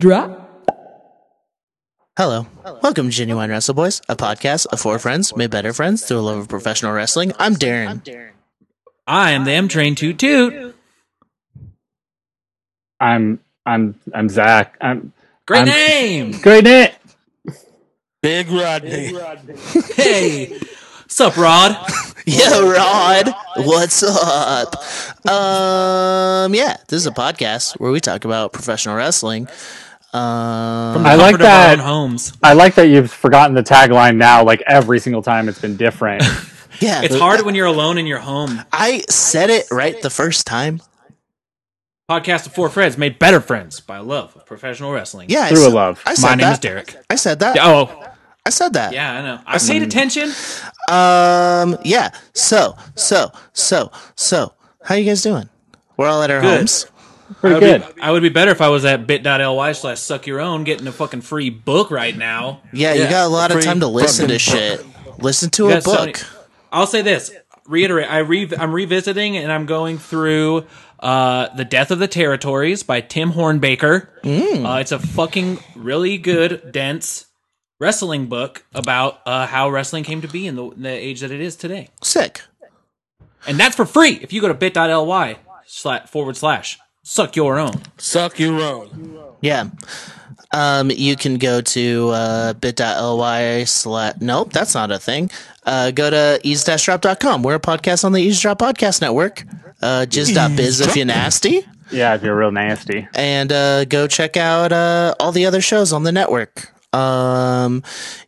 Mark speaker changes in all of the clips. Speaker 1: Drop.
Speaker 2: Hello. Welcome to Genuine Wrestle Boys, a podcast of four friends made better friends through a love of professional wrestling. I'm Darren.
Speaker 3: I am the M Train Toot Toot.
Speaker 4: I'm I'm I'm Zach. I'm I'm-
Speaker 3: Great name.
Speaker 4: great it.
Speaker 2: Big Rodney.
Speaker 3: Hey. Sup, Rod?
Speaker 2: Yo, Rod. What's up? Um, yeah, this is a podcast where we talk about professional wrestling. Um,
Speaker 4: I like
Speaker 3: Comfort of our
Speaker 4: that.
Speaker 3: own homes.
Speaker 4: I like that you've forgotten the tagline now. Like every single time, it's been different.
Speaker 2: yeah,
Speaker 3: It's hard when you're alone in your home.
Speaker 2: I said it right the first time.
Speaker 3: Podcast of four friends made better friends by love of professional wrestling.
Speaker 2: Yeah, I
Speaker 4: Through a
Speaker 2: said-
Speaker 4: love.
Speaker 2: I said
Speaker 3: My name
Speaker 2: that.
Speaker 3: is Derek.
Speaker 2: I said that.
Speaker 3: Oh,
Speaker 2: I said that.
Speaker 3: yeah, I know. I paid attention.
Speaker 2: Um. Yeah. So. So. So. So. How you guys doing? We're all at our
Speaker 3: Good.
Speaker 2: homes.
Speaker 4: Pretty
Speaker 3: I would
Speaker 4: good.
Speaker 3: be- I would be better if I was at bit.ly slash suck your own getting a fucking free book right now.
Speaker 2: Yeah, you got a lot of
Speaker 3: free
Speaker 2: time to listen to shit. Listen to a
Speaker 3: That's so
Speaker 2: book.
Speaker 3: neat. I'll say this. Reiterate. I re- I'm revisiting and I'm going through uh, the Death of the Territories by Tim Hornbaker.
Speaker 2: Mm.
Speaker 3: Uh, it's a fucking really good, dense wrestling book about uh, how wrestling came to be in the, the age that it is today.
Speaker 2: Sick.
Speaker 3: And that's for free if you go to bit.ly slash forward slash suck your own.
Speaker 5: Suck your own.
Speaker 2: Yeah. Um, you can go to uh, bit.ly slash. Nope, that's not a thing. Uh, go to ease-drop.com. We're a podcast on the Eavesdrop Podcast Network. Uh, jizz.biz if you're nasty.
Speaker 4: Yeah, if you're real nasty.
Speaker 2: and uh, go check out uh, all the other shows on the network. Um,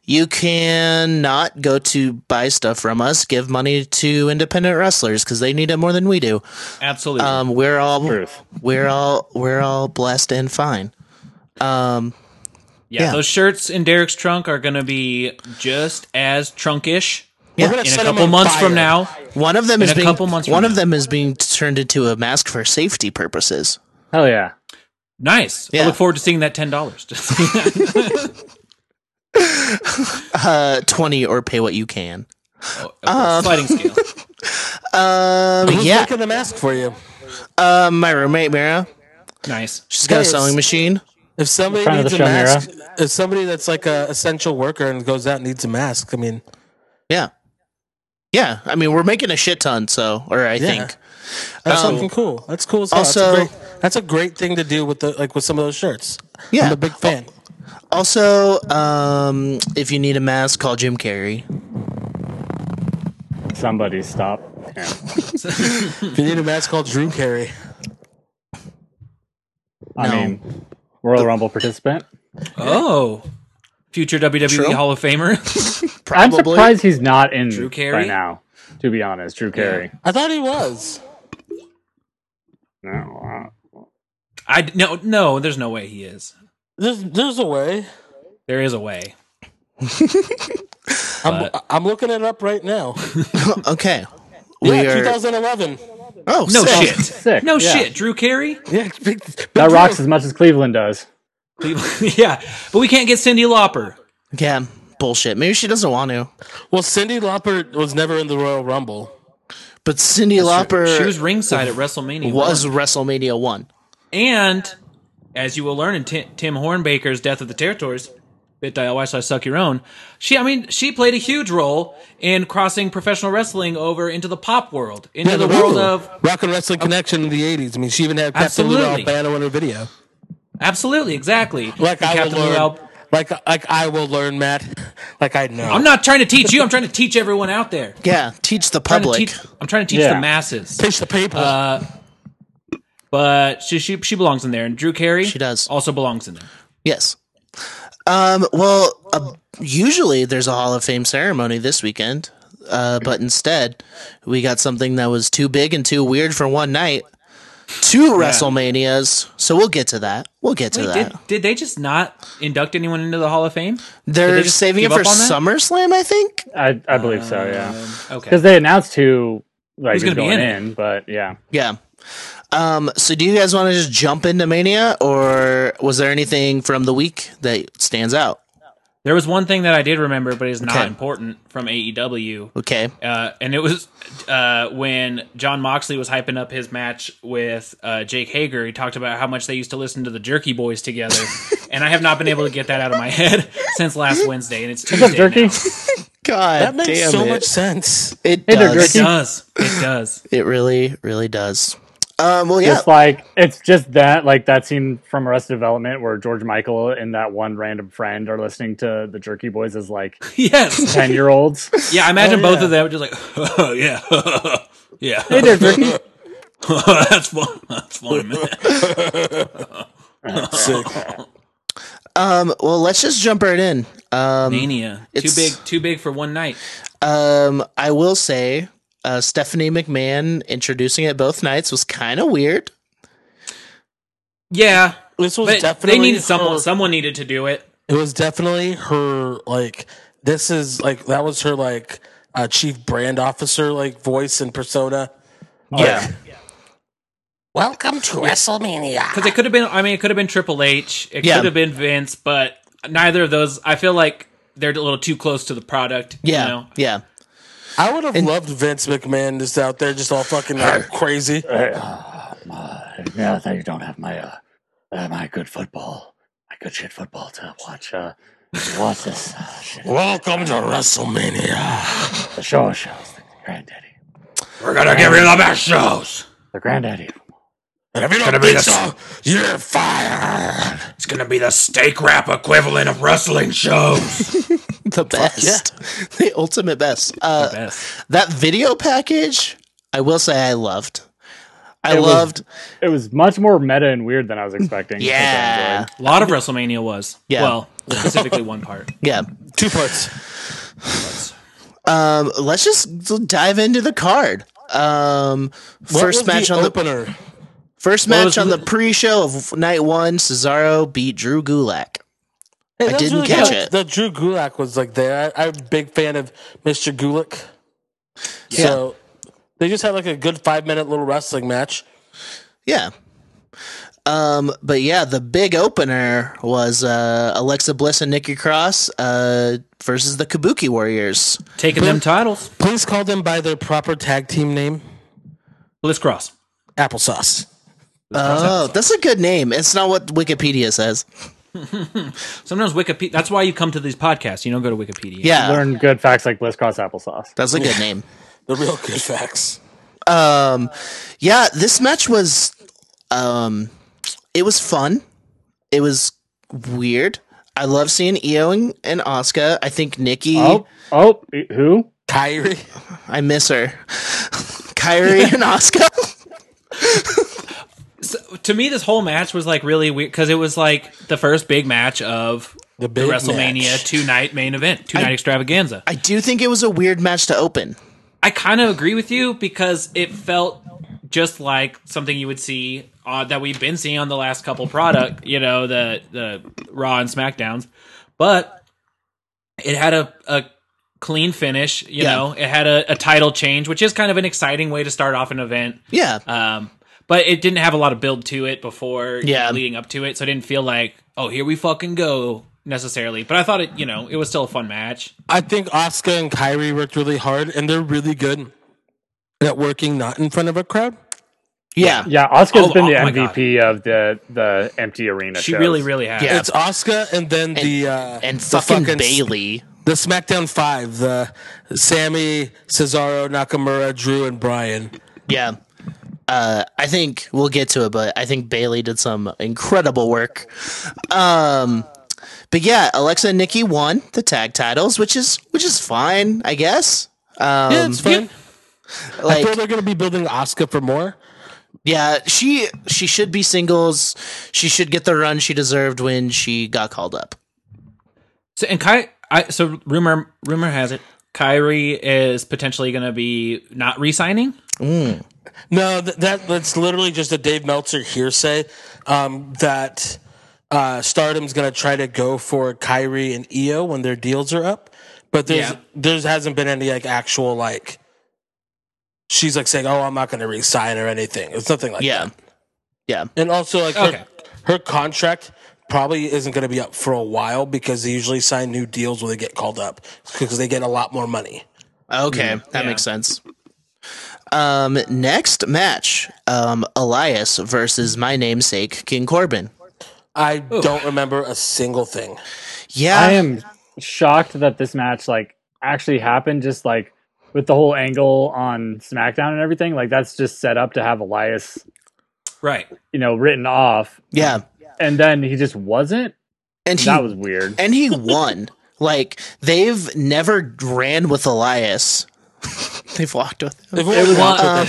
Speaker 2: you can not go to buy stuff from us. Give money to independent wrestlers because they need it more than we do.
Speaker 3: Absolutely.
Speaker 2: Um, we're all
Speaker 4: Truth.
Speaker 2: we're all we're all blessed and fine.
Speaker 3: yeah,
Speaker 2: yeah.
Speaker 3: those shirts in Derek's trunk are going to be just as trunkish
Speaker 2: Yeah.
Speaker 5: gonna
Speaker 3: in a
Speaker 5: set 'em
Speaker 3: couple
Speaker 5: on
Speaker 3: months
Speaker 5: fire.
Speaker 3: from now.
Speaker 2: One of them
Speaker 3: In
Speaker 2: is
Speaker 3: a
Speaker 2: being
Speaker 3: couple months from
Speaker 2: one of
Speaker 3: now.
Speaker 2: them is being turned into a mask for safety purposes.
Speaker 4: Hell yeah.
Speaker 3: Nice.
Speaker 2: Yeah.
Speaker 3: I look forward to seeing that ten dollars.
Speaker 2: Uh, Twenty or pay what you can.
Speaker 3: sliding scale.
Speaker 2: Um,
Speaker 5: Who's
Speaker 2: yeah,
Speaker 5: making the mask for you?
Speaker 2: uh, my roommate Mira,
Speaker 3: Nice.
Speaker 2: she's got a
Speaker 5: Yes.
Speaker 2: sewing machine.
Speaker 5: If somebody
Speaker 4: Friend of
Speaker 5: needs
Speaker 4: the
Speaker 5: a
Speaker 4: show,
Speaker 5: mask, if somebody that's like a essential worker and goes out and needs a mask, I mean,
Speaker 2: Yeah. Yeah. I mean, we're making a shit ton, so, or I think.
Speaker 5: that's
Speaker 2: Um,
Speaker 5: something cool. That's cool. As hell. That's a
Speaker 2: also-
Speaker 5: great- that's a great thing to do with the like with some of those shirts.
Speaker 2: Yeah.
Speaker 5: I'm a big fan.
Speaker 2: Um, Also, um, if you need a mask, call Jim Carrey.
Speaker 4: Somebody stop. him.
Speaker 5: If you need a mask, call Drew Carey.
Speaker 4: I
Speaker 2: No.
Speaker 4: mean, Royal Rumble participant.
Speaker 3: Oh, future WWE
Speaker 2: True.
Speaker 3: Hall of Famer.
Speaker 2: Probably.
Speaker 4: I'm surprised he's not in Drew
Speaker 3: Carey?
Speaker 4: right now. To be honest, Drew Carey.
Speaker 5: I thought he was.
Speaker 4: No,
Speaker 3: I d- no no. There's no way he is.
Speaker 5: There's there's a way.
Speaker 3: There is a way.
Speaker 5: I'm I'm looking it up right now.
Speaker 2: Okay. We
Speaker 5: Yeah,
Speaker 2: are.
Speaker 5: 2011.
Speaker 2: Oh,
Speaker 3: No
Speaker 2: sick.
Speaker 3: shit.
Speaker 4: uh, sick,
Speaker 3: No
Speaker 4: yeah.
Speaker 3: shit. Drew Carey.
Speaker 5: Yeah, big,
Speaker 4: that rocks as much as Cleveland does.
Speaker 3: yeah, but we can't get Cindy Lauper.
Speaker 2: Yeah. Bullshit. Maybe she doesn't want to.
Speaker 5: Well, Cindy Lauper was never in the Royal Rumble.
Speaker 2: But Cindy Lauper
Speaker 3: She was ringside at WrestleMania.
Speaker 2: Er, was
Speaker 3: one.
Speaker 2: WrestleMania 1.
Speaker 3: and as you will learn in Ti- Tim Hornbaker's Death of the Territories. Bit.ly slash suck your own. She, I mean, she played a huge role in crossing professional wrestling over into the pop world, into the world of
Speaker 5: rock and wrestling connection in the 80s. I mean, she even had Captain Lou
Speaker 3: Absolutely.
Speaker 5: Albano in her video.
Speaker 3: Absolutely, exactly.
Speaker 5: Like
Speaker 3: And
Speaker 5: I
Speaker 3: Captain
Speaker 5: will
Speaker 3: Lou
Speaker 5: learn.
Speaker 3: Al-
Speaker 5: Like like I will learn, Matt. Like I know.
Speaker 3: I'm not trying to teach you. I'm trying to teach everyone out there. I'm
Speaker 2: Yeah. Teach the
Speaker 3: trying to
Speaker 2: public.
Speaker 3: teach- I'm trying to teach
Speaker 4: Yeah.
Speaker 3: the masses.
Speaker 5: Pitch the paper.
Speaker 3: But she, she she belongs in there, and Drew Carey she
Speaker 2: does.
Speaker 3: also belongs in there.
Speaker 2: Yes. Um, well, uh, usually there's a Hall of Fame ceremony this weekend, uh, but instead we got something that was too big and too weird for one night. Two WrestleManias, so we'll get to that. We'll get to
Speaker 3: Wait,
Speaker 2: that.
Speaker 3: did did they just not induct anyone into the Hall of Fame?
Speaker 2: They're
Speaker 3: they just
Speaker 2: saving it
Speaker 3: give
Speaker 2: for
Speaker 3: up on that?
Speaker 2: SummerSlam, I think.
Speaker 4: I, I believe so. Yeah,
Speaker 3: Okay.
Speaker 4: because they announced who like
Speaker 3: Um, Who's
Speaker 4: is
Speaker 3: gonna be
Speaker 4: going
Speaker 3: in
Speaker 4: in, but yeah.
Speaker 2: Yeah. Um, so do you guys want to just jump into Mania, or was there anything from the week that stands out?
Speaker 3: There was one thing that I did remember, but it's not
Speaker 2: Okay.
Speaker 3: important from E AEW.
Speaker 2: Okay.
Speaker 3: Uh, and it was uh, when John Moxley was hyping up his match with uh, Jake Hager. He talked about how much they used to listen to the Jerky Boys together, and I have not been able to get that out of my head since last Wednesday, and it's Tuesday.
Speaker 4: Jerky.
Speaker 3: now.
Speaker 2: God
Speaker 5: That makes
Speaker 2: damn
Speaker 5: so
Speaker 2: it.
Speaker 5: much sense.
Speaker 2: it
Speaker 4: Hey, they're
Speaker 3: It
Speaker 2: does.
Speaker 4: jerky.
Speaker 3: does. It does.
Speaker 2: It really, really does. Um, well, yeah.
Speaker 3: Oh.
Speaker 4: Just like it's just that like that scene from Arrested Development where George Michael and that one random friend are listening to the Jerky Boys as like
Speaker 3: Yes.
Speaker 4: ten year olds.
Speaker 3: Yeah. I imagine
Speaker 5: Oh,
Speaker 3: both
Speaker 5: yeah.
Speaker 3: of them just like, oh, yeah, yeah.
Speaker 4: Hey there, Jerky.
Speaker 3: that's fun. That's fun. man.
Speaker 5: Sick.
Speaker 2: Um, well, let's just jump right in. Um,
Speaker 3: Mania. Too
Speaker 2: It's-
Speaker 3: big. Too big for one night.
Speaker 2: um, I will say, uh, Stephanie McMahon introducing it both nights was kind of weird.
Speaker 3: Yeah.
Speaker 5: This was
Speaker 3: But
Speaker 5: definitely
Speaker 3: they needed someone.
Speaker 5: her-
Speaker 3: Someone needed to do it.
Speaker 5: It was definitely her like this is like that was her like uh, chief brand officer like voice and persona.
Speaker 2: Yeah.
Speaker 5: Welcome to WrestleMania.
Speaker 3: Because it could have been. I mean, it could have been Triple H. It
Speaker 2: Yeah.
Speaker 3: could have been Vince. But neither of those. I feel like they're a little too close to the product. you
Speaker 2: Yeah.
Speaker 3: know?
Speaker 2: Yeah.
Speaker 5: I would have loved Vince McMahon just out there just all fucking like, crazy.
Speaker 4: now that you don't have my uh, uh my good football, my good shit football to watch uh to watch this uh, shit.
Speaker 5: Welcome to WrestleMania.
Speaker 4: the show of shows, the granddaddy,
Speaker 5: We're gonna give you the best shows.
Speaker 4: the granddaddy.
Speaker 5: And if you don't think so, you're fired.
Speaker 1: It's gonna be the steak wrap equivalent of wrestling shows.
Speaker 2: The best. the ultimate best. Uh,
Speaker 3: Best.
Speaker 2: That video package, I will say I loved. I
Speaker 4: It was-
Speaker 2: loved.
Speaker 4: It was much more meta and weird than I was expecting. which I
Speaker 2: yeah.
Speaker 4: enjoyed.
Speaker 3: A lot of WrestleMania was.
Speaker 2: Yeah.
Speaker 3: Well, specifically one part.
Speaker 2: Yeah.
Speaker 5: Two puts.
Speaker 2: Um, let's just dive into the card. Um,
Speaker 5: What
Speaker 2: first
Speaker 5: was
Speaker 2: match
Speaker 5: the
Speaker 2: on the
Speaker 5: opener.
Speaker 2: First
Speaker 3: Well, it
Speaker 2: match
Speaker 3: was-
Speaker 2: on the pre-show of night one, Cesaro beat Drew Gulak.
Speaker 5: Hey,
Speaker 2: I
Speaker 5: that was
Speaker 2: didn't catch
Speaker 5: good.
Speaker 2: it.
Speaker 5: The Drew Gulak was like there. I, I'm a big fan of Mr. Gulak. So they just had like a good five minute little wrestling match.
Speaker 2: Yeah. Um, but yeah, the big opener was uh, Alexa Bliss and Nikki Cross uh, versus the Kabuki Warriors.
Speaker 3: Taking them titles.
Speaker 5: Please call them by their proper tag team name,
Speaker 3: Bliss Cross.
Speaker 5: Applesauce.
Speaker 2: Oh, that's a good name. It's not what Wikipedia says.
Speaker 3: Sometimes Wikipedia. That's why you come to these podcasts. You don't go to Wikipedia.
Speaker 2: Yeah,
Speaker 4: Learn good facts like crisscross applesauce.
Speaker 2: that's a good name.
Speaker 5: The real good facts.
Speaker 2: Yeah, this match was, um, it was fun. It was weird. I love seeing Io and, and Asuka. I think Nikki.
Speaker 4: Oh, oh, who?
Speaker 5: Kyrie.
Speaker 2: I miss her. Kyrie and Oscar.
Speaker 3: to me, this whole match was like really weird because it was like the first big match of the,
Speaker 5: The big
Speaker 3: WrestleMania
Speaker 5: match.
Speaker 3: two night main event, two night extravaganza. I,
Speaker 2: I do think it was a weird match to open.
Speaker 3: kind of agree with you because it felt just like something you would see uh, that we've been seeing on the last couple product, you know, the the Raw and SmackDowns, but it had a a clean finish. You
Speaker 2: Yeah.
Speaker 3: know, it had a, a title change, which is kind of an exciting way to start off an event.
Speaker 2: Yeah.
Speaker 3: Um, but it didn't have a lot of build to it before
Speaker 2: Yeah.
Speaker 3: leading up to it, so it didn't feel like, oh, here we fucking go necessarily. But I thought it, you know, it was still a fun match.
Speaker 5: I think Oscar and Kyrie worked really hard, and they're really good at working not in front of a crowd.
Speaker 2: yeah.
Speaker 4: Yeah, Oscar's
Speaker 3: Oh,
Speaker 4: been the
Speaker 3: oh my
Speaker 4: MVP of the the empty arena.
Speaker 3: She
Speaker 4: shows.
Speaker 3: really, really had.
Speaker 2: Yeah.
Speaker 5: It's Oscar, and then the uh,
Speaker 2: And
Speaker 5: the
Speaker 2: fucking,
Speaker 5: fucking
Speaker 2: Bailey.
Speaker 5: The SmackDown Five, the Sammy, Cesaro, Nakamura, Drew, and Brian.
Speaker 2: Yeah. Uh, I think we'll get to it, but I think Bailey did some incredible work. Um, but yeah, Alexa and Nikki won the tag titles, which is which is fine, I guess. Um,
Speaker 5: Yeah, it's fun. I feel
Speaker 2: like
Speaker 5: they're going to be building Oscar for more.
Speaker 2: yeah, she she should be singles. She should get the run she deserved when she got called up.
Speaker 3: So and Kai, I so rumor rumor has it Kyrie is potentially going to be not re-signing.
Speaker 5: No, th- that that's literally just a Dave Meltzer hearsay um, that uh, Stardom's going to try to go for Kyrie and Io when their deals are up, but there's
Speaker 3: Yeah.
Speaker 5: there hasn't been any like actual like she's like saying, "Oh, I'm not going to resign or anything." It's nothing like
Speaker 2: Yeah. Yeah.
Speaker 5: that. And also like
Speaker 3: Okay.
Speaker 5: her, her contract probably isn't going to be up for a while because they usually sign new deals when they get called up because they get a lot more money.
Speaker 2: Okay, that
Speaker 3: yeah.
Speaker 2: makes sense. Um, next match, um, Elias versus my namesake King Corbin.
Speaker 5: I don't remember a single thing.
Speaker 2: Yeah,
Speaker 6: I am shocked that this match like actually happened. Just like with the whole angle on SmackDown and everything, like that's just set up to have Elias,
Speaker 3: Right.
Speaker 6: you know, written off,
Speaker 2: Yeah,
Speaker 6: and then he just wasn't.
Speaker 2: and he
Speaker 6: That was weird.
Speaker 2: and he won. like they've never ran with Elias. they've walked with him. Um,
Speaker 5: If it was
Speaker 3: was-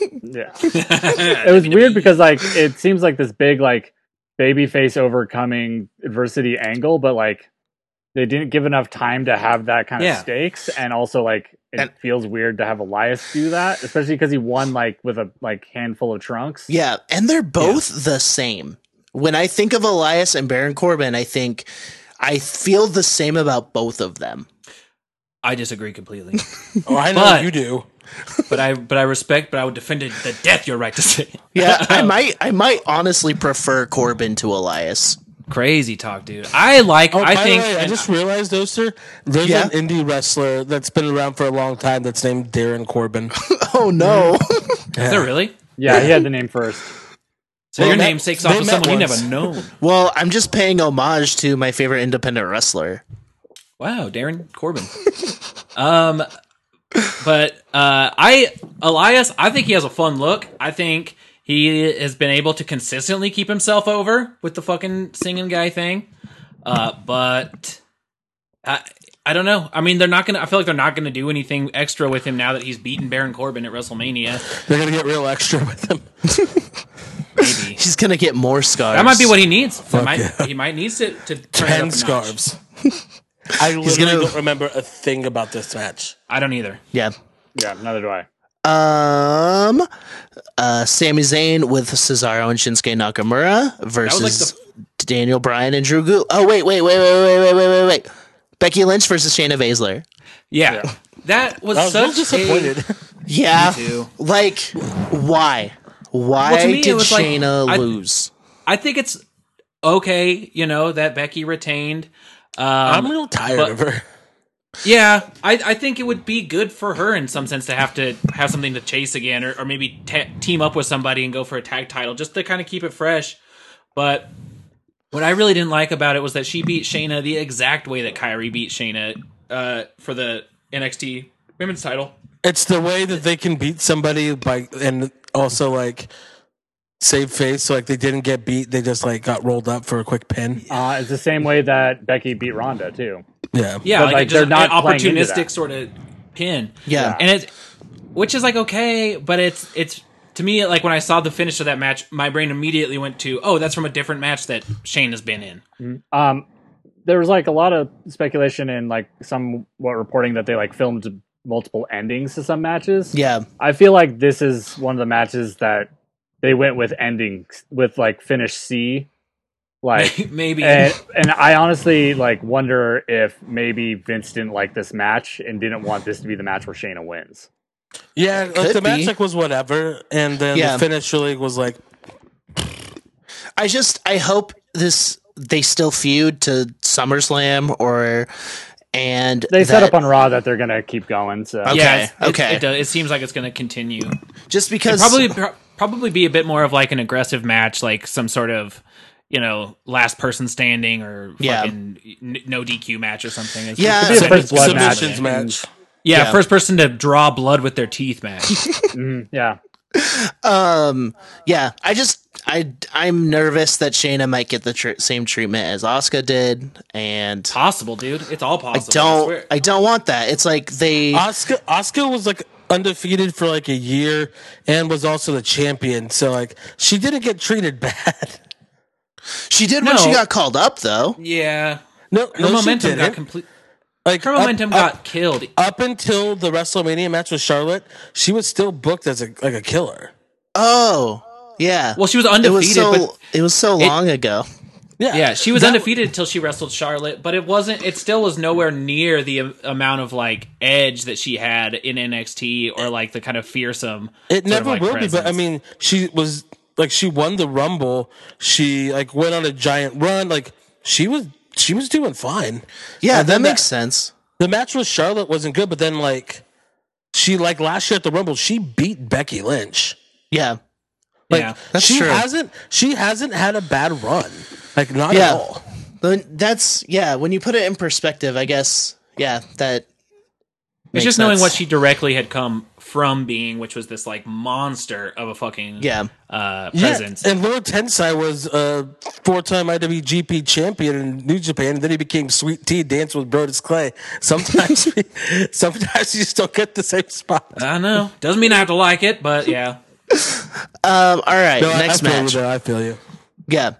Speaker 5: uh,
Speaker 6: Yeah. it was weird because like it seems like this big like babyface overcoming adversity angle, but like they didn't give enough time to have that kind
Speaker 3: Yeah.
Speaker 6: of stakes, and also like it
Speaker 2: And-
Speaker 6: feels weird to have Elias do that, especially because he won like with a like handful of trunks.
Speaker 2: Yeah, and they're both the same. When I think of Elias and Baron Corbin, I think I feel the same about both of them.
Speaker 3: I disagree completely.
Speaker 5: oh, I know
Speaker 3: But-
Speaker 5: you do.
Speaker 3: but I but I respect, but I would defend it the death your right to say.
Speaker 2: Yeah, I might I might honestly prefer Corbin to Elias.
Speaker 3: Crazy talk, dude. I like
Speaker 5: Oh,
Speaker 3: I
Speaker 5: by
Speaker 3: think
Speaker 5: the way, I
Speaker 3: and
Speaker 5: just realized, Oster, there's
Speaker 2: Yeah?
Speaker 5: an indie wrestler that's been around for a long time that's named Darren Corbin.
Speaker 2: Oh no.
Speaker 3: is there really?
Speaker 6: yeah, he had the name first.
Speaker 3: So
Speaker 5: Well,
Speaker 3: your
Speaker 5: that-
Speaker 3: namesake's
Speaker 5: they
Speaker 3: off of
Speaker 5: met
Speaker 3: someone
Speaker 5: once.
Speaker 3: you never known.
Speaker 2: well, I'm just paying homage to my favorite independent wrestler.
Speaker 3: Wow, Darren Corbin. um, but uh, I Elias, I think he has a fun look. I think he has been able to consistently keep himself over with the fucking singing guy thing. Uh, but I I don't know. I mean, they're not gonna. I feel like they're not gonna do anything extra with him now that he's beaten Baron Corbin at WrestleMania.
Speaker 5: They're going to get real extra with him.
Speaker 3: Maybe.
Speaker 2: He's gonna get more scars.
Speaker 3: That might be what he needs. He might,
Speaker 5: yeah.
Speaker 3: he might needs to, to turn it up a
Speaker 5: Ten
Speaker 3: notch.
Speaker 5: scarves. I literally
Speaker 2: gonna-
Speaker 5: don't remember a thing about this match.
Speaker 3: I don't either.
Speaker 2: Yeah.
Speaker 6: Yeah, neither do I.
Speaker 2: Um uh Sami Zayn with Cesaro and Shinsuke Nakamura versus Daniel Bryan and Drew Gul. Oh wait, wait, wait, wait, wait, wait, wait, wait, wait. Becky Lynch versus Shayna Baszler.
Speaker 3: Yeah, that was,
Speaker 5: I was
Speaker 3: such
Speaker 5: real disappointed.
Speaker 2: Yeah.
Speaker 3: too.
Speaker 2: Like why? Why
Speaker 3: Well, to me, it
Speaker 2: did
Speaker 3: was like-
Speaker 2: Shayna
Speaker 3: I-
Speaker 2: lose?
Speaker 3: I think it's okay, you know, that Becky retained. Um,
Speaker 5: I'm real tired
Speaker 3: but-
Speaker 5: of her.
Speaker 3: yeah, I, I think it would be good for her in some sense to have to have something to chase again, or, or maybe te- team up with somebody and go for a tag title just to kind of keep it fresh. But what I really didn't like about it was that she beat Shayna the exact way that Kyrie beat Shayna uh, for the NXT Women's title.
Speaker 5: It's the way that they can beat somebody by and also like save face. So like they didn't get beat. They just like got rolled up for a quick pin.
Speaker 6: Uh, it's the same way that Becky beat Ronda too.
Speaker 5: Yeah.
Speaker 3: Yeah,
Speaker 6: But,
Speaker 3: like,
Speaker 6: like,
Speaker 3: it
Speaker 6: they're
Speaker 3: just
Speaker 6: not
Speaker 3: an
Speaker 6: playing into
Speaker 3: opportunistic
Speaker 6: that.
Speaker 3: sort of pin.
Speaker 2: Yeah.
Speaker 3: and it, which is like okay, but it's it's to me like when I saw the finish of that match, my brain immediately went to oh that's from a different match that Shane has been in.
Speaker 6: Um, there was like a lot of speculation and like somewhat reporting that they like filmed multiple endings to some matches.
Speaker 2: Yeah.
Speaker 6: I feel like this is one of the matches that they went with endings with like finish C, like.
Speaker 3: Maybe
Speaker 2: Uh,
Speaker 6: And, and I honestly like wonder if maybe Vince didn't like this match and didn't want this to be the match where Shayna wins.
Speaker 5: Yeah, like
Speaker 2: could
Speaker 5: the match
Speaker 2: be.
Speaker 5: like was whatever, and then
Speaker 2: Yeah.
Speaker 5: the finish really was like,
Speaker 2: I just I hope this they still feud to SummerSlam or and
Speaker 6: They set
Speaker 2: that-
Speaker 6: up on Raw that they're gonna keep going. So
Speaker 2: Okay.
Speaker 3: yeah, it's- it's-
Speaker 2: okay.
Speaker 3: It, does, it seems like it's going to continue.
Speaker 2: just because
Speaker 3: Probably pro- probably be a bit more of like an aggressive match, like some sort of you know last person standing or
Speaker 2: Yeah.
Speaker 3: fucking n- no DQ match or something. It's-
Speaker 2: Yeah.
Speaker 6: It'd be a
Speaker 2: Sub-
Speaker 6: first blood match.
Speaker 5: submissions match.
Speaker 3: yeah,
Speaker 2: Yeah.
Speaker 3: First person to draw blood with their teeth match.
Speaker 6: Mhm, yeah,
Speaker 2: um yeah I just I I'm nervous that Shayna might get the tr- same treatment as Oscar did and
Speaker 3: possible, dude. It's all
Speaker 2: I
Speaker 3: possible. I
Speaker 2: don't
Speaker 3: swear. Uh,
Speaker 2: I don't want that it's like they
Speaker 5: Oscar Oscar was like undefeated for like a year and was also the champion. So like she didn't get treated bad.
Speaker 2: she did when
Speaker 3: no.
Speaker 2: she got called up though
Speaker 3: yeah.
Speaker 5: No,
Speaker 3: Her
Speaker 5: no, she
Speaker 3: momentum got
Speaker 5: didn't.
Speaker 3: complete.
Speaker 5: like
Speaker 3: Her
Speaker 5: up-
Speaker 3: momentum
Speaker 5: up,
Speaker 3: got killed.
Speaker 5: up until the WrestleMania match with Charlotte. She was still booked as a like a killer.
Speaker 2: oh yeah
Speaker 3: Well, she was
Speaker 2: it was
Speaker 3: undefeated.
Speaker 2: so it was so long ago
Speaker 5: Yeah,
Speaker 3: but, yeah, she was
Speaker 5: uh, That-
Speaker 3: undefeated until she wrestled Charlotte, but it wasn't. It still was nowhere near the am- amount of like edge that she had in NXT or like the kind of fearsome.
Speaker 5: It
Speaker 3: sort of,
Speaker 5: never
Speaker 3: like,
Speaker 5: will be, but I
Speaker 3: presence.
Speaker 5: mean, she was Like she won the rumble. She like went on a giant run. Like she was she was doing fine.
Speaker 2: Yeah,
Speaker 5: And
Speaker 2: that
Speaker 5: then
Speaker 2: makes sense.
Speaker 5: The match with Charlotte wasn't good, but then like she like last year at the rumble, she beat Becky Lynch.
Speaker 2: Yeah.
Speaker 5: Like
Speaker 3: Yeah,
Speaker 2: that's
Speaker 5: she
Speaker 2: true.
Speaker 5: hasn't she hasn't had a bad run. Like not
Speaker 2: Yeah.
Speaker 5: at all.
Speaker 2: But That's yeah, when you put it in perspective, I guess yeah, that
Speaker 3: It's
Speaker 2: makes
Speaker 3: just knowing
Speaker 2: sense.
Speaker 3: what she directly had come from being, which was this like monster of a fucking
Speaker 2: Yeah.
Speaker 3: uh,
Speaker 5: Yeah,
Speaker 3: presence.
Speaker 5: And Lord Tensai was a four-time IWGP champion in New Japan, and then he became Sweet Tea Dance with Brodus Clay. Sometimes, we, sometimes you just don't get the same spot.
Speaker 3: I know doesn't mean I have to like it, but yeah,
Speaker 2: Um all right,
Speaker 5: I-
Speaker 2: next
Speaker 5: I feel you
Speaker 2: match.
Speaker 5: there, I feel you.
Speaker 2: Yeah.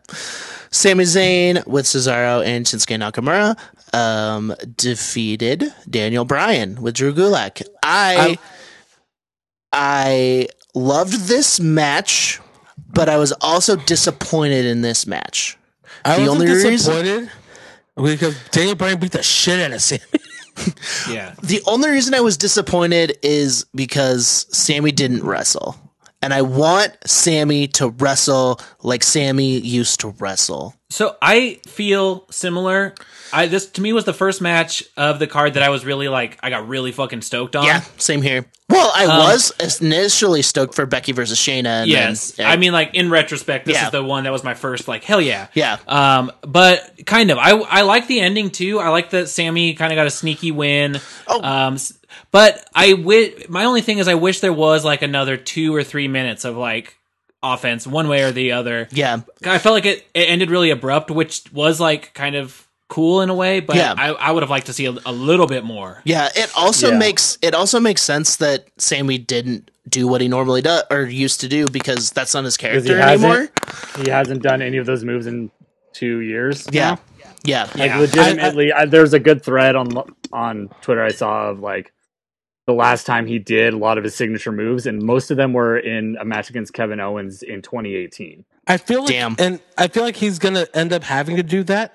Speaker 2: Sami Zayn with Cesaro and Shinsuke Nakamura um, defeated Daniel Bryan with Drew Gulak. I, I loved this match, but I was also disappointed in this match.
Speaker 5: I
Speaker 2: The
Speaker 5: was
Speaker 2: only reason-
Speaker 5: disappointed because Daniel Bryan beat the shit out of Sammy.
Speaker 3: yeah.
Speaker 2: The only reason I was disappointed is because Sammy didn't wrestle. And I want Sammy to wrestle like Sammy used to wrestle.
Speaker 3: So I feel similar. I this to me was the first match of the card that I was really like I got really fucking stoked on.
Speaker 2: Yeah, same here. Well, I was initially stoked for Becky versus Shayna. And
Speaker 3: Yes.
Speaker 2: then-
Speaker 3: I mean like in retrospect this
Speaker 2: Yeah.
Speaker 3: is the one that was my first like hell yeah.
Speaker 2: yeah,
Speaker 3: Um but kind of I I like the ending too. I like that Sammy kind of got a sneaky win.
Speaker 2: Oh.
Speaker 3: Um s- but I wi- my only thing is I wish there was like another 2 or 3 minutes of like offense one way or the other.
Speaker 2: yeah,
Speaker 3: I felt like it, it ended really abrupt, which was like kind of cool in a way, but
Speaker 2: Yeah.
Speaker 3: I, I would have liked to see a, a little bit more.
Speaker 2: yeah. It also
Speaker 7: Yeah.
Speaker 2: makes it also makes sense that Sammy didn't do what he normally does or used to do because that's not his
Speaker 7: Because he
Speaker 2: character
Speaker 7: hasn't-
Speaker 2: anymore.
Speaker 7: He hasn't done any of those moves in two years.
Speaker 2: Yeah,
Speaker 7: now.
Speaker 2: yeah,
Speaker 7: Like
Speaker 3: Yeah.
Speaker 7: legitimately, I, there's a good thread on on Twitter I saw of like the last time he did a lot of his signature moves, and most of them were in a match against Kevin Owens in 2018.
Speaker 5: I feel like,
Speaker 2: Damn.
Speaker 5: and I feel like he's gonna end up having to do that.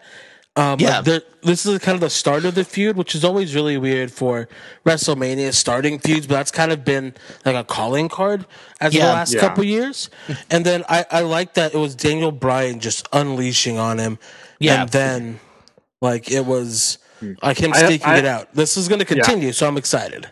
Speaker 5: Um,
Speaker 2: Yeah.
Speaker 5: like, there- this is kind of the start of the feud, which is always really weird for WrestleMania starting feuds, but that's kind of been like a calling card as
Speaker 2: Yeah.
Speaker 5: the last
Speaker 7: Yeah.
Speaker 5: couple years. And then I, I like that it was Daniel Bryan just unleashing on him,
Speaker 2: Yeah.
Speaker 5: and then like it was like him
Speaker 7: Hmm. I-
Speaker 5: staking
Speaker 7: I-
Speaker 5: it out. This is gonna continue, so I'm excited.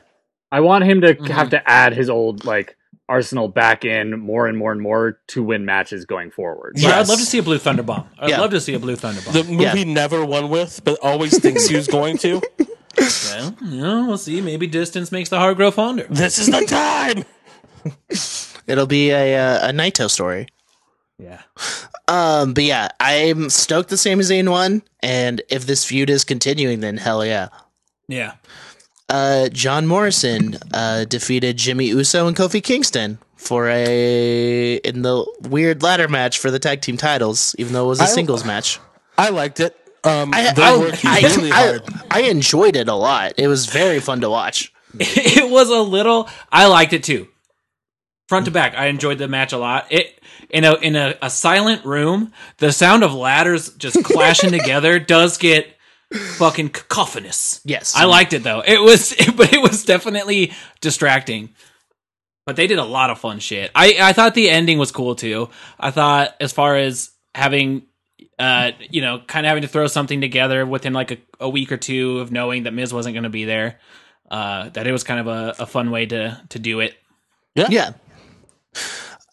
Speaker 7: I want him to have to add his old like arsenal back in more and more and more to win matches going forward.
Speaker 3: But I'd
Speaker 2: Yes.
Speaker 3: love to see a blue thunder bomb. I'd
Speaker 2: Yeah.
Speaker 3: love to see a blue thunder bomb.
Speaker 5: The movie
Speaker 2: Yeah.
Speaker 5: never won with, but always thinks he was going to.
Speaker 3: well, you know, we'll see. Maybe distance makes the heart grow fonder.
Speaker 5: This is the time.
Speaker 2: It'll be a uh, a Naito story.
Speaker 3: Yeah.
Speaker 2: Um, but yeah, I'm stoked the Sami Zayn won, and if this feud is continuing, then hell yeah.
Speaker 3: Yeah.
Speaker 2: Uh, John Morrison uh, defeated Jimmy Uso and Kofi Kingston for a in the weird ladder match for the tag team titles, even though it was a
Speaker 5: I-
Speaker 2: singles match.
Speaker 5: I liked it. Um,
Speaker 2: I,
Speaker 5: they
Speaker 2: I-
Speaker 5: worked
Speaker 2: I-
Speaker 5: really
Speaker 2: I-
Speaker 5: hard.
Speaker 2: I enjoyed it a lot. It was very fun to watch.
Speaker 3: it was a little I liked it too. Front to back, I enjoyed the match a lot. It in a in a, a silent room, the sound of ladders just clashing together does get fucking cacophonous.
Speaker 2: Yes,
Speaker 3: I liked it though. It was, but it was definitely distracting. But they did a lot of fun shit. I I thought the ending was cool too. I thought as far as having, uh, you know, kind of having to throw something together within like a, a week or two of knowing that Miz wasn't going to be there. Uh, that it was kind of a, a fun way to to do it.
Speaker 2: Yeah.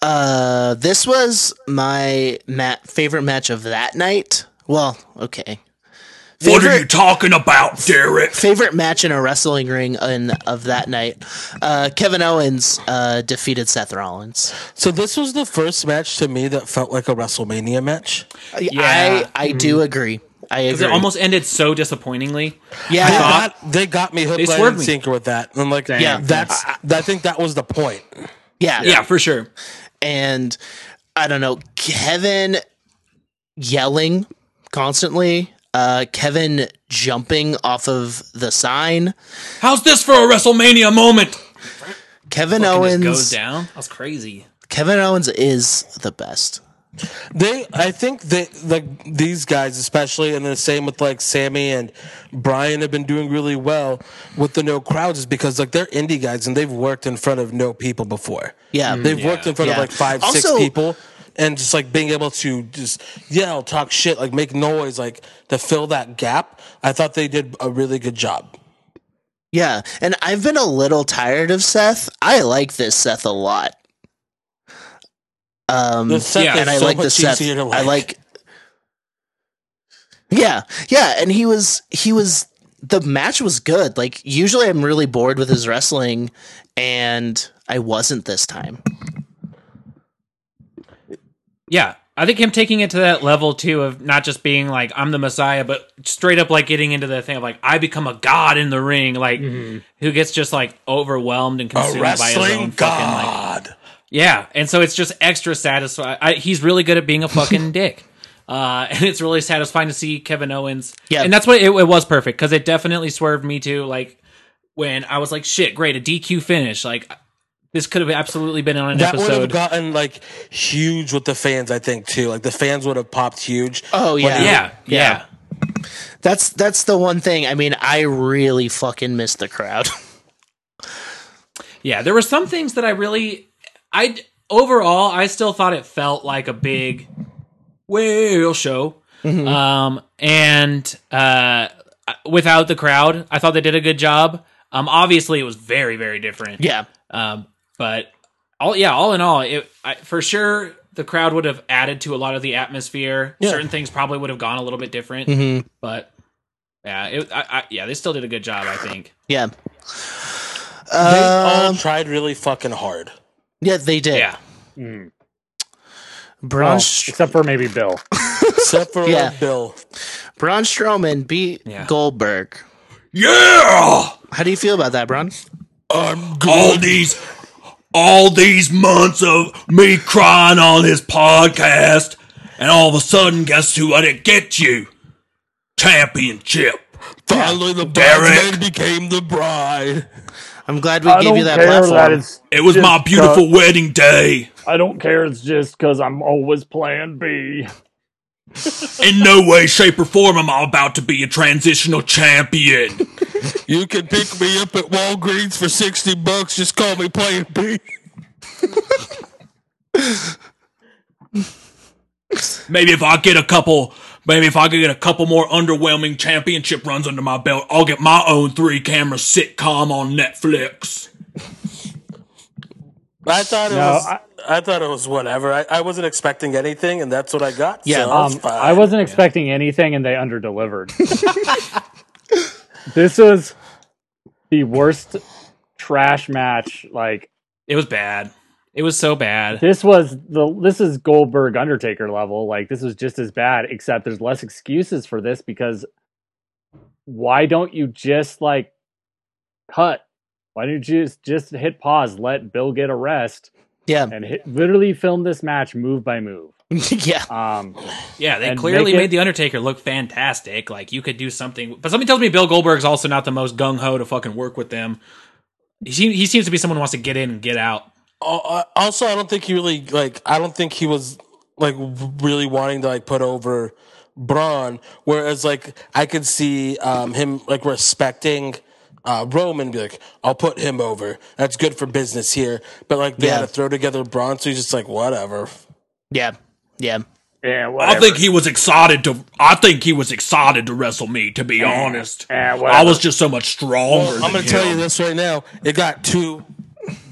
Speaker 2: Uh, this was my ma- favorite match of that night. Well, okay.
Speaker 1: What are you talking about, Derek?
Speaker 2: favorite match in a wrestling ring in, of that night. Uh, Kevin Owens uh, defeated Seth Rollins.
Speaker 5: So this was the first match to me that felt like a WrestleMania match.
Speaker 3: Yeah.
Speaker 2: I I do agree. I
Speaker 3: Because
Speaker 2: agree.
Speaker 3: it almost ended so disappointingly.
Speaker 5: They
Speaker 2: yeah,
Speaker 5: got, they got me hook,
Speaker 3: They
Speaker 5: line,
Speaker 3: swerved
Speaker 5: and
Speaker 3: me.
Speaker 5: sinker with that. And like,
Speaker 2: Yeah.
Speaker 5: that's I think that was the point.
Speaker 2: yeah,
Speaker 3: Yeah, for sure.
Speaker 2: And I don't know, Kevin yelling constantly. Uh, Kevin jumping off of the sign.
Speaker 3: How's this for a WrestleMania moment?
Speaker 2: Kevin
Speaker 3: Owens goes
Speaker 2: Owens.
Speaker 3: down. That was crazy.
Speaker 2: Kevin Owens is the best.
Speaker 5: They, I think they like these guys especially, and the same with like Sammy and Brian have been doing really well with the no crowds is because like they're indie guys and they've worked in front of no people before.
Speaker 2: Yeah.
Speaker 3: Mm-hmm.
Speaker 5: They've worked in front
Speaker 2: Yeah.
Speaker 5: of like five, six
Speaker 2: Also-
Speaker 5: people, and just like being able to just yell, talk shit, like make noise, like to fill that gap. I thought they did a really good job.
Speaker 2: Yeah, and I've been a little tired of Seth. I like this Seth a lot. Um,
Speaker 5: The Seth
Speaker 3: Yeah.
Speaker 5: is
Speaker 2: and I
Speaker 5: so
Speaker 2: like the
Speaker 5: much
Speaker 2: Seth.
Speaker 5: easier to
Speaker 2: I like. Yeah, yeah, and he was he was the match was good. Like usually, I'm really bored with his wrestling, and I wasn't this time.
Speaker 3: Yeah. I think him taking it to that level too of not just being like I'm the Messiah, but straight up like getting into the thing of like I become a god in the ring, like
Speaker 5: Mm.
Speaker 7: Mm-hmm.
Speaker 3: who gets just like overwhelmed and
Speaker 5: a
Speaker 3: consumed by his
Speaker 5: wrestling
Speaker 3: own fucking like
Speaker 5: god.
Speaker 3: Yeah, and so it's just extra satisfying. He's really good at being a fucking dick, uh, and it's really satisfying to see Kevin Owens.
Speaker 2: Yeah.
Speaker 3: and that's what it, it was perfect because it definitely swerved me to like when I was like, "Shit, great, a DQ finish." Like this could have absolutely been on an
Speaker 5: that would have
Speaker 3: episode.
Speaker 5: gotten like huge with the fans, I think too. Like the fans would have popped huge.
Speaker 2: Oh yeah,
Speaker 3: yeah, yeah,
Speaker 2: Yeah. That's that's the one thing. I mean, I really fucking miss the crowd.
Speaker 3: Yeah, there were some things that I really, I overall, I still thought it felt like a big whale show. Um, and uh, without the crowd, I thought they did a good job. Um, obviously, it was very, very different.
Speaker 2: yeah,
Speaker 3: Um, but all, yeah, all in all, it I, for sure the crowd would have added to a lot of the atmosphere.
Speaker 5: Yeah.
Speaker 3: Certain things probably would have gone a little bit different, but yeah, it, I, I, yeah, they still did a good job, I think.
Speaker 2: yeah,
Speaker 5: They all
Speaker 2: Um,
Speaker 5: tried really fucking hard.
Speaker 2: yeah. They did.
Speaker 3: Yeah.
Speaker 2: Braun,
Speaker 6: Well,
Speaker 2: Str-
Speaker 6: except for maybe Bill.
Speaker 5: Except for
Speaker 2: Yeah.
Speaker 5: Bill.
Speaker 2: Braun Strowman beat
Speaker 3: Yeah.
Speaker 2: Goldberg.
Speaker 1: Yeah!
Speaker 2: How do you feel about that, Braun?
Speaker 1: All these all these months of me crying on his podcast, and all of a sudden, guess who I didn't get you? Championship.
Speaker 5: Finally the
Speaker 1: bridesmaid
Speaker 5: became the bride.
Speaker 2: I'm glad we gave you that platform.
Speaker 6: it's.
Speaker 1: It was my beautiful wedding day.
Speaker 6: I don't care. It's just because I'm always Plan B.
Speaker 1: In no way, shape, or form am I about to be a transitional champion.
Speaker 5: You can pick me up at Walgreens for sixty bucks, just call me Plan B.
Speaker 1: Maybe if I get a couple, maybe if I could get a couple more underwhelming championship runs under my belt, I'll get my own three camera sitcom on Netflix.
Speaker 5: I thought it
Speaker 6: No,
Speaker 5: was I,
Speaker 6: I-
Speaker 5: thought it was whatever. I, I wasn't expecting anything and that's what I got.
Speaker 2: Yeah,
Speaker 5: so
Speaker 6: Um,
Speaker 5: that's fine.
Speaker 6: I wasn't expecting anything, and they underdelivered. this was the worst trash match. Like
Speaker 3: It was bad. It was so bad.
Speaker 6: this was the this is Goldberg Undertaker level. Like this was just as bad, except there's less excuses for this because why don't you just like cut? Why don't you just just hit pause, let Bill get a rest,
Speaker 2: yeah,
Speaker 6: and hit, literally film this match move by move?
Speaker 2: yeah,
Speaker 6: Um,
Speaker 3: Yeah, they
Speaker 6: and
Speaker 3: clearly
Speaker 6: make it-
Speaker 3: made the Undertaker look fantastic. Like you could do something, but something tells me Bill Goldberg's also not the most gung ho to fucking work with them. He seem- he seems to be someone who wants to get in and get out.
Speaker 5: Al- uh, also i don't think he really like i don't think he was like w- really wanting to like put over braun whereas like i could see um him like respecting uh roman be like i'll put him over that's good for business here but like they
Speaker 2: Yeah.
Speaker 5: had to throw together braun so he's just like whatever
Speaker 2: yeah, yeah.
Speaker 6: yeah,
Speaker 1: I think he was excited to. I think he was excited to wrestle me. To be honest, I was just so much stronger.
Speaker 5: eh, i'm gonna
Speaker 1: than
Speaker 5: tell
Speaker 1: him.
Speaker 5: you this right now it got two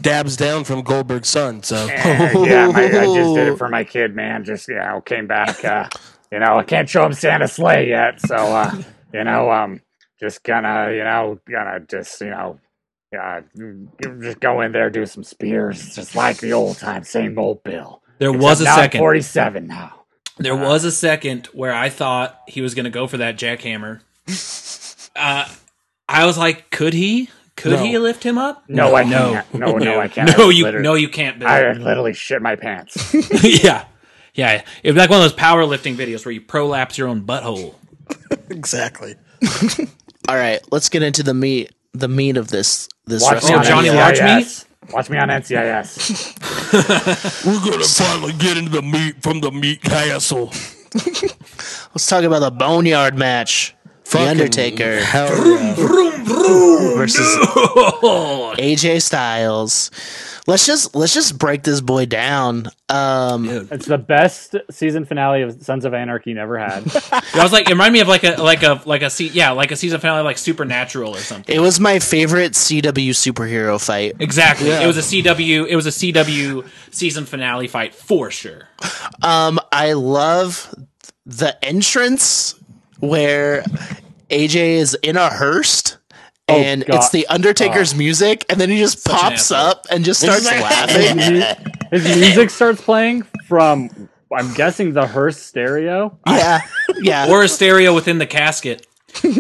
Speaker 5: dabs down from goldberg's son so
Speaker 6: yeah, my, I just did it for my kid, man. Just you know, came back. Uh, you know, I can't show him Santa's sleigh yet, so uh, you know, um, just gonna, you know, gonna just, you know, uh, just go in there, do some spears, just like the old time, same old Bill.
Speaker 3: There was a second.
Speaker 6: forty-seven now.
Speaker 3: There was a second where I thought he was going to go for that jackhammer. Uh, I was like, could he? Could
Speaker 5: No.
Speaker 3: he lift him up?
Speaker 6: No, I
Speaker 3: no.
Speaker 6: can't. No, no, I can't. I
Speaker 3: No,
Speaker 6: was
Speaker 3: you
Speaker 6: literally-
Speaker 3: no, you can't. Bill.
Speaker 6: I literally shit my pants.
Speaker 3: yeah, yeah. It was like one of those powerlifting videos where you prolapse your own butthole.
Speaker 5: exactly
Speaker 2: All right, let's get into the meat. The meat of this. This
Speaker 6: Watch me
Speaker 2: wrestling.
Speaker 6: on
Speaker 3: Oh, Johnny Large
Speaker 6: NCIS. Watch me on NCIS.
Speaker 5: we're gonna finally get into the meat from the meat castle
Speaker 2: Let's talk about the Boneyard match. the Undertaker
Speaker 5: Hell yeah.
Speaker 2: versus AJ Styles. Let's just let's just break this boy down. Um,
Speaker 6: It's the best season finale of Sons of Anarchy never had.
Speaker 3: I was like, it reminded me of like a like a like a se- yeah like a season finale like Supernatural or something.
Speaker 2: It was my favorite CW superhero fight.
Speaker 3: Exactly. It was a CW. It was a CW season finale fight for sure.
Speaker 2: Um, I love the entrance where AJ is in a hearse. And
Speaker 6: God.
Speaker 2: it's the Undertaker's music, and then he just
Speaker 3: an
Speaker 2: pops
Speaker 3: asshole.
Speaker 2: up and just starts laughing.
Speaker 6: His mu- His music starts playing from, I'm guessing, the Hearst stereo.
Speaker 2: yeah, yeah,
Speaker 3: Or a stereo within the casket,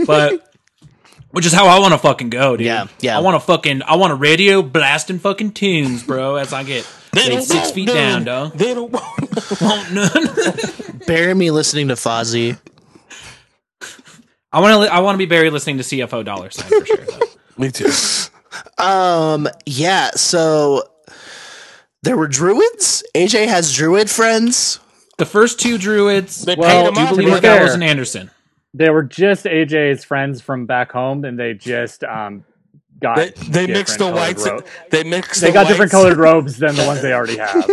Speaker 3: but which is how I want to fucking go, dude.
Speaker 2: Yeah, yeah.
Speaker 3: I want to fucking I want a radio blasting fucking tunes, bro. As I get
Speaker 5: They don't
Speaker 3: six
Speaker 5: want
Speaker 3: feet
Speaker 5: none.
Speaker 3: down, dog.
Speaker 5: They don't want
Speaker 3: Won't none.
Speaker 2: bury me listening to Fozzy.
Speaker 3: I want to li- I want to be buried listening to CFO dollar sign for sure. though.
Speaker 5: Me too.
Speaker 2: Um, yeah, so there were druids. AJ has druid friends.
Speaker 3: the first two druids,
Speaker 5: They
Speaker 6: Well,
Speaker 5: paid him
Speaker 6: do you
Speaker 5: off.
Speaker 6: believe-
Speaker 3: they
Speaker 5: man.
Speaker 3: were
Speaker 6: be fair.
Speaker 3: Gallows and Anderson.
Speaker 6: They were just AJ's friends from back home, and they just um, got
Speaker 5: They, they mixed the
Speaker 6: different colored
Speaker 5: whites.
Speaker 6: ro-
Speaker 5: They mixed.
Speaker 6: They
Speaker 5: the
Speaker 6: got
Speaker 5: whites-
Speaker 6: different colored robes than the ones they already have.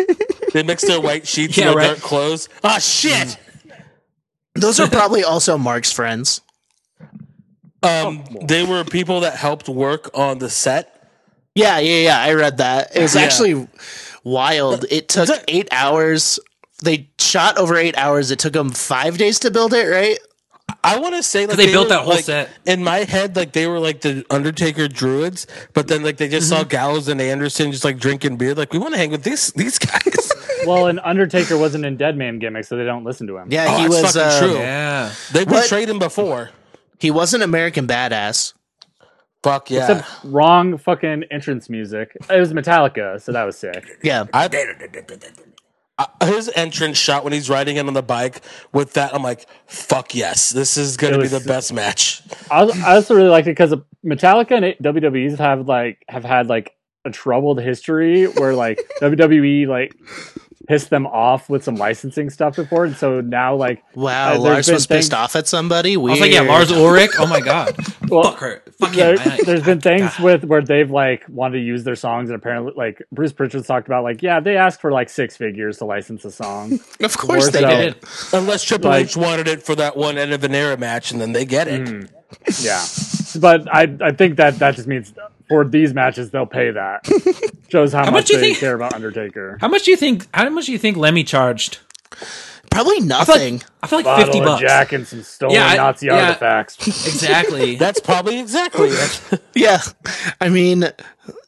Speaker 5: They mixed their white sheets
Speaker 3: Yeah,
Speaker 5: and their
Speaker 3: right.
Speaker 5: dark clothes. Ah, shit.
Speaker 2: Those are probably also Mark's friends.
Speaker 6: Oh,
Speaker 5: Um, they were people that helped work on the set.
Speaker 2: Yeah, yeah, yeah. I read that. It was
Speaker 5: Yeah.
Speaker 2: actually wild. It took eight hours. They shot over eight hours. It took them five days to build it, right?
Speaker 5: I want to say like
Speaker 3: They built
Speaker 5: were,
Speaker 3: that whole
Speaker 5: like,
Speaker 3: set.
Speaker 5: In my head, like they were like the Undertaker druids, but then like they just
Speaker 3: Mm-hmm.
Speaker 5: saw Gallows and Anderson just like drinking beer. Like we want to hang with these these guys.
Speaker 6: well, and Undertaker wasn't in Dead Man gimmick, so they don't listen to him.
Speaker 2: Yeah,
Speaker 5: Oh,
Speaker 2: he was.
Speaker 5: that's fucking
Speaker 2: Um,
Speaker 5: true.
Speaker 3: Yeah.
Speaker 5: they
Speaker 2: What?
Speaker 5: portrayed him before.
Speaker 2: He wasn't American badass.
Speaker 5: Fuck yeah.
Speaker 6: Except wrong fucking entrance music. It was Metallica, so that was sick.
Speaker 2: Yeah,
Speaker 5: Uh, his entrance shot when he's riding in on the bike with that, I'm like, fuck yes, this is gonna
Speaker 6: It
Speaker 5: be
Speaker 6: was-
Speaker 5: the best match.
Speaker 6: I, als- I also really liked it because Metallica and WWE's have like have had like a troubled history where like WWE like pissed them off with some licensing stuff before, and so now like
Speaker 2: wow.
Speaker 6: uh, there's
Speaker 2: Lars
Speaker 6: been
Speaker 2: was
Speaker 6: things-
Speaker 2: pissed off at somebody. Weird.
Speaker 3: I was like, yeah, Lars Ulrich. Oh my god,
Speaker 6: Well,
Speaker 3: fuck her, fuck
Speaker 6: there,
Speaker 3: him. I-
Speaker 6: has
Speaker 3: I-
Speaker 6: been things
Speaker 3: God.
Speaker 6: with where they've like wanted to use their songs, and apparently like Bruce Pritchard's talked about like yeah, they asked for like six figures to license a song.
Speaker 2: Of course they
Speaker 6: Warzone.
Speaker 2: did.
Speaker 3: Did.
Speaker 5: Unless Triple
Speaker 6: Like- Mm.
Speaker 5: H wanted it for that one end of an era match, and then they get it.
Speaker 6: Yeah, but I I think that that just means for these matches they'll pay that. Shows how,
Speaker 3: much
Speaker 6: much,
Speaker 3: do you
Speaker 6: they
Speaker 3: think-
Speaker 6: care about Undertaker.
Speaker 3: How much do you think? How much do you think Lemmy charged?
Speaker 2: Probably
Speaker 3: I
Speaker 2: nothing.
Speaker 3: feel like, I feel like
Speaker 6: Bottle
Speaker 3: fifty
Speaker 6: of
Speaker 3: bucks.
Speaker 6: Jack and some stolen
Speaker 3: Yeah, I-
Speaker 6: Nazi
Speaker 3: yeah.
Speaker 6: artifacts.
Speaker 3: Exactly.
Speaker 5: That's probably exactly it.
Speaker 2: yeah, I mean,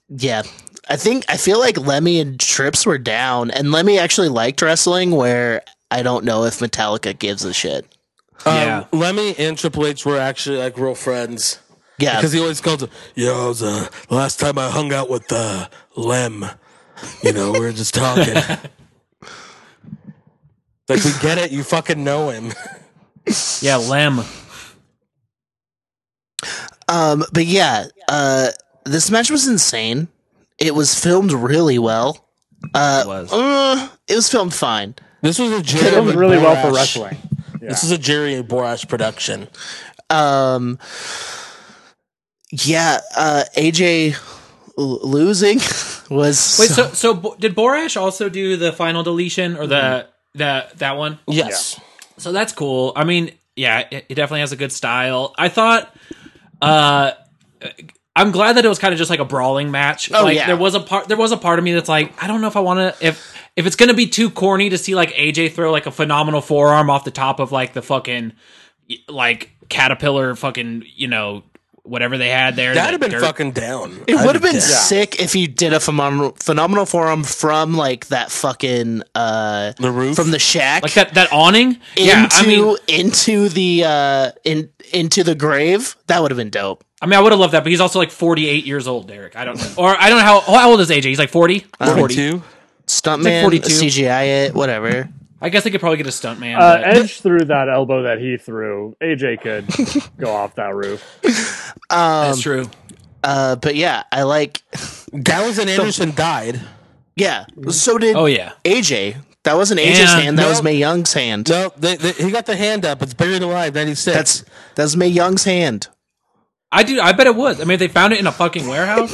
Speaker 2: yeah. I think I feel like Lemmy and Trips were down, and Lemmy actually liked wrestling. Where I don't know if Metallica gives a shit.
Speaker 3: yeah.
Speaker 5: Um, Lemmy and Triple H were actually like real friends
Speaker 2: Yeah,
Speaker 5: because he always calls him, "Yo, it was, uh, last time I hung out with uh, Lem, you know, we were just talking." like we get it, you fucking know him.
Speaker 3: yeah. Lem.
Speaker 2: Um, but yeah, uh, this match was insane. It was filmed really well. Uh, it was. it was filmed fine.
Speaker 5: This was a Jerry.
Speaker 6: It was really well for
Speaker 5: Borash.
Speaker 6: wrestling.
Speaker 5: This is a Jerry Borash production.
Speaker 2: Um, yeah, uh, AJ l- losing was
Speaker 3: Wait. So, so Bo- did Borash also do the final deletion or the the that one?
Speaker 5: Yes.
Speaker 3: So that's cool. I mean, yeah, it, it definitely has a good style. I thought. uh I'm glad that it was kind of just like a brawling match.
Speaker 2: Oh,
Speaker 3: like
Speaker 2: yeah.
Speaker 3: there was a part there was a part of me that's like, I don't know if I want to if if it's going to be too corny to see like AJ throw like a phenomenal forearm off the top of like the fucking y- like caterpillar fucking, you know, whatever they had there.
Speaker 5: That'd have
Speaker 3: the
Speaker 5: been
Speaker 3: dirt-
Speaker 5: fucking down.
Speaker 2: It
Speaker 5: I'd
Speaker 2: would have been
Speaker 5: dead.
Speaker 2: sick if he did a phenomenal, phenomenal forum from like that fucking uh
Speaker 5: the roof
Speaker 2: from the shack
Speaker 3: like that that awning?
Speaker 2: into
Speaker 3: yeah, I mean
Speaker 2: into the uh in into the grave. That would have been dope.
Speaker 3: I mean I would have loved that, but he's also like 48 years old, Derek. I don't know. Or I don't know how how old is AJ? He's like 40? 40.
Speaker 5: Forty-two.
Speaker 2: Stuntman,
Speaker 3: 42.
Speaker 2: CGI it, whatever.
Speaker 3: I guess they could probably get a stunt man.
Speaker 6: Uh, Edge threw that elbow that he threw. AJ could go off that roof.
Speaker 3: that's true.
Speaker 2: Uh, but yeah, I like.
Speaker 5: Gallows and Anderson died.
Speaker 2: Yeah, so did
Speaker 3: Oh yeah.
Speaker 2: AJ. That wasn't AJ's
Speaker 3: Yeah,
Speaker 2: hand. That
Speaker 5: no.
Speaker 2: was May Young's hand.
Speaker 5: No, they, they, he got the hand up. It's buried alive. Ninety-six.
Speaker 2: That's that's May Young's hand.
Speaker 3: I do. I bet it was. I mean, if they found it in a fucking warehouse.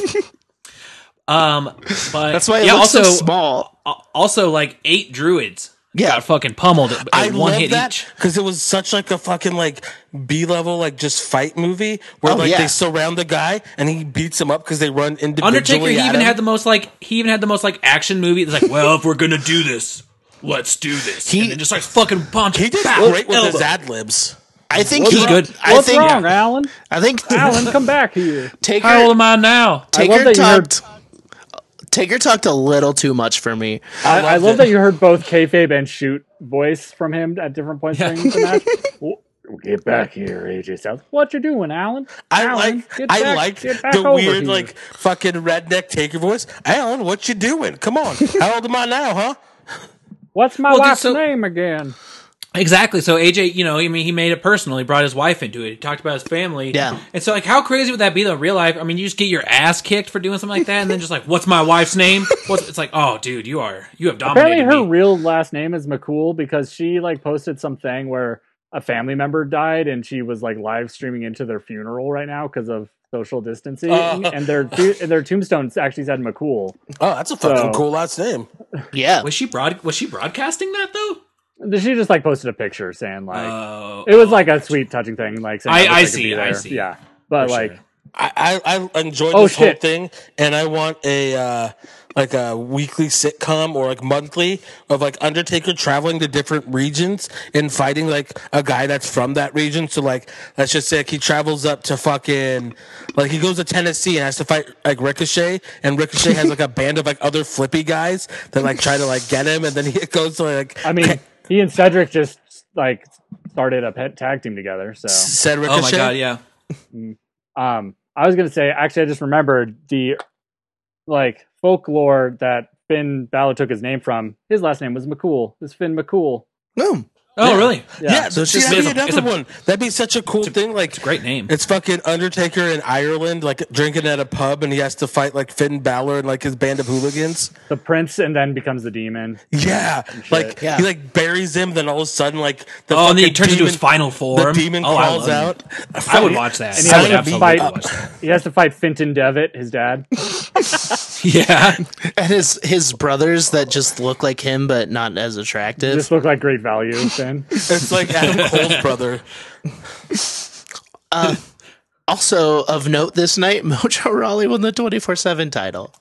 Speaker 3: Um, but
Speaker 2: That's why it
Speaker 3: yeah,
Speaker 2: looks
Speaker 3: also
Speaker 2: so small.
Speaker 3: al- also like eight druids
Speaker 2: Yeah.
Speaker 3: got fucking pummeled at, at
Speaker 5: I
Speaker 3: one
Speaker 5: love
Speaker 3: hit
Speaker 5: that
Speaker 3: each.
Speaker 5: because it was such like a fucking like B level like just fight movie where
Speaker 2: Oh,
Speaker 5: like
Speaker 2: yeah.
Speaker 5: they surround the guy and he beats him up because they run individually.
Speaker 3: Undertaker, he
Speaker 5: at
Speaker 3: even
Speaker 5: him.
Speaker 3: had the most like he even had the most like action movie. It's like, well, if we're gonna do this, let's do this.
Speaker 2: He-
Speaker 3: and then just like fucking punch.
Speaker 5: he did
Speaker 3: back,
Speaker 5: great with
Speaker 3: elbow.
Speaker 5: his ad libs.
Speaker 2: I think
Speaker 3: What's
Speaker 2: he.
Speaker 3: wrong- good.
Speaker 2: I
Speaker 6: What's
Speaker 2: think.
Speaker 6: wrong, Alan?
Speaker 2: I think.
Speaker 6: Alan, come back here.
Speaker 2: Taker.
Speaker 3: How old am I now?
Speaker 6: I
Speaker 2: Taker
Speaker 6: love that you heard-
Speaker 2: talked. Taker talked a little too much for me.
Speaker 6: I, I
Speaker 5: loved
Speaker 6: love
Speaker 5: it.
Speaker 6: that you heard both kayfabe and shoot voice from him at different points
Speaker 3: Yeah.
Speaker 6: during the match. Wh-
Speaker 7: Get back here, AJ Styles.
Speaker 6: what you doing, Alan?
Speaker 5: I
Speaker 6: Alan,
Speaker 5: like
Speaker 6: get
Speaker 5: I
Speaker 6: back-
Speaker 5: liked
Speaker 6: get back
Speaker 5: the
Speaker 6: over
Speaker 5: weird
Speaker 6: here.
Speaker 5: like fucking redneck taker voice. Alan, what you doing? Come on, how old am I now, huh?
Speaker 6: What's my
Speaker 3: Well, dude,
Speaker 6: wife's
Speaker 3: so-
Speaker 6: name again?
Speaker 3: Exactly. So AJ, you know, I mean, he made it personal. He brought his wife into it. He talked about his family.
Speaker 2: Yeah.
Speaker 3: And so, like, how crazy would that be though? in Real life. I mean, you just get your ass kicked for doing something like that, and then just like, what's my wife's name? What's, it's like, oh, dude, you are you have
Speaker 6: Apparently,
Speaker 3: dominated
Speaker 6: her
Speaker 3: me.
Speaker 6: real last name is McCool because she like posted something where a family member died and she was like live streaming into their funeral right now because of social distancing,
Speaker 3: Oh.
Speaker 5: Uh.
Speaker 6: and their fu- and their tombstones actually said McCool.
Speaker 5: Oh, that's a fucking
Speaker 6: So-
Speaker 5: cool last name.
Speaker 2: Yeah.
Speaker 3: was she broad? Was she broadcasting that though?
Speaker 6: She just like posted a picture saying like
Speaker 3: Oh,
Speaker 6: it was like a sweet, touching thing. Like saying,
Speaker 3: I-
Speaker 6: wish
Speaker 3: I
Speaker 6: could
Speaker 3: see,
Speaker 6: be
Speaker 3: I
Speaker 6: there."
Speaker 3: see.
Speaker 6: Yeah, but
Speaker 3: For
Speaker 6: like
Speaker 3: sure.
Speaker 5: I, I, I enjoyed
Speaker 6: Oh,
Speaker 5: this whole
Speaker 6: shit.
Speaker 5: thing, and I want a uh, like a weekly sitcom or like monthly of like Undertaker traveling to different regions and fighting like a guy that's from that region. So like, let's just say like, he travels up to fucking like he goes to Tennessee and has to fight like Ricochet, and Ricochet has like a band of like other flippy guys that like try to like get him, and then he goes to like
Speaker 6: I mean, he and Cedric just like started a pet tag team together. So,
Speaker 5: said Ricochet.
Speaker 3: Oh my god, yeah.
Speaker 6: um, I was gonna say, actually, I just remembered the like folklore that Finn Balor took his name from. His last name was McCool. It's Finn McCool.
Speaker 2: No.
Speaker 3: Oh, really?
Speaker 5: Yeah, so
Speaker 2: it's
Speaker 5: see,
Speaker 2: just-
Speaker 5: that'd be
Speaker 3: it's a- it's
Speaker 5: another
Speaker 3: a-
Speaker 5: one. That'd be such a cool thing. Like,
Speaker 3: Great name.
Speaker 5: It's fucking Undertaker in Ireland, like drinking at a pub, and he has to fight like Finn Balor and like his band of hooligans.
Speaker 6: The prince, and then becomes the demon.
Speaker 5: Yeah, like
Speaker 2: Yeah.
Speaker 5: he like buries him, then all of a sudden, like the
Speaker 3: oh, and then he
Speaker 5: fucking
Speaker 3: turns into his
Speaker 5: demon-
Speaker 3: final form.
Speaker 5: The demon
Speaker 3: oh, I
Speaker 5: crawls
Speaker 3: love it.
Speaker 5: out.
Speaker 3: I would watch that.
Speaker 6: And he
Speaker 3: I
Speaker 6: has
Speaker 3: would
Speaker 6: to
Speaker 3: absolutely
Speaker 6: fight-
Speaker 3: watch that.
Speaker 6: He has to fight Finton Devitt, his dad.
Speaker 3: Yeah.
Speaker 2: And his his brothers that just look like him but not as attractive.
Speaker 6: Just look like great value, Finn.
Speaker 5: It's like Adam Cole's brother.
Speaker 2: also of note this night, Mojo Raleigh won the twenty four seven title.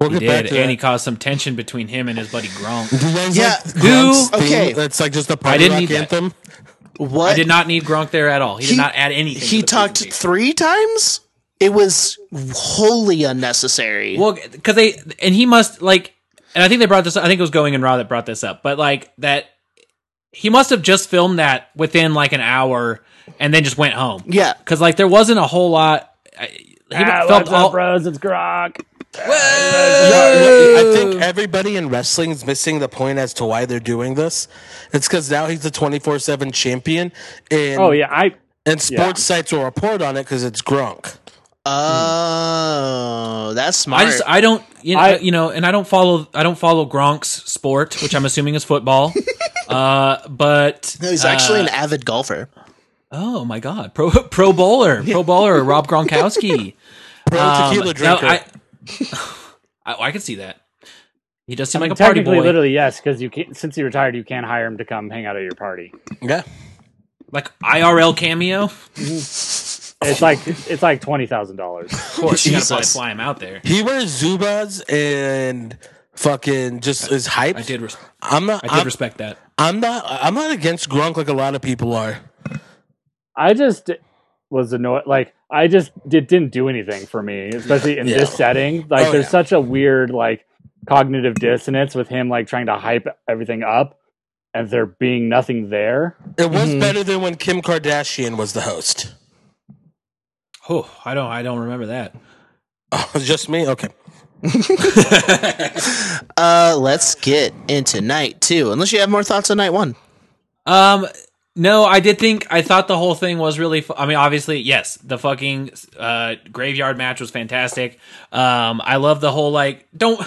Speaker 5: We'll get
Speaker 3: He
Speaker 5: back
Speaker 3: did,
Speaker 5: to
Speaker 3: and he
Speaker 5: that.
Speaker 3: caused some tension between him and his buddy Gronk.
Speaker 5: Loves,
Speaker 2: Yeah,
Speaker 5: like, Grunk's
Speaker 2: who-
Speaker 5: theme.
Speaker 2: okay.
Speaker 5: That's like just the party
Speaker 3: didn't
Speaker 5: rock
Speaker 3: need that.
Speaker 5: anthem.
Speaker 2: What
Speaker 3: I did not need Gronk there at all. He, did
Speaker 2: He-
Speaker 3: not add anything. to
Speaker 2: he
Speaker 3: the
Speaker 2: talked
Speaker 3: presentation.
Speaker 2: three times. It was wholly unnecessary.
Speaker 3: Well, because they and he must like, and I think they brought this. I think it was Going and Raw that brought this up, but like that, he must have just filmed that within like an hour and then just went home.
Speaker 2: Yeah.
Speaker 3: because like there wasn't a whole lot. I- He
Speaker 6: ah,
Speaker 3: felt
Speaker 6: what's
Speaker 3: all.
Speaker 6: up, bros? It's Grog.
Speaker 5: I think everybody in wrestling is missing the point as to why they're doing this. It's because now he's the twenty four seven champion. And
Speaker 6: Oh yeah, I
Speaker 5: And sports sites will report on it because it's Gronk.
Speaker 2: oh, that's smart.
Speaker 3: Hmm. I just I don't you know,
Speaker 6: I-
Speaker 3: you know and I don't follow I don't follow Gronk's sport, which I'm assuming is football. uh, but
Speaker 2: no, he's actually
Speaker 3: uh,
Speaker 2: an avid golfer.
Speaker 3: oh my god, pro pro bowler, pro bowler, Rob Gronkowski.
Speaker 5: Pro
Speaker 3: Um,
Speaker 5: tequila
Speaker 3: no,
Speaker 5: drinker.
Speaker 3: I, I, I can see that. He does seem like a party
Speaker 6: technically,
Speaker 3: boy.
Speaker 6: literally, yes, because you can't, since he retired, you can't hire him to come hang out at your party.
Speaker 5: yeah.
Speaker 3: Like IRL cameo. Of
Speaker 6: It's like it's like twenty thousand dollars.
Speaker 3: course, you gotta probably
Speaker 2: Jesus.
Speaker 3: fly him out there.
Speaker 5: He wears Zubas and fucking just is hyped.
Speaker 3: I did, res-
Speaker 5: I'm not.
Speaker 3: I did
Speaker 5: I'm,
Speaker 3: respect that.
Speaker 5: I'm not. I'm not against Gronk like a lot of people are.
Speaker 6: I just was annoyed. Like I just it didn't do anything for me, especially in
Speaker 5: Yeah.
Speaker 6: this setting. Like
Speaker 5: Oh,
Speaker 6: there's
Speaker 5: yeah.
Speaker 6: such a weird like cognitive dissonance with him like trying to hype everything up, and there being nothing there.
Speaker 5: It was
Speaker 3: Mm-hmm.
Speaker 5: better than when Kim Kardashian was the host.
Speaker 3: Oh, I don't. I don't remember that.
Speaker 5: Oh, it's just me. Okay.
Speaker 2: Uh, let's get into night two. Unless you have more thoughts on night one.
Speaker 3: Um, no, I did think. I thought the whole thing was really. Fu- I mean, obviously, yes, the fucking uh, graveyard match was fantastic. Um, I love the whole like don't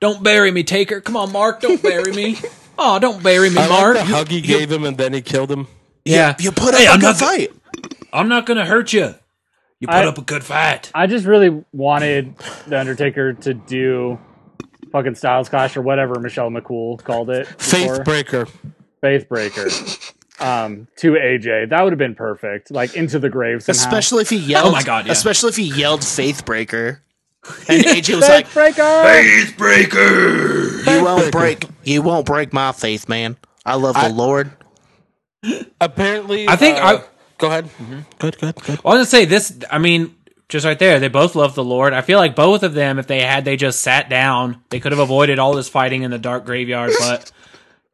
Speaker 3: don't bury me, Taker. Come on, Mark, don't bury me. Oh, don't bury me,
Speaker 5: I
Speaker 3: Mark.
Speaker 5: like the hug he gave him and then he killed him.
Speaker 3: yeah,
Speaker 2: You put up
Speaker 3: Hey,
Speaker 2: a
Speaker 3: I'm
Speaker 2: good
Speaker 3: not-
Speaker 2: fight.
Speaker 3: I'm not gonna hurt you.
Speaker 1: You put
Speaker 6: I-
Speaker 1: up a good fight.
Speaker 6: I just really wanted the Undertaker to do fucking Styles Clash or whatever Michelle McCool called it.
Speaker 5: Faith
Speaker 6: before.
Speaker 5: breaker.
Speaker 6: Faith Breaker. Um, to AJ, that would have been perfect. Like into the grave somehow.
Speaker 2: Especially
Speaker 3: Oh
Speaker 2: if he yelled.
Speaker 1: my God, yeah.
Speaker 2: Especially if he yelled "Faith Breaker," and AJ was like,
Speaker 6: Faith Breaker.
Speaker 1: Faith breaker.
Speaker 2: "You won't break. You won't break my faith, man. I love the Lord."
Speaker 5: Apparently,
Speaker 3: I think
Speaker 5: uh,
Speaker 3: I- Mm-hmm.
Speaker 5: Go ahead. Good, good, good.
Speaker 3: Well, I was gonna say this. I mean, just right there, they both love the Lord. I feel like both of them, if they had, they just sat down, they could have avoided all this fighting in the dark graveyard. But,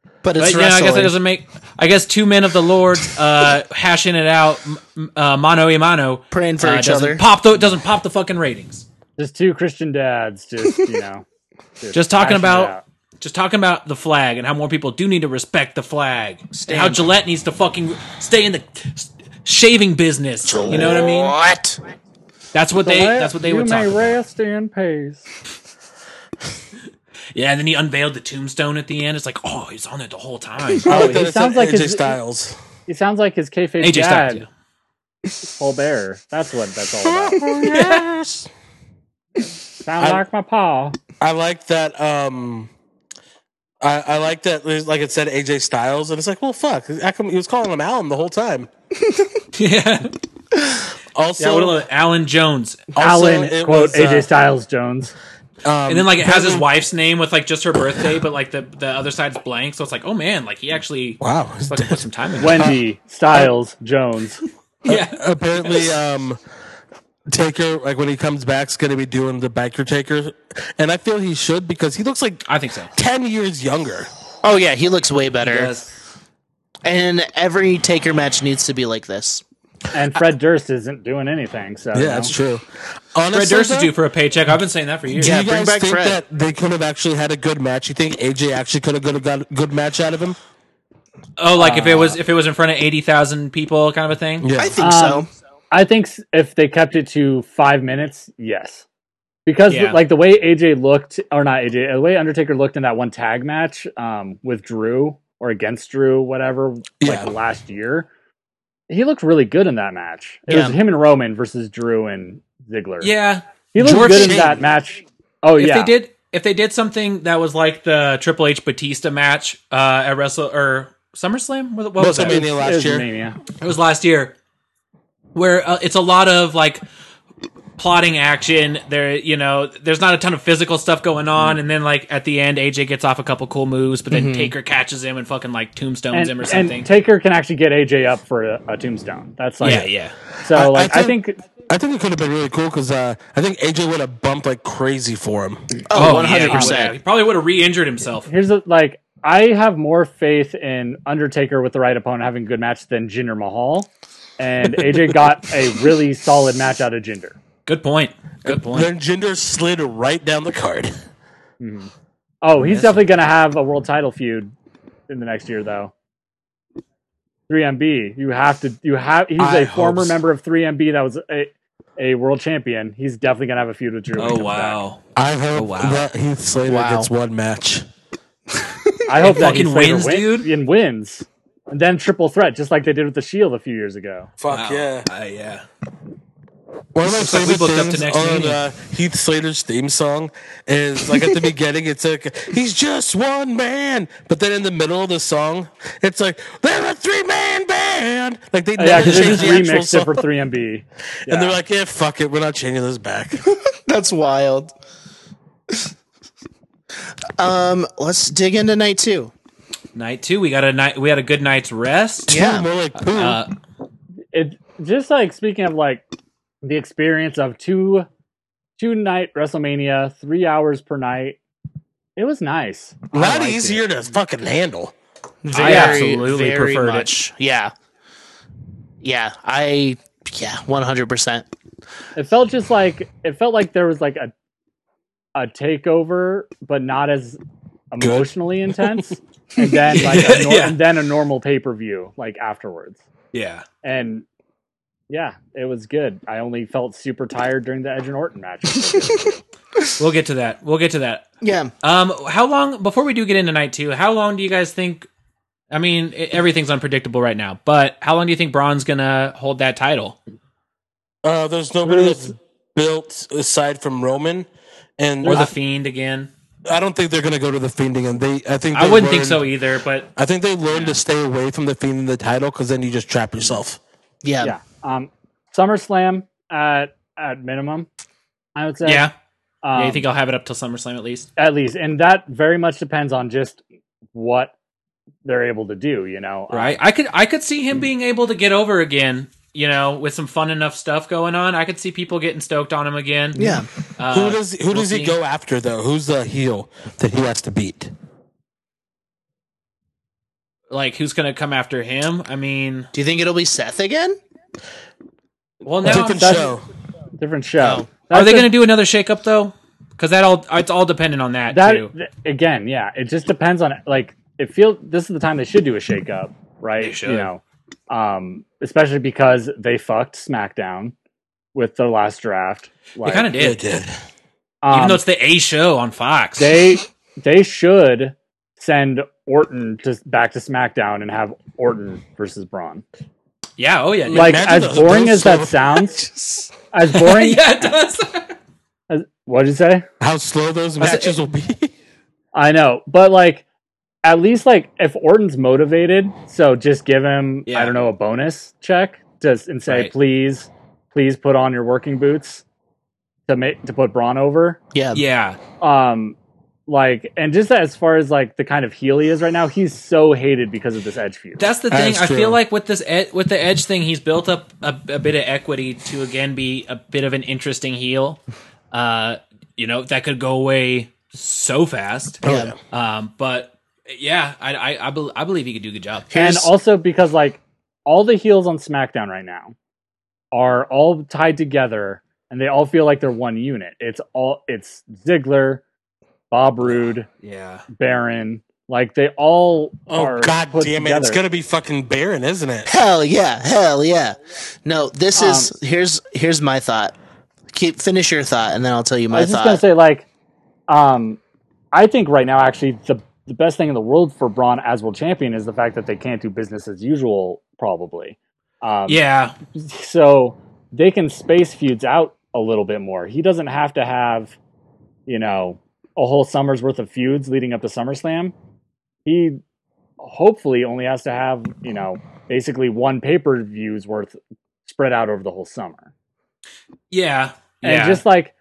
Speaker 2: But
Speaker 3: but
Speaker 2: it's
Speaker 3: Uh, yeah, I guess
Speaker 2: wrestling.
Speaker 3: that doesn't make. I guess two men of the Lord uh, hashing it out, m- m- uh, mano a mano,
Speaker 2: Praying for
Speaker 3: uh,
Speaker 2: each
Speaker 3: doesn't
Speaker 2: other.
Speaker 3: Pop the doesn't pop the fucking ratings.
Speaker 6: Just two Christian dads. Just you know.
Speaker 3: Just talking
Speaker 6: hashing it
Speaker 3: about.
Speaker 6: out.
Speaker 3: Just talking about the flag and how more people do need to respect the flag. And how
Speaker 2: Stand.
Speaker 3: Gillette needs to fucking stay in the s- shaving business. You know what I mean?
Speaker 2: What?
Speaker 3: That's what they. That's what they
Speaker 6: you
Speaker 3: would
Speaker 6: may
Speaker 3: talk. About.
Speaker 6: rest in peace.
Speaker 3: Yeah, and then he unveiled the tombstone at the end. It's like, oh, he's on it the whole time.
Speaker 5: I like
Speaker 6: he
Speaker 5: that it
Speaker 6: sounds
Speaker 5: sounds
Speaker 6: like
Speaker 5: like AJ
Speaker 6: his-
Speaker 5: Styles.
Speaker 6: He sounds like his kayfabe
Speaker 3: AJ
Speaker 6: dad,
Speaker 3: Styles. yeah.
Speaker 6: Colbert. That's what that's all about. Sound
Speaker 5: I-
Speaker 6: like my paw.
Speaker 5: I like that. Um, I, I like that. there's- Like it said, AJ Styles, and it's like, well, fuck. How come he was calling him Alan the whole time?
Speaker 3: yeah. yeah
Speaker 5: Also,
Speaker 3: what a- Alan Jones.
Speaker 5: also,
Speaker 6: Alan
Speaker 5: it
Speaker 6: quote
Speaker 5: was, uh,
Speaker 6: AJ Styles Jones.
Speaker 5: um,
Speaker 3: And then like it has his wife's name with like just her birthday, but like the the other side's blank. So it's like, oh man, like he actually
Speaker 5: Wow.
Speaker 3: fucking put some time in. it.
Speaker 6: Wendy Styles Jones.
Speaker 3: yeah.
Speaker 5: Apparently, um, Taker, like when he comes back, is going to be doing the biker Taker, and I feel he should because he looks like
Speaker 3: I think so.
Speaker 5: ten years younger.
Speaker 2: Oh yeah, he looks way better. And every Taker match needs to be like this.
Speaker 6: And Fred Durst isn't doing anything, so you
Speaker 5: Yeah,
Speaker 6: know.
Speaker 5: that's true.
Speaker 3: Fred
Speaker 5: Honestly,
Speaker 3: Durst is
Speaker 5: though,
Speaker 3: due for a paycheck. I've been saying that for years.
Speaker 5: Do
Speaker 2: Yeah,
Speaker 5: you
Speaker 2: bring
Speaker 5: guys
Speaker 2: back
Speaker 5: think
Speaker 2: Fred.
Speaker 5: that they could have actually had a good match? You think AJ actually could have got a good- good match out of him?
Speaker 3: Oh, like if it was if it was in front of eighty thousand people, kind of a thing.
Speaker 5: Yeah.
Speaker 2: I think
Speaker 6: Um,
Speaker 2: so.
Speaker 6: I think s- if they kept it to five minutes, yes, because
Speaker 3: Yeah.
Speaker 6: like the way AJ looked, or not AJ, the way Undertaker looked in that one tag match um, with Drew or against Drew, whatever,
Speaker 5: Yeah.
Speaker 6: like last year, he looked really good in that match. It was
Speaker 2: Yeah.
Speaker 6: him and Roman versus Drew and Ziggler.
Speaker 3: Yeah.
Speaker 6: he looked
Speaker 3: George
Speaker 6: good in
Speaker 5: Shane.
Speaker 6: that match. Oh
Speaker 3: If
Speaker 6: yeah,
Speaker 3: they did if they did something that was like the Triple H Batista match uh at Wrestle or SummerSlam, what what was that?
Speaker 5: WrestleMania
Speaker 6: It
Speaker 5: last
Speaker 6: was
Speaker 5: year.
Speaker 6: Mania.
Speaker 3: It was last year, where uh, it's a lot of like plotting action. There, you know, there's not a ton of physical stuff going on, and then like at the end, AJ gets off a couple cool moves, but then Taker catches him and fucking like tombstones
Speaker 6: Mm-hmm. And,
Speaker 3: him or
Speaker 6: and
Speaker 3: something.
Speaker 6: Taker can actually get AJ up for a, a tombstone. That's like
Speaker 3: yeah, yeah.
Speaker 6: So
Speaker 5: I- I
Speaker 6: like I
Speaker 5: think-
Speaker 6: think,
Speaker 5: I think it could have been really cool because uh, I think AJ would have bumped like crazy for him.
Speaker 2: Oh,
Speaker 3: yeah,
Speaker 2: 100
Speaker 3: yeah. He
Speaker 2: percent.
Speaker 3: probably would have re-injured himself.
Speaker 6: here's a, like I have more faith in Undertaker with the right opponent having a good match than Jinder Mahal, and AJ got a really solid match out of Jinder.
Speaker 3: Good point. Good point.
Speaker 5: Then Jinder slid right down the card.
Speaker 6: Oh, he's definitely gonna have a world title feud in the next year though. 3MB, you have to you have he's
Speaker 5: I
Speaker 6: a
Speaker 5: hope
Speaker 6: former
Speaker 5: so.
Speaker 6: member of 3MB that was a a world champion. He's definitely gonna have a feud with Drew. when he
Speaker 3: Oh
Speaker 6: comes
Speaker 3: wow!
Speaker 5: I hope that Heath Slater
Speaker 2: Wow.
Speaker 5: gets one match.
Speaker 6: back. I hope that he
Speaker 3: fucking
Speaker 6: Slater
Speaker 3: wins,
Speaker 6: win-
Speaker 3: dude.
Speaker 6: and wins, and then triple threat, just like they did with the Shield a few years ago.
Speaker 3: Wow.
Speaker 5: Fuck yeah!
Speaker 3: Uh, yeah.
Speaker 5: One of my
Speaker 3: Looks like we
Speaker 5: favorite
Speaker 3: booked up to
Speaker 5: things
Speaker 3: next
Speaker 5: on
Speaker 3: Mania.
Speaker 5: uh, Heath Slater's theme song is like at the beginning, it's like he's just one man, but then in the middle of the song, it's like they're a three man band. Like they
Speaker 6: Oh, yeah,
Speaker 5: never
Speaker 6: because they
Speaker 5: change
Speaker 6: just
Speaker 5: the actual
Speaker 6: remixed
Speaker 5: song,
Speaker 6: it for 3MB.
Speaker 5: and they're
Speaker 6: Yeah.
Speaker 5: like, yeah, fuck it, we're not changing this back.
Speaker 2: That's wild. um, let's dig into night two.
Speaker 3: Night two, we got a night. We had a good night's rest.
Speaker 2: Yeah.
Speaker 5: More like poo.
Speaker 3: Uh,
Speaker 6: it just like speaking of like the experience of two two night WrestleMania, three hours per night. It was nice.
Speaker 5: a lot easier to fucking handle.
Speaker 3: I absolutely preferred it.
Speaker 2: it. Yeah. Yeah. I yeah, one hundred percent.
Speaker 6: It felt just like it felt like there was like a a takeover, but not as emotionally intense. And then like a nor-
Speaker 3: Yeah.
Speaker 6: and then a normal pay per view like afterwards.
Speaker 3: yeah.
Speaker 6: And yeah, it was good. I only felt super tired during the Edge and Orton match.
Speaker 3: We'll get to that. We'll get to that.
Speaker 2: Yeah.
Speaker 3: Um, how long before we do get into night two? How long do you guys think? I mean, e, i everything's unpredictable right now, but how long do you think Braun's gonna hold that title?
Speaker 5: Uh, there's nobody that's built aside from Roman, and
Speaker 3: or the
Speaker 5: I,
Speaker 3: fiend again.
Speaker 5: I don't think they're going to go to the Fiend again. They, I think,
Speaker 3: I
Speaker 5: they
Speaker 3: wouldn't think
Speaker 5: learned-
Speaker 3: so either, but
Speaker 5: I think they learned to stay away from the Fiend in the title because then you just trap yourself.
Speaker 2: Yeah.
Speaker 6: yeah. Um, SummerSlam at at minimum, I would say.
Speaker 3: yeah.
Speaker 6: Um,
Speaker 3: yeah, I think I'll have it up till SummerSlam at least.
Speaker 6: at least, and that very much depends on just what they're able to do. You know, Um,
Speaker 3: Right? I could I could see him being able to get over again. You know, with some fun enough stuff going on, I could see people getting stoked on him again.
Speaker 2: Yeah.
Speaker 3: Uh,
Speaker 5: Who does who
Speaker 3: we'll
Speaker 5: does
Speaker 3: see.
Speaker 5: he go after though? Who's the heel that he has to beat?
Speaker 3: Like, who's going to come after him? I mean,
Speaker 2: Do you think it'll be Seth again?
Speaker 3: well, now
Speaker 5: Different
Speaker 3: I'm-
Speaker 5: show.
Speaker 6: different show.
Speaker 2: Oh.
Speaker 3: are they
Speaker 6: That's
Speaker 3: going to do another shakeup though? Because that all it's all dependent on that,
Speaker 6: that
Speaker 3: too.
Speaker 6: th- again yeah it just depends on like it feels this is the time they should do a shake up right
Speaker 3: They should.
Speaker 6: you know um especially because they fucked smackdown with their last draft
Speaker 3: They
Speaker 6: like,
Speaker 3: kind of
Speaker 5: They
Speaker 3: did,
Speaker 5: did.
Speaker 6: um,
Speaker 3: even though it's the A show on Fox.
Speaker 6: they they should send orton to back to smackdown and have orton versus braun
Speaker 3: yeah, oh yeah, dude.
Speaker 6: like
Speaker 5: Imagine
Speaker 6: as
Speaker 5: the-
Speaker 6: boring
Speaker 5: those
Speaker 6: as that
Speaker 5: slow-
Speaker 6: sounds as boring
Speaker 3: yeah, it does.
Speaker 6: as, what'd you say
Speaker 5: How slow those matches will be.
Speaker 6: I know, but like at least like if Orton's motivated, so just give him
Speaker 3: Yeah.
Speaker 6: I don't know a bonus check just and say
Speaker 3: Right.
Speaker 6: please, please put on your working boots to make to put Braun over.
Speaker 2: Yeah.
Speaker 3: yeah,
Speaker 6: Um like and just as far as like the kind of heel he is right now, he's so hated because of this edge feud.
Speaker 3: that's the
Speaker 5: That
Speaker 3: thing.
Speaker 5: is
Speaker 3: I feel
Speaker 5: true.
Speaker 3: like with this ed- with the Edge thing, he's built up a, a bit of equity to again be a bit of an interesting heel. Uh, you know that could go away so fast.
Speaker 5: Oh, yeah.
Speaker 3: Um, but yeah, I I I, bel I believe he could do a good job.
Speaker 6: and
Speaker 2: Here's-
Speaker 6: also because like all the heels on SmackDown right now are all tied together and they all feel like they're one unit. It's all it's Ziggler, Bob Roode,
Speaker 3: Yeah,
Speaker 6: Baron. Like they all
Speaker 5: Oh
Speaker 6: are
Speaker 5: god
Speaker 6: put
Speaker 5: damn it! It's
Speaker 6: together.
Speaker 5: gonna be fucking barren, isn't it?
Speaker 2: Hell yeah. Hell yeah. No, this is here's here's my thought. Keep finish your thought and then I'll tell you
Speaker 6: I
Speaker 2: my
Speaker 6: was just gonna
Speaker 2: thought.
Speaker 6: say like, um, I think right now actually the the best thing in the world for Braun as world champion is the fact that they can't do business as usual probably. Um,
Speaker 3: yeah,
Speaker 6: So they can space feuds out a little bit more. He doesn't have to have, you know, a whole summer's worth of feuds leading up to SummerSlam. He hopefully only has to have you know basically one pay per view's worth spread out over the whole summer.
Speaker 3: yeah,
Speaker 6: and
Speaker 3: yeah.
Speaker 6: just like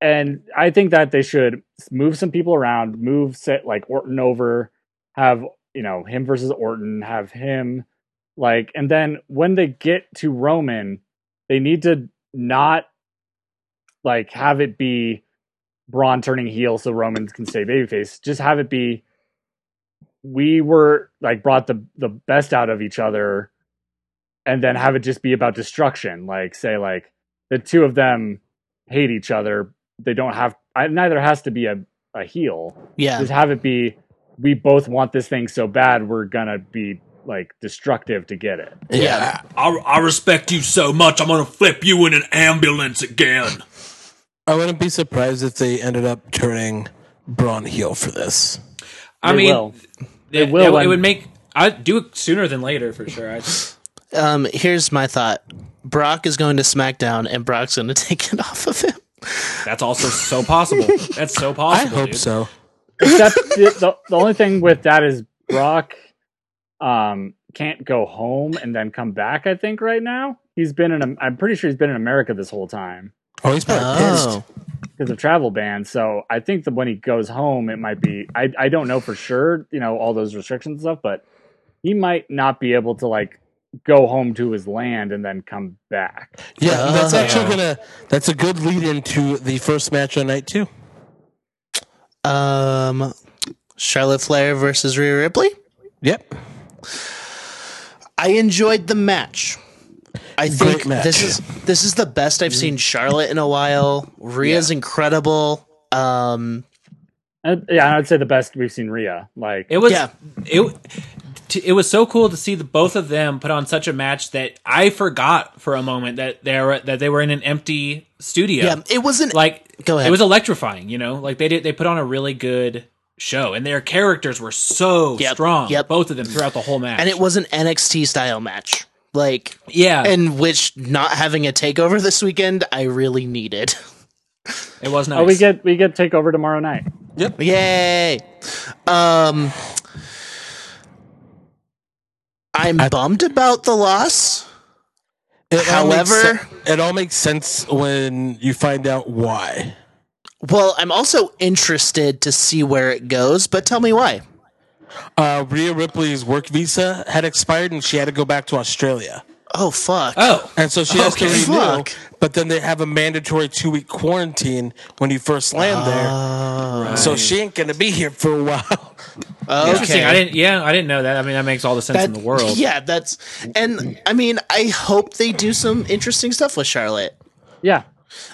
Speaker 6: and i think that they should move some people around move set like orton over have you know him versus orton have him like and then when they get to roman they need to not like have it be braun turning heel so roman can stay babyface just have it be we were like brought the the best out of each other and then have it just be about destruction like say like the two of them hate each other. They don't have I, neither has to be a, a heel.
Speaker 2: Yeah.
Speaker 6: Just have it be we both want this thing so bad we're gonna be like destructive to get it.
Speaker 2: Yeah.
Speaker 1: I, I respect you so much. I'm gonna flip you in an ambulance again.
Speaker 5: I wouldn't be surprised if they ended up turning Braun heel for this.
Speaker 3: I
Speaker 6: They
Speaker 3: mean,
Speaker 6: will.
Speaker 3: they
Speaker 6: will
Speaker 3: It,
Speaker 6: and-
Speaker 3: would make I do it sooner than later for sure. I,
Speaker 2: Um here's my thought. Brock is going to SmackDown and Brock's going to take it off of him.
Speaker 3: that's also so possible. That's so
Speaker 5: I
Speaker 3: possible.
Speaker 5: hope
Speaker 3: dude.
Speaker 5: so.
Speaker 6: Except the, the the only thing with that is Brock um can't go home and then come back. I think right now he's been in. I'm pretty sure he's been in America this whole time
Speaker 5: Oh, he's probably
Speaker 2: Oh.
Speaker 6: because of travel ban. So I think that when he goes home, it might be. I I don't know for sure. You know all those restrictions and stuff, but he might not be able to like go home to his land and then come back.
Speaker 5: pissed. Yeah, that's
Speaker 2: Oh.
Speaker 5: actually gonna. That's a good lead into the first match on night two.
Speaker 2: Um Charlotte Flair versus Rhea Ripley.
Speaker 5: Yep.
Speaker 2: I enjoyed the match. I think
Speaker 5: Great match.
Speaker 2: this is this is the best I've seen Charlotte in a while. Rhea's incredible. Um,
Speaker 6: And, yeah, and I'd say the best we've seen Rhea. Like
Speaker 3: It was
Speaker 2: Yeah.
Speaker 3: it t- it was so cool to see the both of them put on such a match that I forgot for a moment that they were that they were in an empty studio.
Speaker 2: yeah. it wasn't
Speaker 3: Like
Speaker 2: Go ahead.
Speaker 3: it was electrifying, you know? Like they did they put on a really good show and their characters were so
Speaker 2: Yep,
Speaker 3: strong
Speaker 2: yep.
Speaker 3: both of them throughout the whole match.
Speaker 2: and it was an NXT style match. Like,
Speaker 3: Yeah,
Speaker 2: and which not having a takeover this weekend, I really needed.
Speaker 3: it was nice.
Speaker 6: Oh, we get we get takeover tomorrow night.
Speaker 2: Yay! Um, I'm bummed about the loss.
Speaker 5: It all makes
Speaker 2: However-
Speaker 5: sen- it all makes sense when you find out why.
Speaker 2: Well, I'm also interested to see where it goes, but tell me why.
Speaker 5: Uh, Rhea Ripley's work visa had expired and she had to go back to Australia.
Speaker 2: Oh fuck!
Speaker 3: oh,
Speaker 5: And so she has
Speaker 2: Okay.
Speaker 5: to renew.
Speaker 2: Fuck.
Speaker 5: But then they have a mandatory two week quarantine when you first land there. So she ain't going to be here for a while.
Speaker 3: interesting. I didn't. Yeah, I didn't know that. I mean, that makes all the sense in
Speaker 2: That-
Speaker 3: the world.
Speaker 2: Yeah, that's and I mean, I hope they do some interesting stuff with Charlotte.
Speaker 6: Yeah,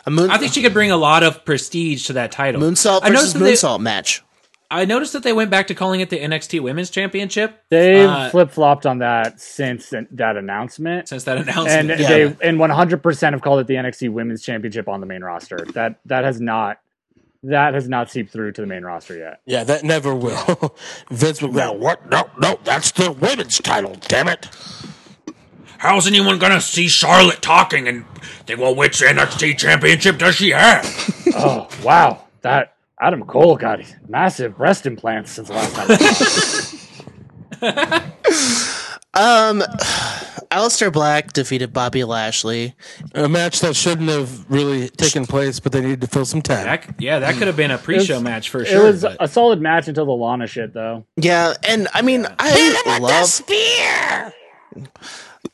Speaker 2: A moon
Speaker 3: I think she could bring a lot of prestige to that title.
Speaker 2: moonsault
Speaker 3: I
Speaker 2: versus
Speaker 3: noticed that
Speaker 2: moonsault match.
Speaker 3: They, I noticed that they went back to calling it the NXT Women's Championship
Speaker 6: they've
Speaker 3: Uh,
Speaker 6: flip flopped on that since that announcement.
Speaker 3: since that announcement.
Speaker 6: and
Speaker 2: Yeah.
Speaker 6: they and 100% have called it the NXT Women's Championship on the main roster. That that has not that has not seeped through to the main roster yet.
Speaker 5: Yeah, that never will. Vince McMahon, what? No, no, that's the women's title, damn it.
Speaker 1: How's anyone gonna see Charlotte talking and think, well, which NXT championship does she have?
Speaker 6: Oh, wow. That Adam Cole got massive breast implants since last time.
Speaker 2: Alistair Black defeated Bobby Lashley.
Speaker 5: A match that shouldn't have really taken place, but they needed to fill some time.
Speaker 3: That c- yeah, that could have been a pre-show
Speaker 6: It's-
Speaker 3: match for
Speaker 6: it
Speaker 3: sure.
Speaker 6: was
Speaker 3: but-
Speaker 6: a solid match until the Lana shit though.
Speaker 2: Yeah, and I mean, I love.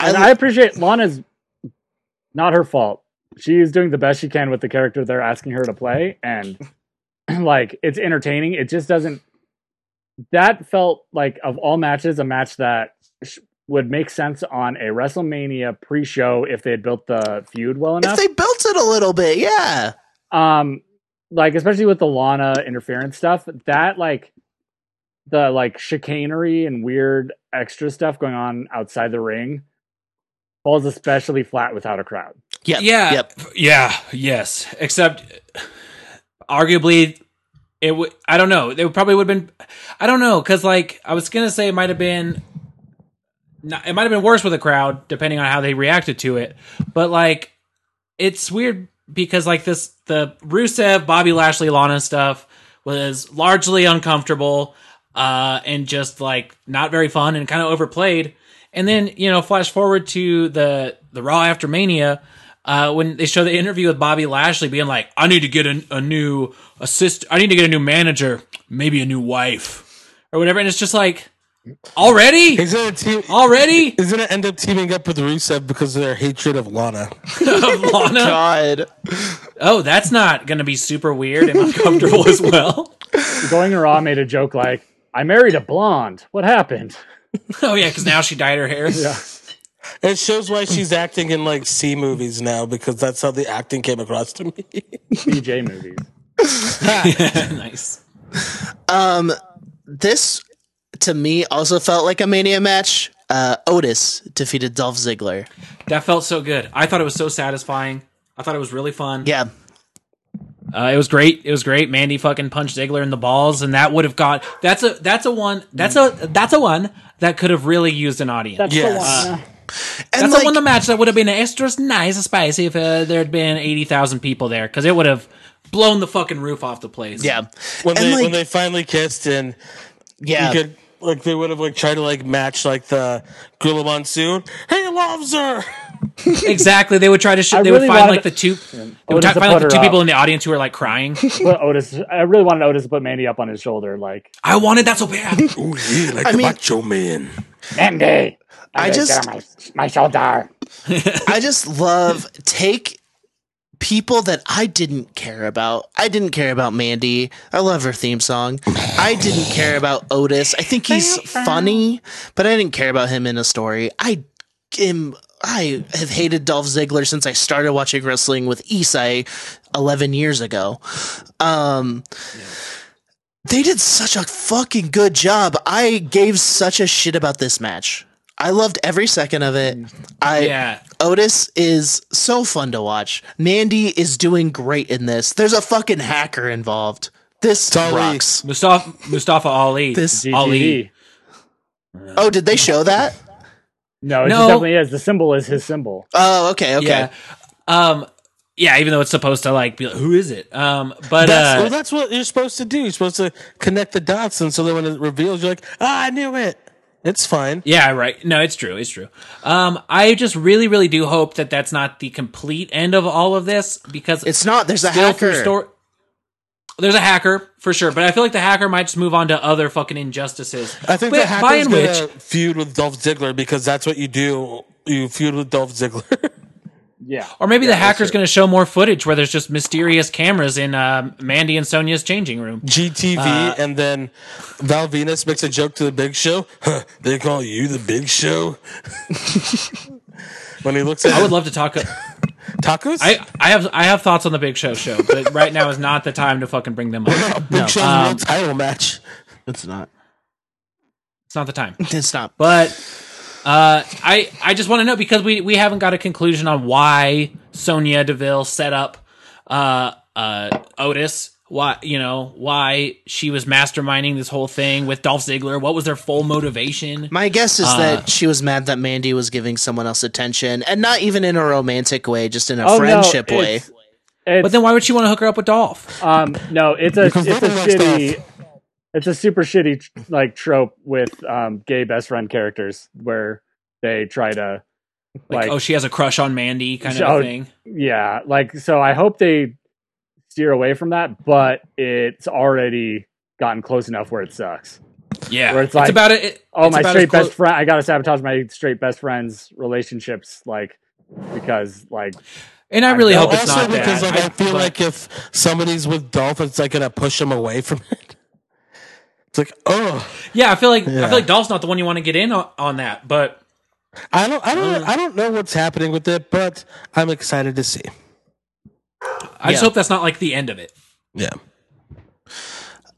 Speaker 6: And I appreciate Lana's not her fault. She's doing the best she can with the character they're asking her to play and like it's entertaining. It just doesn't that felt like of all matches a match that sh- would make sense on a WrestleMania pre-show if they had built the feud well
Speaker 2: If
Speaker 6: enough.
Speaker 2: they built it a little bit, yeah.
Speaker 6: um like especially with the lana interference stuff that like the like chicanery and weird extra stuff going on outside the ring falls especially flat without a crowd
Speaker 2: Yep,
Speaker 3: Yeah.
Speaker 2: Yep.
Speaker 3: Yeah. Yes. Except, arguably, it would. I don't know. It probably would have been. I don't know because, like, I was gonna say it might have been. Not, it might have been worse with a crowd, depending on how they reacted to it. But like, it's weird because like this, the Rusev, Bobby Lashley, Lana stuff was largely uncomfortable uh, and just like not very fun and kind of overplayed. And then you know, flash forward to the the Raw after Mania, uh, when they show the interview with Bobby Lashley being like, I need to get a, a new assist. I need to get a new manager, maybe a new wife or whatever. And it's just like, already?
Speaker 5: He's in a team.
Speaker 3: Already?
Speaker 5: He's gonna end up teaming up with Rusev because of their hatred of Lana.
Speaker 3: Lana?
Speaker 2: God.
Speaker 3: Oh, that's not going to be super weird and uncomfortable as well.
Speaker 6: going raw made a joke like i married a blonde what happened
Speaker 3: Oh, yeah, because now she dyed her hair.
Speaker 5: It shows why she's acting in like C movies now because that's how the acting came across to me.
Speaker 6: bj movies
Speaker 3: nice.
Speaker 2: This to me also felt like a mania match. Uh, Otis defeated Dolph Ziggler.
Speaker 3: That felt so good. I thought it was so satisfying. I thought it was really fun.
Speaker 2: Yeah.
Speaker 3: Uh, it was great. It was great. Mandy fucking punched Ziggler in the balls, and that would have got. That's a. That's a one. That's a. That's a one that could have really used an audience.
Speaker 6: that's
Speaker 5: Yes.
Speaker 6: the
Speaker 2: Uh,
Speaker 6: one
Speaker 2: And
Speaker 3: That's
Speaker 2: like,
Speaker 3: the one the match that would have been extra nice and spicy if uh, there had been eighty thousand people there because it would have blown the fucking roof off the place.
Speaker 2: yeah.
Speaker 5: When
Speaker 2: and
Speaker 5: they
Speaker 2: like,
Speaker 5: when they finally kissed and
Speaker 2: yeah.
Speaker 5: you could like they would have like tried to like match like the Gorilla Monsoon. He loves her.
Speaker 3: exactly. They would try to. Sh-
Speaker 6: I
Speaker 3: they
Speaker 6: really
Speaker 3: would find
Speaker 6: wanted-
Speaker 3: like the two. They would try,
Speaker 6: Otis to
Speaker 3: find like
Speaker 6: put
Speaker 3: the two
Speaker 6: her
Speaker 3: people
Speaker 6: up.
Speaker 3: in the audience who were like crying.
Speaker 6: Put otis i really wanted otis to put mandy up on his shoulder like
Speaker 3: I wanted that so bad.
Speaker 5: Oh yeah, like
Speaker 2: I mean-
Speaker 5: macho man.
Speaker 7: Mandy.
Speaker 2: I
Speaker 7: Mandy,
Speaker 2: just-
Speaker 7: get on my, my shoulder.
Speaker 2: I just love take people that I didn't care about. I didn't care about Mandy. I love her theme song. I didn't care about Otis. I think he's funny, but I didn't care about him in a story. I am I have hated Dolph Ziggler since I started watching wrestling with Isai 11 years ago. Um They did such a fucking good job. I gave such a shit about this match. I loved every second of it. I
Speaker 3: yeah.
Speaker 2: Otis is so fun to watch. Mandy is doing great in this. There's a fucking hacker involved. This
Speaker 5: Tully.
Speaker 2: rocks.
Speaker 3: Mustafa Mustafa Ali.
Speaker 2: This-
Speaker 6: GTD.
Speaker 3: Ali.
Speaker 2: Oh, did they show that?
Speaker 6: No, it
Speaker 3: No.
Speaker 6: just definitely is. The symbol is his symbol.
Speaker 2: Oh, okay, okay.
Speaker 3: Yeah. Um, yeah, even though it's supposed to like be like, who is it? Um, but
Speaker 5: That's, well,
Speaker 3: uh,
Speaker 5: that's what you're supposed to do. You're supposed to connect the dots, and so then when it reveals, you're like, "Ah, I knew it." It's fine.
Speaker 3: yeah, right. No, it's true. It's true. Um, I just really, really do hope that that's not the complete end of all of this because
Speaker 2: It's not. There's a
Speaker 3: still
Speaker 2: hacker.
Speaker 3: through story. There's a hacker for sure, but I feel like the hacker might just move on to other fucking injustices.
Speaker 5: I think
Speaker 3: but,
Speaker 5: the hacker's gonna feud with Dolph Ziggler because that's what you do. You feud with Dolph Ziggler.
Speaker 6: Yeah.
Speaker 3: or maybe the hacker's going to show more footage where there's just mysterious cameras in uh, Mandy and Sonia's changing room.
Speaker 5: GTV,
Speaker 3: Uh,
Speaker 5: and then Val Venus makes a joke to the Big Show. Huh, they call you the Big Show when he looks at
Speaker 3: I would love to talk.
Speaker 5: tacos.
Speaker 3: I, I have I have thoughts on the Big Show show, but right now is not the time to fucking bring them up.
Speaker 5: Big Show's
Speaker 3: um,
Speaker 5: world title match.
Speaker 2: It's not.
Speaker 3: It's not the time.
Speaker 2: It's not.
Speaker 3: But uh, I I just want to know because we we haven't got a conclusion on why Sonia Deville set up uh, uh, Otis. Why you know why she was masterminding this whole thing with Dolph Ziggler? What was their full motivation?
Speaker 2: My guess is that she was mad that Mandy was giving someone else attention, and not even in a romantic way, just in a
Speaker 6: Oh, no,
Speaker 2: friendship way.
Speaker 6: it's- It's,
Speaker 3: But then why would she want to hook her up with Dolph?
Speaker 6: Um, no, it's a it's a
Speaker 5: Because Logan loves
Speaker 6: shitty, it's a super shitty like trope with um, gay best friend characters where they try to
Speaker 3: Like,
Speaker 6: like,
Speaker 3: oh, she has a crush on Mandy, kind of
Speaker 6: Oh,
Speaker 3: a thing.
Speaker 6: yeah like so I hope they steer away from that, but it's already gotten close enough where it sucks.
Speaker 3: Yeah,
Speaker 6: where
Speaker 3: it's,
Speaker 6: it's like,
Speaker 3: about it. it-
Speaker 6: Oh
Speaker 3: it's
Speaker 6: my
Speaker 3: about as
Speaker 6: straight
Speaker 3: clo-
Speaker 6: best friend, I gotta sabotage my straight best friend's relationships like because like
Speaker 3: And I really
Speaker 6: I
Speaker 3: hope it's
Speaker 5: also
Speaker 3: not
Speaker 5: because
Speaker 3: that.
Speaker 5: like I, feel
Speaker 3: but-
Speaker 5: like if somebody's with Dolph, it's like gonna push him away from it. It's like, oh,
Speaker 3: yeah, I feel like I
Speaker 5: Yeah.
Speaker 3: feel like Dolph's not the one you want to get in on, on that. But
Speaker 5: I don't, I
Speaker 3: Uh.
Speaker 5: don't, I don't know what's happening with it, but I'm excited to see.
Speaker 3: I just hope that's not like the end of it.
Speaker 5: Yeah,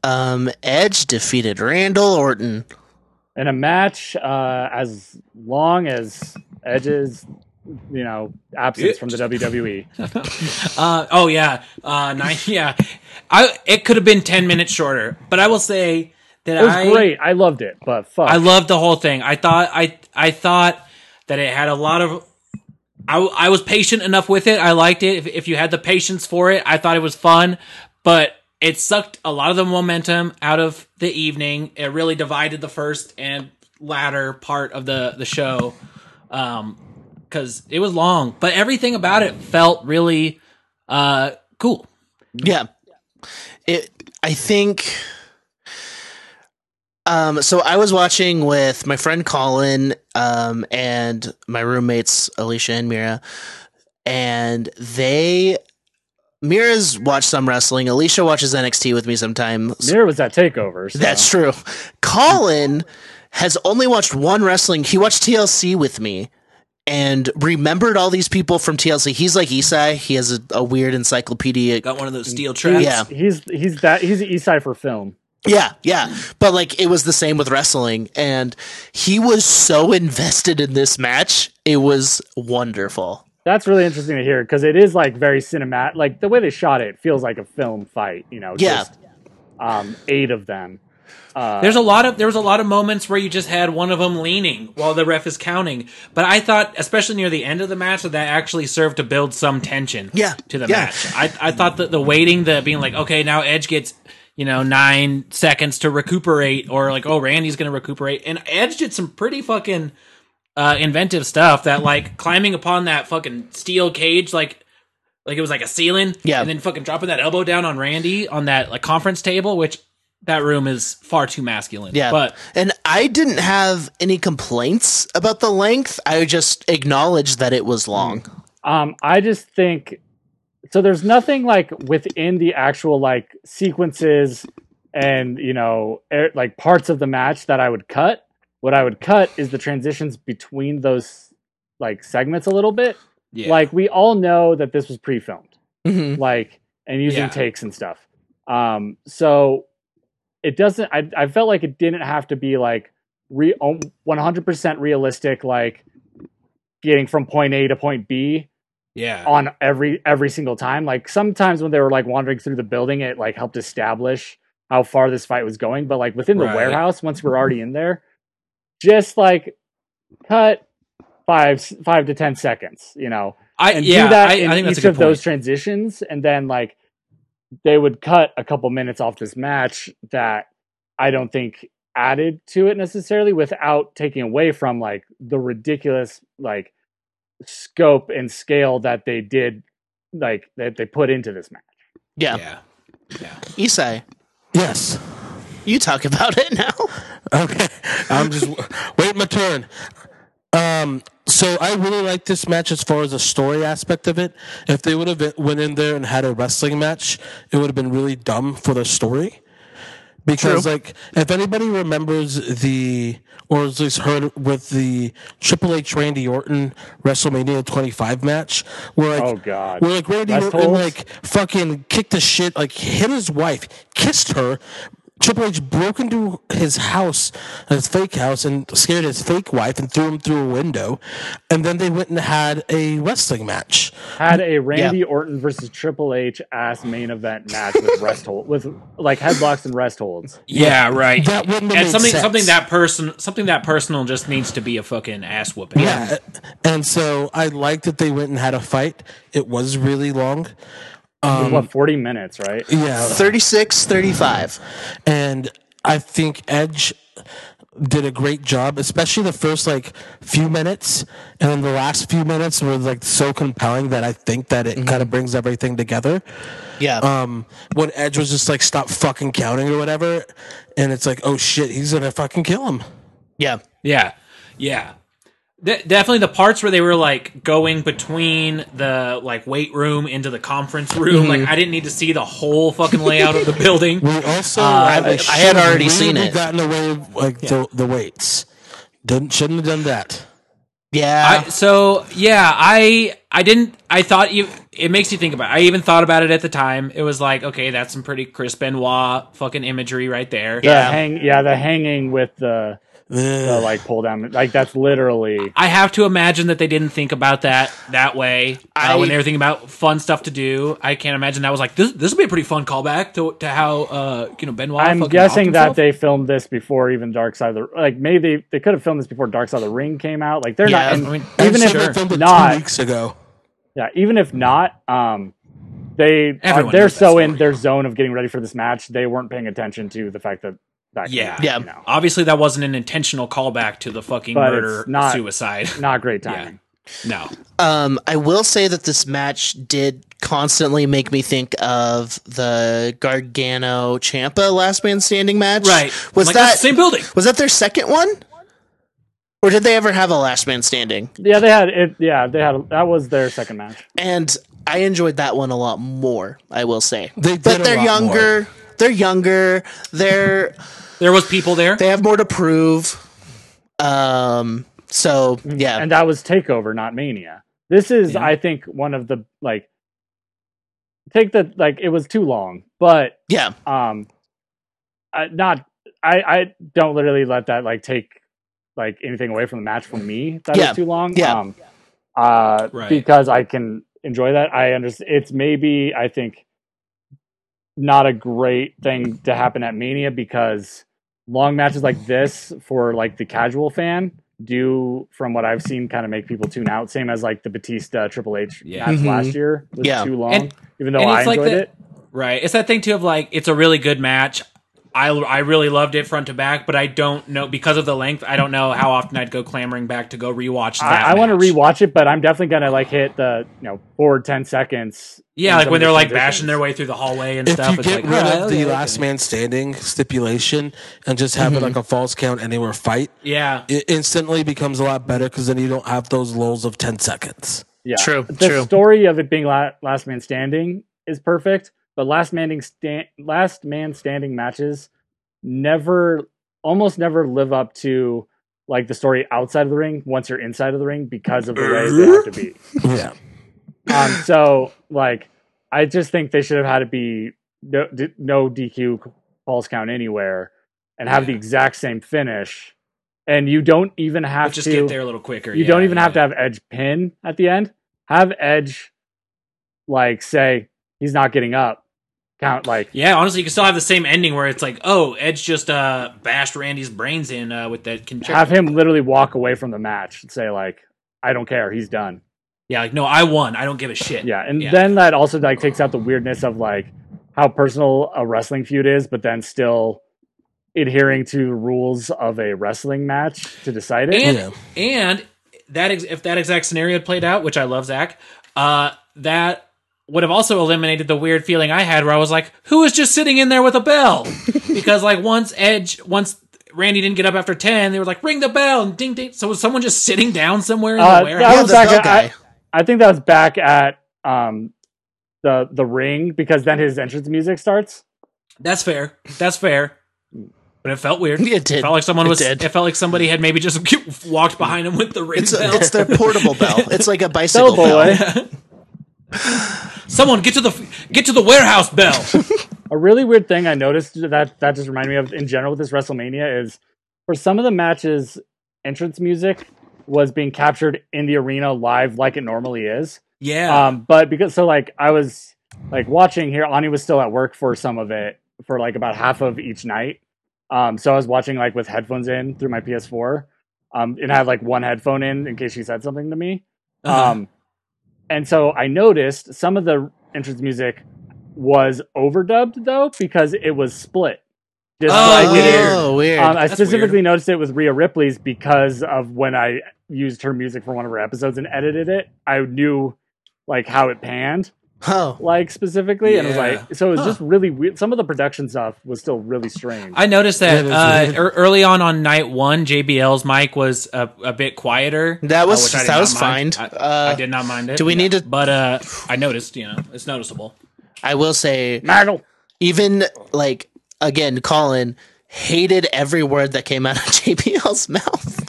Speaker 2: Um, Edge defeated Randall Orton.
Speaker 6: in a match uh, as long as Edge's, you know, absence from the E, WWE.
Speaker 3: Uh, oh yeah, uh, nine, yeah. I it could have been ten minutes shorter, but I will say that
Speaker 6: It was
Speaker 3: I
Speaker 6: great. I loved it, but fuck.
Speaker 3: I loved the whole thing. I thought I I thought that it had a lot of. I, I was patient enough with it. I liked it. If, if you had the patience for it, I thought it was fun, but it sucked a lot of the momentum out of the evening. It really divided the first and latter part of the the show, um, because it was long. But everything about it felt really uh cool.
Speaker 2: Yeah. It I think um so I was watching with my friend Colin um and my roommates Alicia and Mira and they Mira's watched some wrestling. Alicia watches NXT with me sometimes.
Speaker 6: Mira was at Takeover. So.
Speaker 2: That's true. Colin has only watched one wrestling. He watched TLC with me and remembered all these people from TLC. He's like Isai. He has a, a weird encyclopedia
Speaker 3: Got one of those steel traps.
Speaker 2: Yeah.
Speaker 6: he's he's that he's the East Side for film.
Speaker 2: Yeah, yeah. But like it was the same with wrestling and he was so invested in this match. It was wonderful.
Speaker 6: That's really interesting to hear because it is like very cinematic. Like the way they shot it feels like a film fight. You know,
Speaker 2: Yeah.
Speaker 6: just um, eight of them.
Speaker 3: There's a lot of there was a lot of moments where you just had one of them leaning while the ref is counting. But I thought, especially near the end of the match, that that actually served to build some tension.
Speaker 2: Yeah,
Speaker 3: to the
Speaker 2: yeah.
Speaker 3: match. I I thought that the waiting, the being like, okay, now Edge gets you know nine seconds to recuperate, or like, oh, Randy's gonna recuperate, and Edge did some pretty fucking uh, inventive stuff. That like climbing upon that fucking steel cage, like. Like it was like a ceiling,
Speaker 2: Yeah.
Speaker 3: and then fucking dropping that elbow down on Randy on that like conference table, which that room is far too masculine.
Speaker 2: Yeah.
Speaker 3: But
Speaker 2: and I didn't have any complaints about the length. I just acknowledged that it was long.
Speaker 6: Um, I just think so. There's nothing like within the actual like sequences and you know air, like parts of the match that I would cut. What I would cut is the transitions between those like segments a little bit.
Speaker 3: yeah. Mm-hmm.
Speaker 6: Like we all know that this was pre-filmed.
Speaker 2: Mhm.
Speaker 6: like and using
Speaker 3: Yeah.
Speaker 6: takes and stuff. Um, so it doesn't. I I felt like it didn't have to be like re oh, one hundred percent realistic, like getting from point A to point B
Speaker 3: yeah.
Speaker 6: on every every single time. Like sometimes when they were like wandering through the building, it like helped establish how far this fight was going. But like within the
Speaker 3: Right.
Speaker 6: warehouse, once we're already in there, just like cut five five to ten seconds, you know,
Speaker 3: I
Speaker 6: and
Speaker 3: yeah,
Speaker 6: do that
Speaker 3: I,
Speaker 6: in
Speaker 3: I think that's
Speaker 6: each
Speaker 3: a good
Speaker 6: of
Speaker 3: point.
Speaker 6: those transitions, and then like they would cut a couple minutes off this match that I don't think added to it necessarily without taking away from like the ridiculous like scope and scale that they did like that they put into this match.
Speaker 2: Yeah.
Speaker 3: yeah.
Speaker 2: Mm-hmm. Isai,
Speaker 5: Yes.
Speaker 2: you talk about it now.
Speaker 5: Okay. I'm just wait my turn. Um. So I really like this match as far as the story aspect of it. If they would have went in there and had a wrestling match, it would have been really dumb for the story. Because like, if anybody remembers the or at least heard with the Triple H Randy Orton WrestleMania 25 match, where like
Speaker 6: Oh, God.
Speaker 5: where like Randy
Speaker 6: Rest
Speaker 5: Orton
Speaker 6: holds?
Speaker 5: like fucking kicked the shit, like hit his wife, kissed her. Triple H broke into his house, his fake house, and scared his fake wife and threw him through a window. And then they went and had a wrestling match.
Speaker 6: had a Randy Orton versus Triple H ass main event match with rest hold with like headlocks and rest holds.
Speaker 3: Yeah, right.
Speaker 5: That wouldn't have
Speaker 3: and
Speaker 5: made
Speaker 3: something
Speaker 5: sense.
Speaker 3: something that person something that personal just needs to be a fucking ass whooping.
Speaker 5: Yeah. And so I liked that they went and had a fight. It was really long.
Speaker 3: Mm-hmm.
Speaker 6: what forty minutes, right?
Speaker 5: Yeah.
Speaker 2: 36 35.
Speaker 5: and I think Edge did a great job, especially the first like few minutes, and then the last few minutes were like so compelling that I think that
Speaker 2: Mm-hmm.
Speaker 5: it kind of brings everything together.
Speaker 2: Yeah.
Speaker 5: Um, when Edge was just like, "Stop fucking counting" or whatever, and it's like, "Oh shit, he's gonna fucking kill him."
Speaker 2: yeah.
Speaker 3: Yeah, yeah. De- definitely the parts where they were like going between the like weight room into the conference room. Like I didn't need to see the whole fucking layout of the building.
Speaker 5: We also, I,
Speaker 2: Uh, I had already seen it.
Speaker 5: Gotten away with, like the, the weights. Didn't shouldn't have done that.
Speaker 2: Yeah.
Speaker 3: I, so yeah, I I didn't. I thought you. It makes you think about. It. I even thought about it at the time. It was like, okay, that's some pretty Chris Benoit fucking imagery right there.
Speaker 6: The
Speaker 2: yeah.
Speaker 6: hang, yeah, the hanging with the, the like pull down, like that's literally
Speaker 3: I have to imagine that they didn't think about that that way uh,
Speaker 2: I-
Speaker 3: when they were thinking about fun stuff to do. I can't imagine that was like this. This would be a pretty fun callback to to how uh, you know Benoit.
Speaker 6: I'm
Speaker 3: fucking
Speaker 6: guessing
Speaker 3: knocked himself.
Speaker 6: that they filmed this before even Dark Side of the like maybe they, they could have filmed this before Dark Side of the Ring came out. Like they're
Speaker 2: Yeah,
Speaker 6: not and
Speaker 3: I mean,
Speaker 6: even if
Speaker 5: Actually, they filmed it
Speaker 6: not
Speaker 5: two weeks ago.
Speaker 6: yeah, even if not, um they are,
Speaker 3: Everyone
Speaker 6: they're
Speaker 3: knows that
Speaker 6: so
Speaker 3: story.
Speaker 6: in their zone of getting ready for this match, they weren't paying attention to the fact that that came
Speaker 3: Yeah.
Speaker 6: out,
Speaker 2: Yeah.
Speaker 6: you know.
Speaker 3: Obviously, that wasn't an intentional callback to the fucking
Speaker 6: But
Speaker 3: murder
Speaker 6: it's not-
Speaker 3: suicide.
Speaker 6: not great timing.
Speaker 3: No,
Speaker 2: Um, I will say that this match did constantly make me think of the Gargano Champa last man standing match.
Speaker 3: right?
Speaker 2: Was
Speaker 3: Like, that's
Speaker 2: that
Speaker 3: the same building?
Speaker 2: was that their second one? Or did they ever have a last man standing?
Speaker 6: Yeah, they had it. Yeah, they had that was their second match.
Speaker 2: And I enjoyed that one a lot more, I will say.
Speaker 5: They did
Speaker 2: but
Speaker 5: a
Speaker 2: they're
Speaker 5: lot
Speaker 2: younger. They're younger. They're
Speaker 3: There was people there.
Speaker 2: they have more to prove. Um so yeah.
Speaker 6: and that was Takeover, not Mania. This is, I think, one of the like take the like it was too long, but
Speaker 2: yeah.
Speaker 6: um, I, not I I don't literally let that like take like anything away from the match for me that
Speaker 2: Yeah.
Speaker 6: was too long.
Speaker 2: Yeah.
Speaker 6: Um, uh,
Speaker 3: Right.
Speaker 6: because I can enjoy that. I understand. It's maybe I think not a great thing to happen at Mania because long matches like this for like the casual fan do from what I've seen kind of make people tune out. Same as like the Batista Triple H
Speaker 3: Yeah.
Speaker 6: match
Speaker 2: Mhm.
Speaker 6: last year was
Speaker 2: Yeah.
Speaker 6: too long,
Speaker 3: And-
Speaker 6: even though
Speaker 3: and
Speaker 6: I
Speaker 3: it's like
Speaker 6: enjoyed
Speaker 3: that-
Speaker 6: it.
Speaker 3: Right. It's that thing too of like it's a really good match. I I really loved it front to back, but I don't know because of the length. I don't know how often I'd go clamoring back to go rewatch that.
Speaker 6: I, I want to
Speaker 3: match.
Speaker 6: rewatch it, but I'm definitely gonna like hit the you know forward ten seconds.
Speaker 3: Yeah,
Speaker 6: in
Speaker 3: like
Speaker 6: some
Speaker 3: when
Speaker 6: of the
Speaker 3: they're like
Speaker 6: transitions.
Speaker 3: bashing their way through the hallway and
Speaker 5: if
Speaker 3: stuff.
Speaker 5: you
Speaker 3: it's
Speaker 5: get
Speaker 3: like
Speaker 5: rid
Speaker 3: oh,
Speaker 5: of
Speaker 3: yeah,
Speaker 5: the
Speaker 3: okay.
Speaker 5: last man standing stipulation and just have it
Speaker 3: Mm-hmm.
Speaker 5: like a false count anywhere fight,
Speaker 3: Yeah.
Speaker 5: it instantly becomes a lot better because then you don't have those lulls of 10 seconds.
Speaker 6: Yeah,
Speaker 2: True,
Speaker 6: The
Speaker 2: true.
Speaker 6: story of it being la- last man standing is perfect, but last man stand last man standing matches never, almost never live up to like the story outside of the ring. Once you're inside of the ring, because of the way they have to be.
Speaker 5: Yeah.
Speaker 6: Um, so like, I just think they should have had it be no, d- no DQ false count anywhere, and have the exact same finish, and you don't even have
Speaker 3: Just
Speaker 6: to
Speaker 3: get there a little quicker.
Speaker 6: you
Speaker 3: yeah,
Speaker 6: don't even have to
Speaker 3: yeah.
Speaker 6: have Edge pin at the end. Have Edge like say he's not getting up. Count like
Speaker 3: Yeah, honestly, you can still have the same ending where it's like, oh, Edge just uh, bashed Randy's brains in uh, with that. Control.
Speaker 6: have him literally walk away from the match and say like I don't care. He's done.
Speaker 3: Yeah, like no, I won. I don't give a shit.
Speaker 6: Yeah, and
Speaker 3: Yeah.
Speaker 6: then that also like takes out the weirdness of like how personal a wrestling feud is, but then still adhering to the rules of a wrestling match to decide it.
Speaker 3: And
Speaker 5: Yeah.
Speaker 3: and that ex- if that exact scenario had played out, which I love, Zach, uh, that would have also eliminated the weird feeling I had where I was like, who is just sitting in there with a bell? because like once Edge, once Randy didn't get up after ten, they were like, ring the bell and ding ding. So was someone just sitting down somewhere in
Speaker 6: Uh,
Speaker 3: the warehouse?
Speaker 6: that
Speaker 2: Yeah,
Speaker 6: was
Speaker 2: the
Speaker 6: back
Speaker 2: bell
Speaker 6: at, I,
Speaker 2: guy.
Speaker 6: I think that was back at um the the ring because then his entrance music starts.
Speaker 3: That's fair. That's fair. But it felt weird.
Speaker 2: It did.
Speaker 3: felt like someone
Speaker 2: It
Speaker 3: was.
Speaker 2: did.
Speaker 3: It felt like somebody had maybe just walked behind him with the ring
Speaker 2: It's, a,
Speaker 3: bell.
Speaker 2: it's their portable bell. It's like a bicycle
Speaker 6: Bell Oh, boy.
Speaker 2: bell.
Speaker 3: Someone get to the get to the warehouse bell.
Speaker 6: A really weird thing I noticed that that just reminded me of in general with this WrestleMania is for some of the matches, entrance music was being captured in the arena live like it normally is.
Speaker 2: Uh,
Speaker 3: yeah.
Speaker 6: Um, but because so like I was like watching here, Ani was still at work for some of it for like about half of each night. Um, so I was watching like with headphones in through my PS4. Um, and I had like one headphone in in case she said something to me.
Speaker 3: Uh-huh.
Speaker 6: Um, and so I noticed some of the entrance music was overdubbed though because it was split. Just
Speaker 3: Oh,
Speaker 6: like it is-
Speaker 3: weird.
Speaker 2: Oh, weird.
Speaker 6: um, I
Speaker 3: That's
Speaker 6: specifically
Speaker 3: weird.
Speaker 6: noticed it with Rhea Ripley's because of when I used her music for one of her episodes and edited it. I knew like how it panned,
Speaker 2: oh,
Speaker 6: like specifically, and it was
Speaker 3: Yeah.
Speaker 6: like so. It was
Speaker 3: Huh.
Speaker 6: just really weird. Some of the production stuff was still really strange.
Speaker 3: I noticed that
Speaker 5: Yeah, that's
Speaker 3: uh, ear- early on on night one, JBL's mic was a, a bit quieter.
Speaker 2: That was-
Speaker 3: uh, which I did
Speaker 2: that
Speaker 3: not
Speaker 2: was
Speaker 3: mind.
Speaker 2: fine.
Speaker 3: I,
Speaker 2: Uh,
Speaker 3: I did not mind it.
Speaker 2: do we
Speaker 3: Yeah.
Speaker 2: need to-
Speaker 3: But uh, I noticed. You know, it's noticeable.
Speaker 2: I will say,
Speaker 6: Maggle.
Speaker 2: even like again, Colin hated every word that came out of JPL's mouth.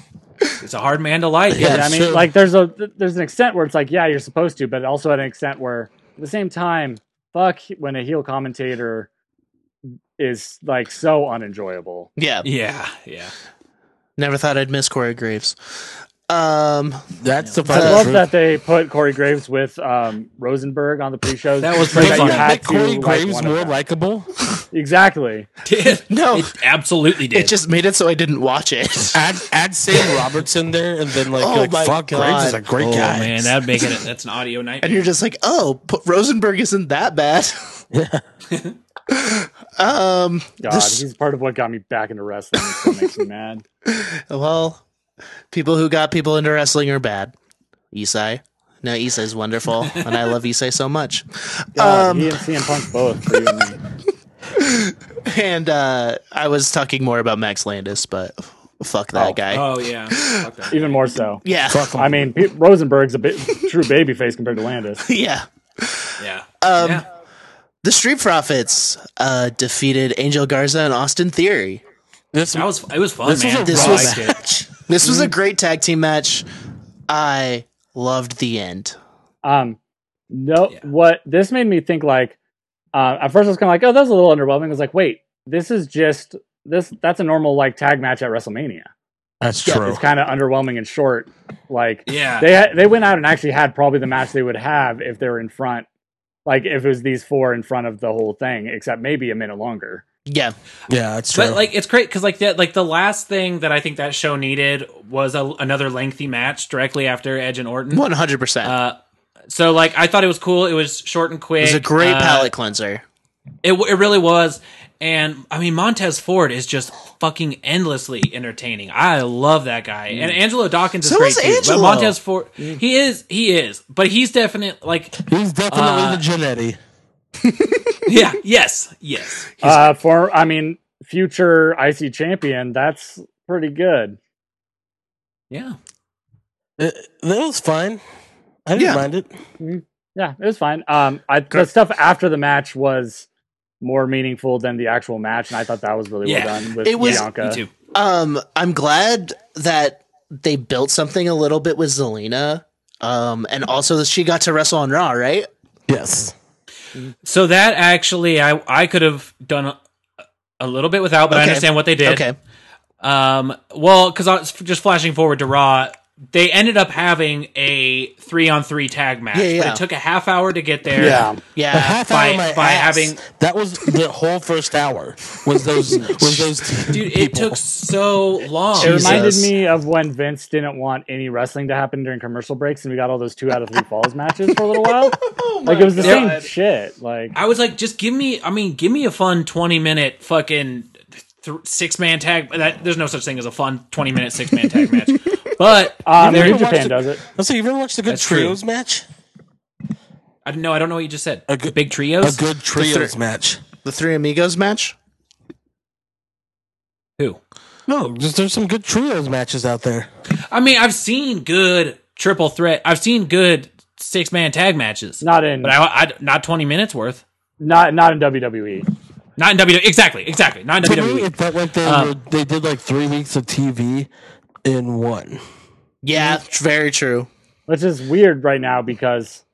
Speaker 3: It's a hard man to like.
Speaker 6: Yeah,
Speaker 2: Yeah,
Speaker 6: I mean,
Speaker 5: sure.
Speaker 6: like there's a there's an extent where it's like, yeah, you're supposed to, but also at an extent where at the same time, fuck when a heel commentator is like so unenjoyable.
Speaker 2: Yeah,
Speaker 3: Yeah, yeah.
Speaker 2: never thought I'd miss Corey Graves. Um,
Speaker 5: That's the
Speaker 6: I
Speaker 5: final
Speaker 6: love
Speaker 5: truth.
Speaker 6: that they put Corey Graves with um, Rosenberg on the pre-shows.
Speaker 3: That was pretty
Speaker 5: Does
Speaker 6: Because
Speaker 3: funny.
Speaker 5: that
Speaker 6: you had
Speaker 5: make
Speaker 6: to
Speaker 5: Corey
Speaker 6: like
Speaker 5: Graves
Speaker 6: one of
Speaker 5: more
Speaker 6: them.
Speaker 5: likable?
Speaker 6: exactly.
Speaker 3: Did
Speaker 2: No.
Speaker 3: it absolutely did.
Speaker 2: it just made it so I didn't watch it.
Speaker 5: Add add Sam Robertson there, and then like,
Speaker 2: Oh
Speaker 5: you're like,
Speaker 2: my
Speaker 5: fuck,
Speaker 2: God.
Speaker 5: Graves is a great
Speaker 3: oh
Speaker 5: guy.
Speaker 3: man, that'd make it. That's an audio
Speaker 2: and
Speaker 3: nightmare.
Speaker 2: you're just like, oh, P- Rosenberg isn't that bad. um,
Speaker 6: God,
Speaker 2: this-
Speaker 6: he's part of what got me back into wrestling. So it makes me mad.
Speaker 2: well, people who got people into wrestling are bad. Isai. No, Isai's wonderful, and I love Isai so much.
Speaker 6: God,
Speaker 2: Um,
Speaker 6: he and CM Punk both for you and me.
Speaker 2: And uh, I was talking more about Max Landis, but fuck that
Speaker 6: Oh.
Speaker 2: guy.
Speaker 3: Oh yeah. Fuck that.
Speaker 6: Even more so.
Speaker 2: yeah,
Speaker 6: I mean, P- Rosenberg's a bit true babyface compared to Landis.
Speaker 2: yeah.
Speaker 3: Yeah.
Speaker 2: Um,
Speaker 3: yeah.
Speaker 2: The Street Profits uh, defeated Angel Garza and Austin Theory.
Speaker 5: This
Speaker 3: That was it was fun,
Speaker 5: This was
Speaker 3: man.
Speaker 5: a
Speaker 2: This
Speaker 5: I
Speaker 2: was
Speaker 5: liked
Speaker 2: this
Speaker 3: Mm-hmm.
Speaker 2: was a great tag team match. I loved the end.
Speaker 6: Um, no,
Speaker 3: Yeah.
Speaker 6: what this made me think like, uh, at first I was kind of like, oh, that was a little underwhelming. I was like, wait, this is just this. That's a normal like tag match at WrestleMania.
Speaker 5: that's
Speaker 6: It's kind of underwhelming and short. Like,
Speaker 3: yeah.
Speaker 6: they had, they went out and actually had probably the match they would have if they were in front, like if it was these four in front of the whole thing, except maybe a minute longer.
Speaker 2: Yeah,
Speaker 5: Yeah, that's true.
Speaker 3: but like it's great because like that like the last thing that I think that show needed was a, another lengthy match directly after Edge and Orton.
Speaker 2: one hundred percent.
Speaker 3: Uh, so like I thought it was cool. It was short and quick.
Speaker 2: It was a great
Speaker 3: Uh,
Speaker 2: palate cleanser.
Speaker 3: It w- it really was. And I mean Montez Ford is just fucking endlessly entertaining. I love that guy. And Angelo Dawkins is
Speaker 2: Mm. So
Speaker 3: great
Speaker 2: is
Speaker 3: too.
Speaker 2: Angelo. Mm.
Speaker 3: But Montez Ford, he is he is, but he's definite like
Speaker 5: He's definitely
Speaker 3: uh,
Speaker 5: the Genetti.
Speaker 3: yeah yes yes
Speaker 6: Uh, for I mean, future IC champion, that's pretty good.
Speaker 3: yeah
Speaker 5: It, that was fine. I didn't
Speaker 2: Yeah.
Speaker 5: mind it.
Speaker 6: Yeah, it was fine. Um, I, the stuff after the match was more meaningful than the actual match, and I thought that was really
Speaker 3: Yeah.
Speaker 6: well done with
Speaker 2: It was-
Speaker 6: Bianca.
Speaker 3: me too.
Speaker 2: Um, I'm glad that they built something a little bit with Zelina. Um, and also that she got to wrestle on Raw, right?
Speaker 5: Yes.
Speaker 3: So that actually, I I could have done a, a little bit without, but I
Speaker 2: Okay.
Speaker 3: understand what they did.
Speaker 2: Okay.
Speaker 3: Um. Well, because I was just flashing forward to Raw. they ended up having a three on three tag match,
Speaker 2: Yeah, yeah.
Speaker 3: but it took a half hour to get there.
Speaker 5: Yeah. A
Speaker 2: Yeah.
Speaker 5: half hour
Speaker 3: Uh, By-
Speaker 5: of my
Speaker 3: by
Speaker 5: ass.
Speaker 3: having-
Speaker 5: that was the whole first hour was those was those
Speaker 3: Dude, it
Speaker 5: people.
Speaker 3: took so long.
Speaker 6: It
Speaker 2: Jesus.
Speaker 6: reminded me of when Vince didn't want any wrestling to happen during commercial breaks, and we got all those two out of three falls matches for a little while. like it was the same
Speaker 3: God.
Speaker 6: shit. Like
Speaker 3: I was like, just give me. I mean, give me a fun twenty minute fucking th- six man tag. That there's no such thing as a fun twenty minute six man tag match. But
Speaker 6: um,
Speaker 3: there-
Speaker 6: New
Speaker 5: watched
Speaker 6: Japan
Speaker 5: it-
Speaker 6: does it.
Speaker 5: Let's see, you ever watched a good
Speaker 3: That's true.
Speaker 5: trios match?
Speaker 3: I don't know. I don't know what you just said.
Speaker 5: A good-
Speaker 3: Big
Speaker 5: A
Speaker 3: trios.
Speaker 5: good trios match.
Speaker 2: The Three Amigos match?
Speaker 3: Who?
Speaker 5: No, just there's some good trios matches out there.
Speaker 3: I mean, I've seen good triple threat. I've seen good six man tag matches.
Speaker 6: Not in
Speaker 3: but I, I not twenty minutes worth.
Speaker 6: not not in E, WWE.
Speaker 3: Not in WWE. Exactly. Exactly. Not in
Speaker 5: To me,
Speaker 3: WWE.
Speaker 5: if that went there,
Speaker 3: Um,
Speaker 5: they did like three weeks of TV in one.
Speaker 2: Yeah, it's Mm-hmm. very true.
Speaker 6: Which is weird right now because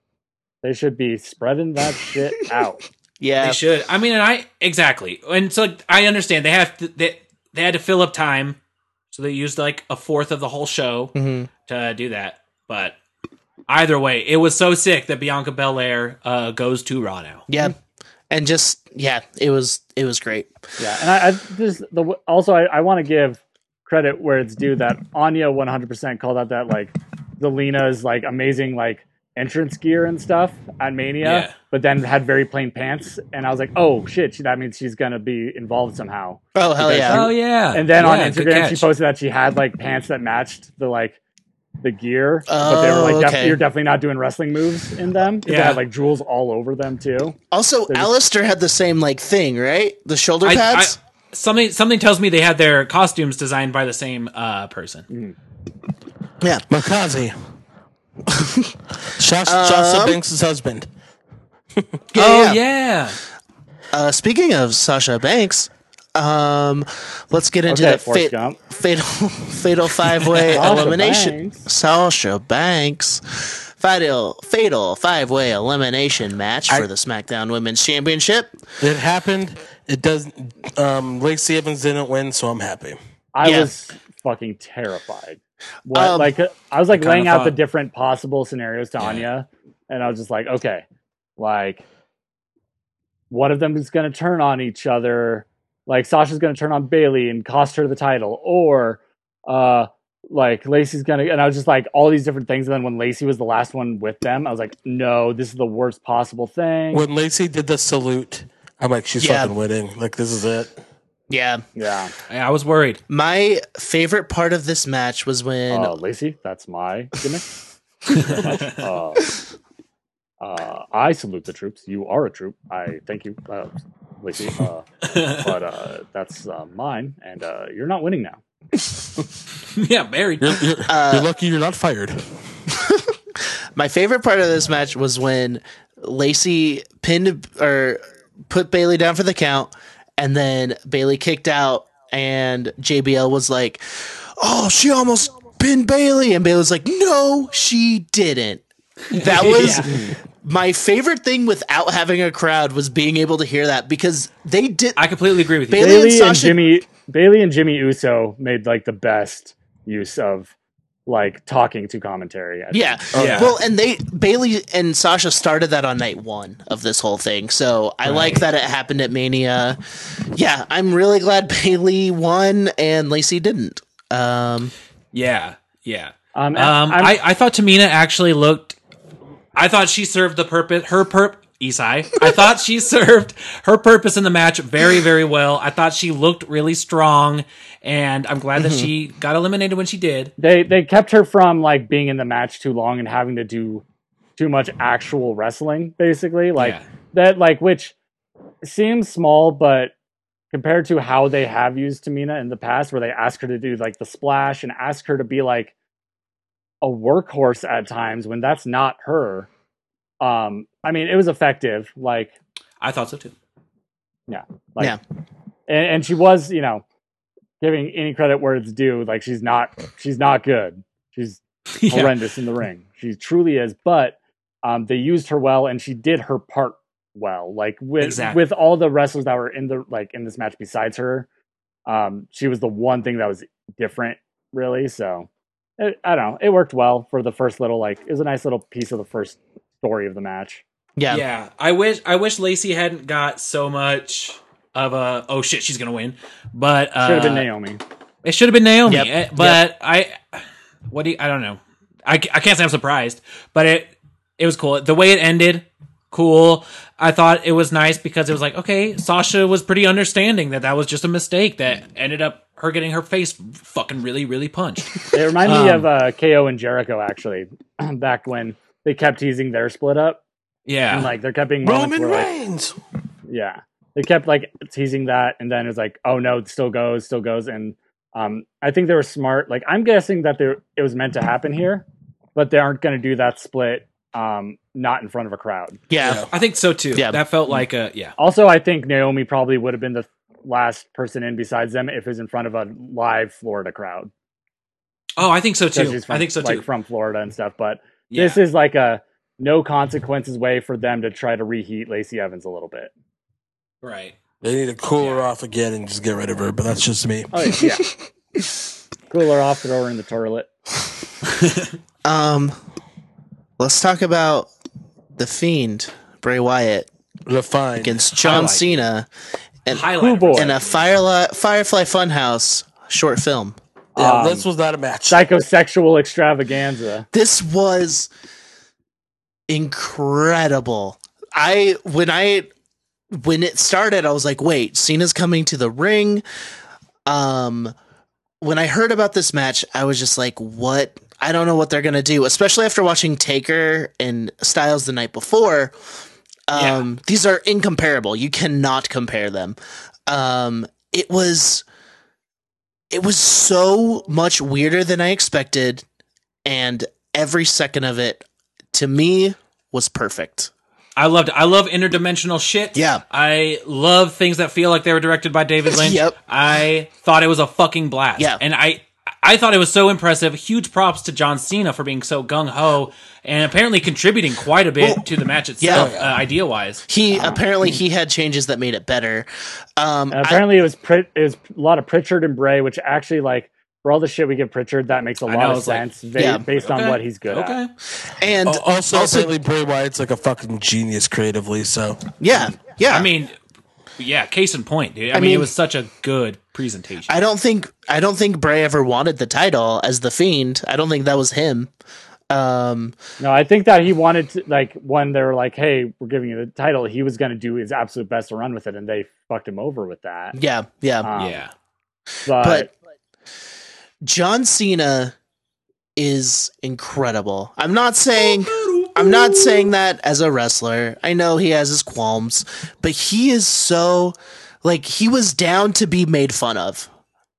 Speaker 6: they should be spreading that shit out.
Speaker 2: Yeah.
Speaker 3: They should. I mean, and I exactly. And so like, I understand they have to, they they had to fill up time, so they used like a fourth of the whole show to do that. But either way, it was so sick that Bianca Belair uh, goes to Raw now.
Speaker 2: Yeah. Mm-hmm. And just yeah, it was it was great.
Speaker 6: Yeah, and I, I just the also I, I want to give credit where it's due that Anya 100% called out that like the Lena's like amazing like entrance gear and stuff on Mania,
Speaker 3: Yeah.
Speaker 6: but then had very plain pants, and I was like, oh shit, she, that means she's gonna be involved somehow.
Speaker 2: Oh hell yeah.
Speaker 3: Oh yeah!
Speaker 6: And then on
Speaker 3: Yeah, good
Speaker 6: Instagram, she
Speaker 3: catch.
Speaker 6: posted that she had like pants that matched the like the gear, but they were
Speaker 2: Oh,
Speaker 6: like, def-
Speaker 2: okay.
Speaker 6: you're definitely not doing wrestling moves in them. 'cause They
Speaker 3: Yeah.
Speaker 6: had like jewels all over them too.
Speaker 2: Oh, Also Alistair had the same like thing, right? The shoulder
Speaker 3: I- I-
Speaker 2: pads?
Speaker 3: something something tells me they had their costumes designed by the same uh, person.
Speaker 2: yeah.
Speaker 5: Makazi. Shasta,
Speaker 3: Um,
Speaker 5: Shasta Banks' husband.
Speaker 2: Yeah,
Speaker 3: Oh yeah,
Speaker 2: Uh, speaking of Sasha Banks, um, let's get into
Speaker 6: Okay,
Speaker 2: the
Speaker 6: Forrest
Speaker 2: fa-
Speaker 6: Gump.
Speaker 2: fatal fatal five way elimination. Sasha Banks. Fatal fatal five way elimination match for the SmackDown Women's Championship.
Speaker 5: It happened. It does. Um, Lacey Evans didn't win, so I'm happy.
Speaker 6: I
Speaker 2: Yeah.
Speaker 6: was fucking terrified. What
Speaker 2: Um,
Speaker 6: like I was like
Speaker 3: kinda
Speaker 6: laying out the
Speaker 3: thought-
Speaker 6: different possible scenarios to Anya, and I was just like, okay, like one of them is going to turn on each other. Like Sasha's going to turn on Bailey and cost her the title, or uh, like Lacey's going to. And I was just like all these different things. And then when Lacey was the last one with them, I was like, no, this is the worst possible thing.
Speaker 5: When Lacey did the salute, I'm like, she's
Speaker 2: Yeah.
Speaker 5: fucking winning. Like, this is it.
Speaker 2: Yeah.
Speaker 6: yeah.
Speaker 3: I was worried.
Speaker 2: My favorite part of this match was when
Speaker 6: Uh, Lacey, that's my gimmick. uh, uh, I salute the troops. You are a troop. I thank you, uh, Lacey. Uh, but uh, that's uh, mine, and uh, you're not winning now.
Speaker 3: yeah, married.
Speaker 5: You're, you're, you're lucky you're not fired.
Speaker 2: My favorite part of this match was when Lacey pinned or put Bailey down for the count, and then Bailey kicked out, and JBL was like, "Oh, she almost pinned Bailey," and Bailey was like, "No, she didn't." That was my favorite thing. Without having a crowd, was being able to hear that because they did.
Speaker 3: I completely agree with you.
Speaker 2: Bailey- and
Speaker 6: Bailey and
Speaker 2: Sasha-
Speaker 6: Jimmy, Bailey and Jimmy Uso made like the best use of like talking to commentary. I think.
Speaker 2: yeah.
Speaker 3: yeah.
Speaker 2: Well, and they Bailey and Sasha started that on night one of this whole thing, so I like that it happened at Mania. Yeah, I'm really glad Bailey won and Lacey didn't. Um,
Speaker 3: Yeah, yeah.
Speaker 6: Um, and
Speaker 3: Um,
Speaker 6: I'm-
Speaker 3: I, I thought Tamina actually looked. I thought she served the purpose. Her perp. Isai. I thought she served her purpose in the match very, very well. I thought she looked really strong, and I'm glad
Speaker 6: Mm-hmm.
Speaker 3: that she got eliminated when she did.
Speaker 6: they they kept her from like being in the match too long and having to do too much actual wrestling basically like
Speaker 3: Yeah.
Speaker 6: that like which seems small but compared to how they have used Tamina in the past where they ask her to do like the splash and ask her to be like a workhorse at times when that's not her um I mean it was effective like
Speaker 3: I thought so too.
Speaker 6: like,
Speaker 2: Yeah.
Speaker 6: and, and she was, you know, giving any credit where it's due. Like she's not, she's not good. She's
Speaker 3: Yeah.
Speaker 6: horrendous in the ring. She truly is. But um, they used her well, and she did her part well. Like with
Speaker 3: Exactly.
Speaker 6: with all the wrestlers that were in the like in this match besides her, um, she was the one thing that was different, really. So it, I don't know. It worked well for the first little like. It was a nice little piece of the first story of the match.
Speaker 2: Yeah.
Speaker 3: Yeah, I wish I wish Lacey hadn't got so much of a oh shit she's gonna win, but uh,
Speaker 6: Should have been Naomi.
Speaker 3: It should have been Naomi,
Speaker 2: Yep.
Speaker 3: eh, but I what do you, I don't know. I, ca- I can't say I'm surprised, but it it was cool. The way it ended, cool. I thought it was nice because it was like okay, Sasha was pretty understanding that that was just a mistake that ended up her getting her face fucking really really punched.
Speaker 6: They remind me
Speaker 3: um,
Speaker 6: of uh, KO and Jericho actually, back when they kept teasing their split up
Speaker 3: Yeah,
Speaker 6: and like there kept being moments
Speaker 5: Roman
Speaker 6: where like,
Speaker 5: Reigns.
Speaker 6: yeah they kept like teasing that and then it was like oh no it still goes still goes and um i think they were smart like i'm guessing that there it was meant to happen here but they aren't going to do that split um not in front of a crowd
Speaker 2: Yeah.
Speaker 3: I think so too.
Speaker 2: Yeah.
Speaker 3: that felt like a yeah.
Speaker 6: also i think naomi probably would have been the last person in besides them if it was in front of a live florida crowd
Speaker 3: Oh, I think so
Speaker 6: So
Speaker 3: too.
Speaker 6: she's from-
Speaker 3: I think so
Speaker 6: like
Speaker 3: too.
Speaker 6: from florida and stuff but
Speaker 3: Yeah.
Speaker 6: this is like a no consequences way for them to try to reheat lacey evans a little bit
Speaker 3: right.
Speaker 5: They need to cool her off again and just get rid of her, but that's just me.
Speaker 6: oh yeah cool her off throw her in the toilet
Speaker 2: Um, let's talk about the Fiend Bray Wyatt
Speaker 5: They're fine.
Speaker 2: against John
Speaker 3: Highlight.
Speaker 2: Cena and
Speaker 3: Highlight.
Speaker 6: boy.
Speaker 2: in a Firefly Firefly Funhouse short film.
Speaker 5: yeah,
Speaker 6: Um,
Speaker 5: this was not a match.
Speaker 6: psychosexual extravaganza.
Speaker 2: This was incredible. I when I when it started, I was like, "Wait, Cena's coming to the ring." Um, when I heard about this match, I was just like, "What?" I don't know what they're gonna do, especially after watching Taker and Styles the night before. Um, these are incomparable. You cannot compare them. Um, it was it was so much weirder than I expected, and every second of it to me was perfect.
Speaker 3: I loved. It. I love interdimensional shit.
Speaker 2: Yeah.
Speaker 3: I love things that feel like they were directed by David Lynch.
Speaker 2: Yep.
Speaker 3: I thought it was a fucking blast.
Speaker 2: Yeah.
Speaker 3: and I. I thought it was so impressive. Huge props to John Cena for being so gung ho and apparently contributing quite a bit
Speaker 2: Well,
Speaker 3: to the match itself,
Speaker 2: yeah.
Speaker 3: uh, idea wise.
Speaker 2: He apparently he had changes that made it better. Um,
Speaker 6: And
Speaker 2: I-
Speaker 6: apparently, it was Prit- it was a lot of Pritchard and Bray, which actually, like, for all the shit we give Pritchard, that makes a
Speaker 3: I
Speaker 6: lot
Speaker 3: know,
Speaker 6: of
Speaker 3: it's like-
Speaker 6: sense va-
Speaker 2: Yeah.
Speaker 6: based on what he's good
Speaker 3: okay.
Speaker 6: at.
Speaker 2: and
Speaker 3: Oh,
Speaker 5: Al- also,
Speaker 2: also-
Speaker 5: apparently Bray Wyatt's like a fucking genius creatively. So
Speaker 2: yeah, yeah.
Speaker 3: I mean, yeah. Case in point, dude. I, mean,
Speaker 2: mean-
Speaker 3: it was such a good presentation.
Speaker 2: I don't think I don't think Bray ever wanted the title as the Fiend. I don't think that was him. Um,
Speaker 6: No, I think that he wanted to, like, when they were like, "Hey, we're giving you the title," he was going to do his absolute best to run with it, and they fucked him over with that.
Speaker 2: yeah, yeah.
Speaker 6: Um,
Speaker 3: yeah.
Speaker 6: but,
Speaker 2: but John Cena is incredible. I'm not saying I'm not saying that as a wrestler. I know he has his qualms, but he is so like he was down to be made fun of.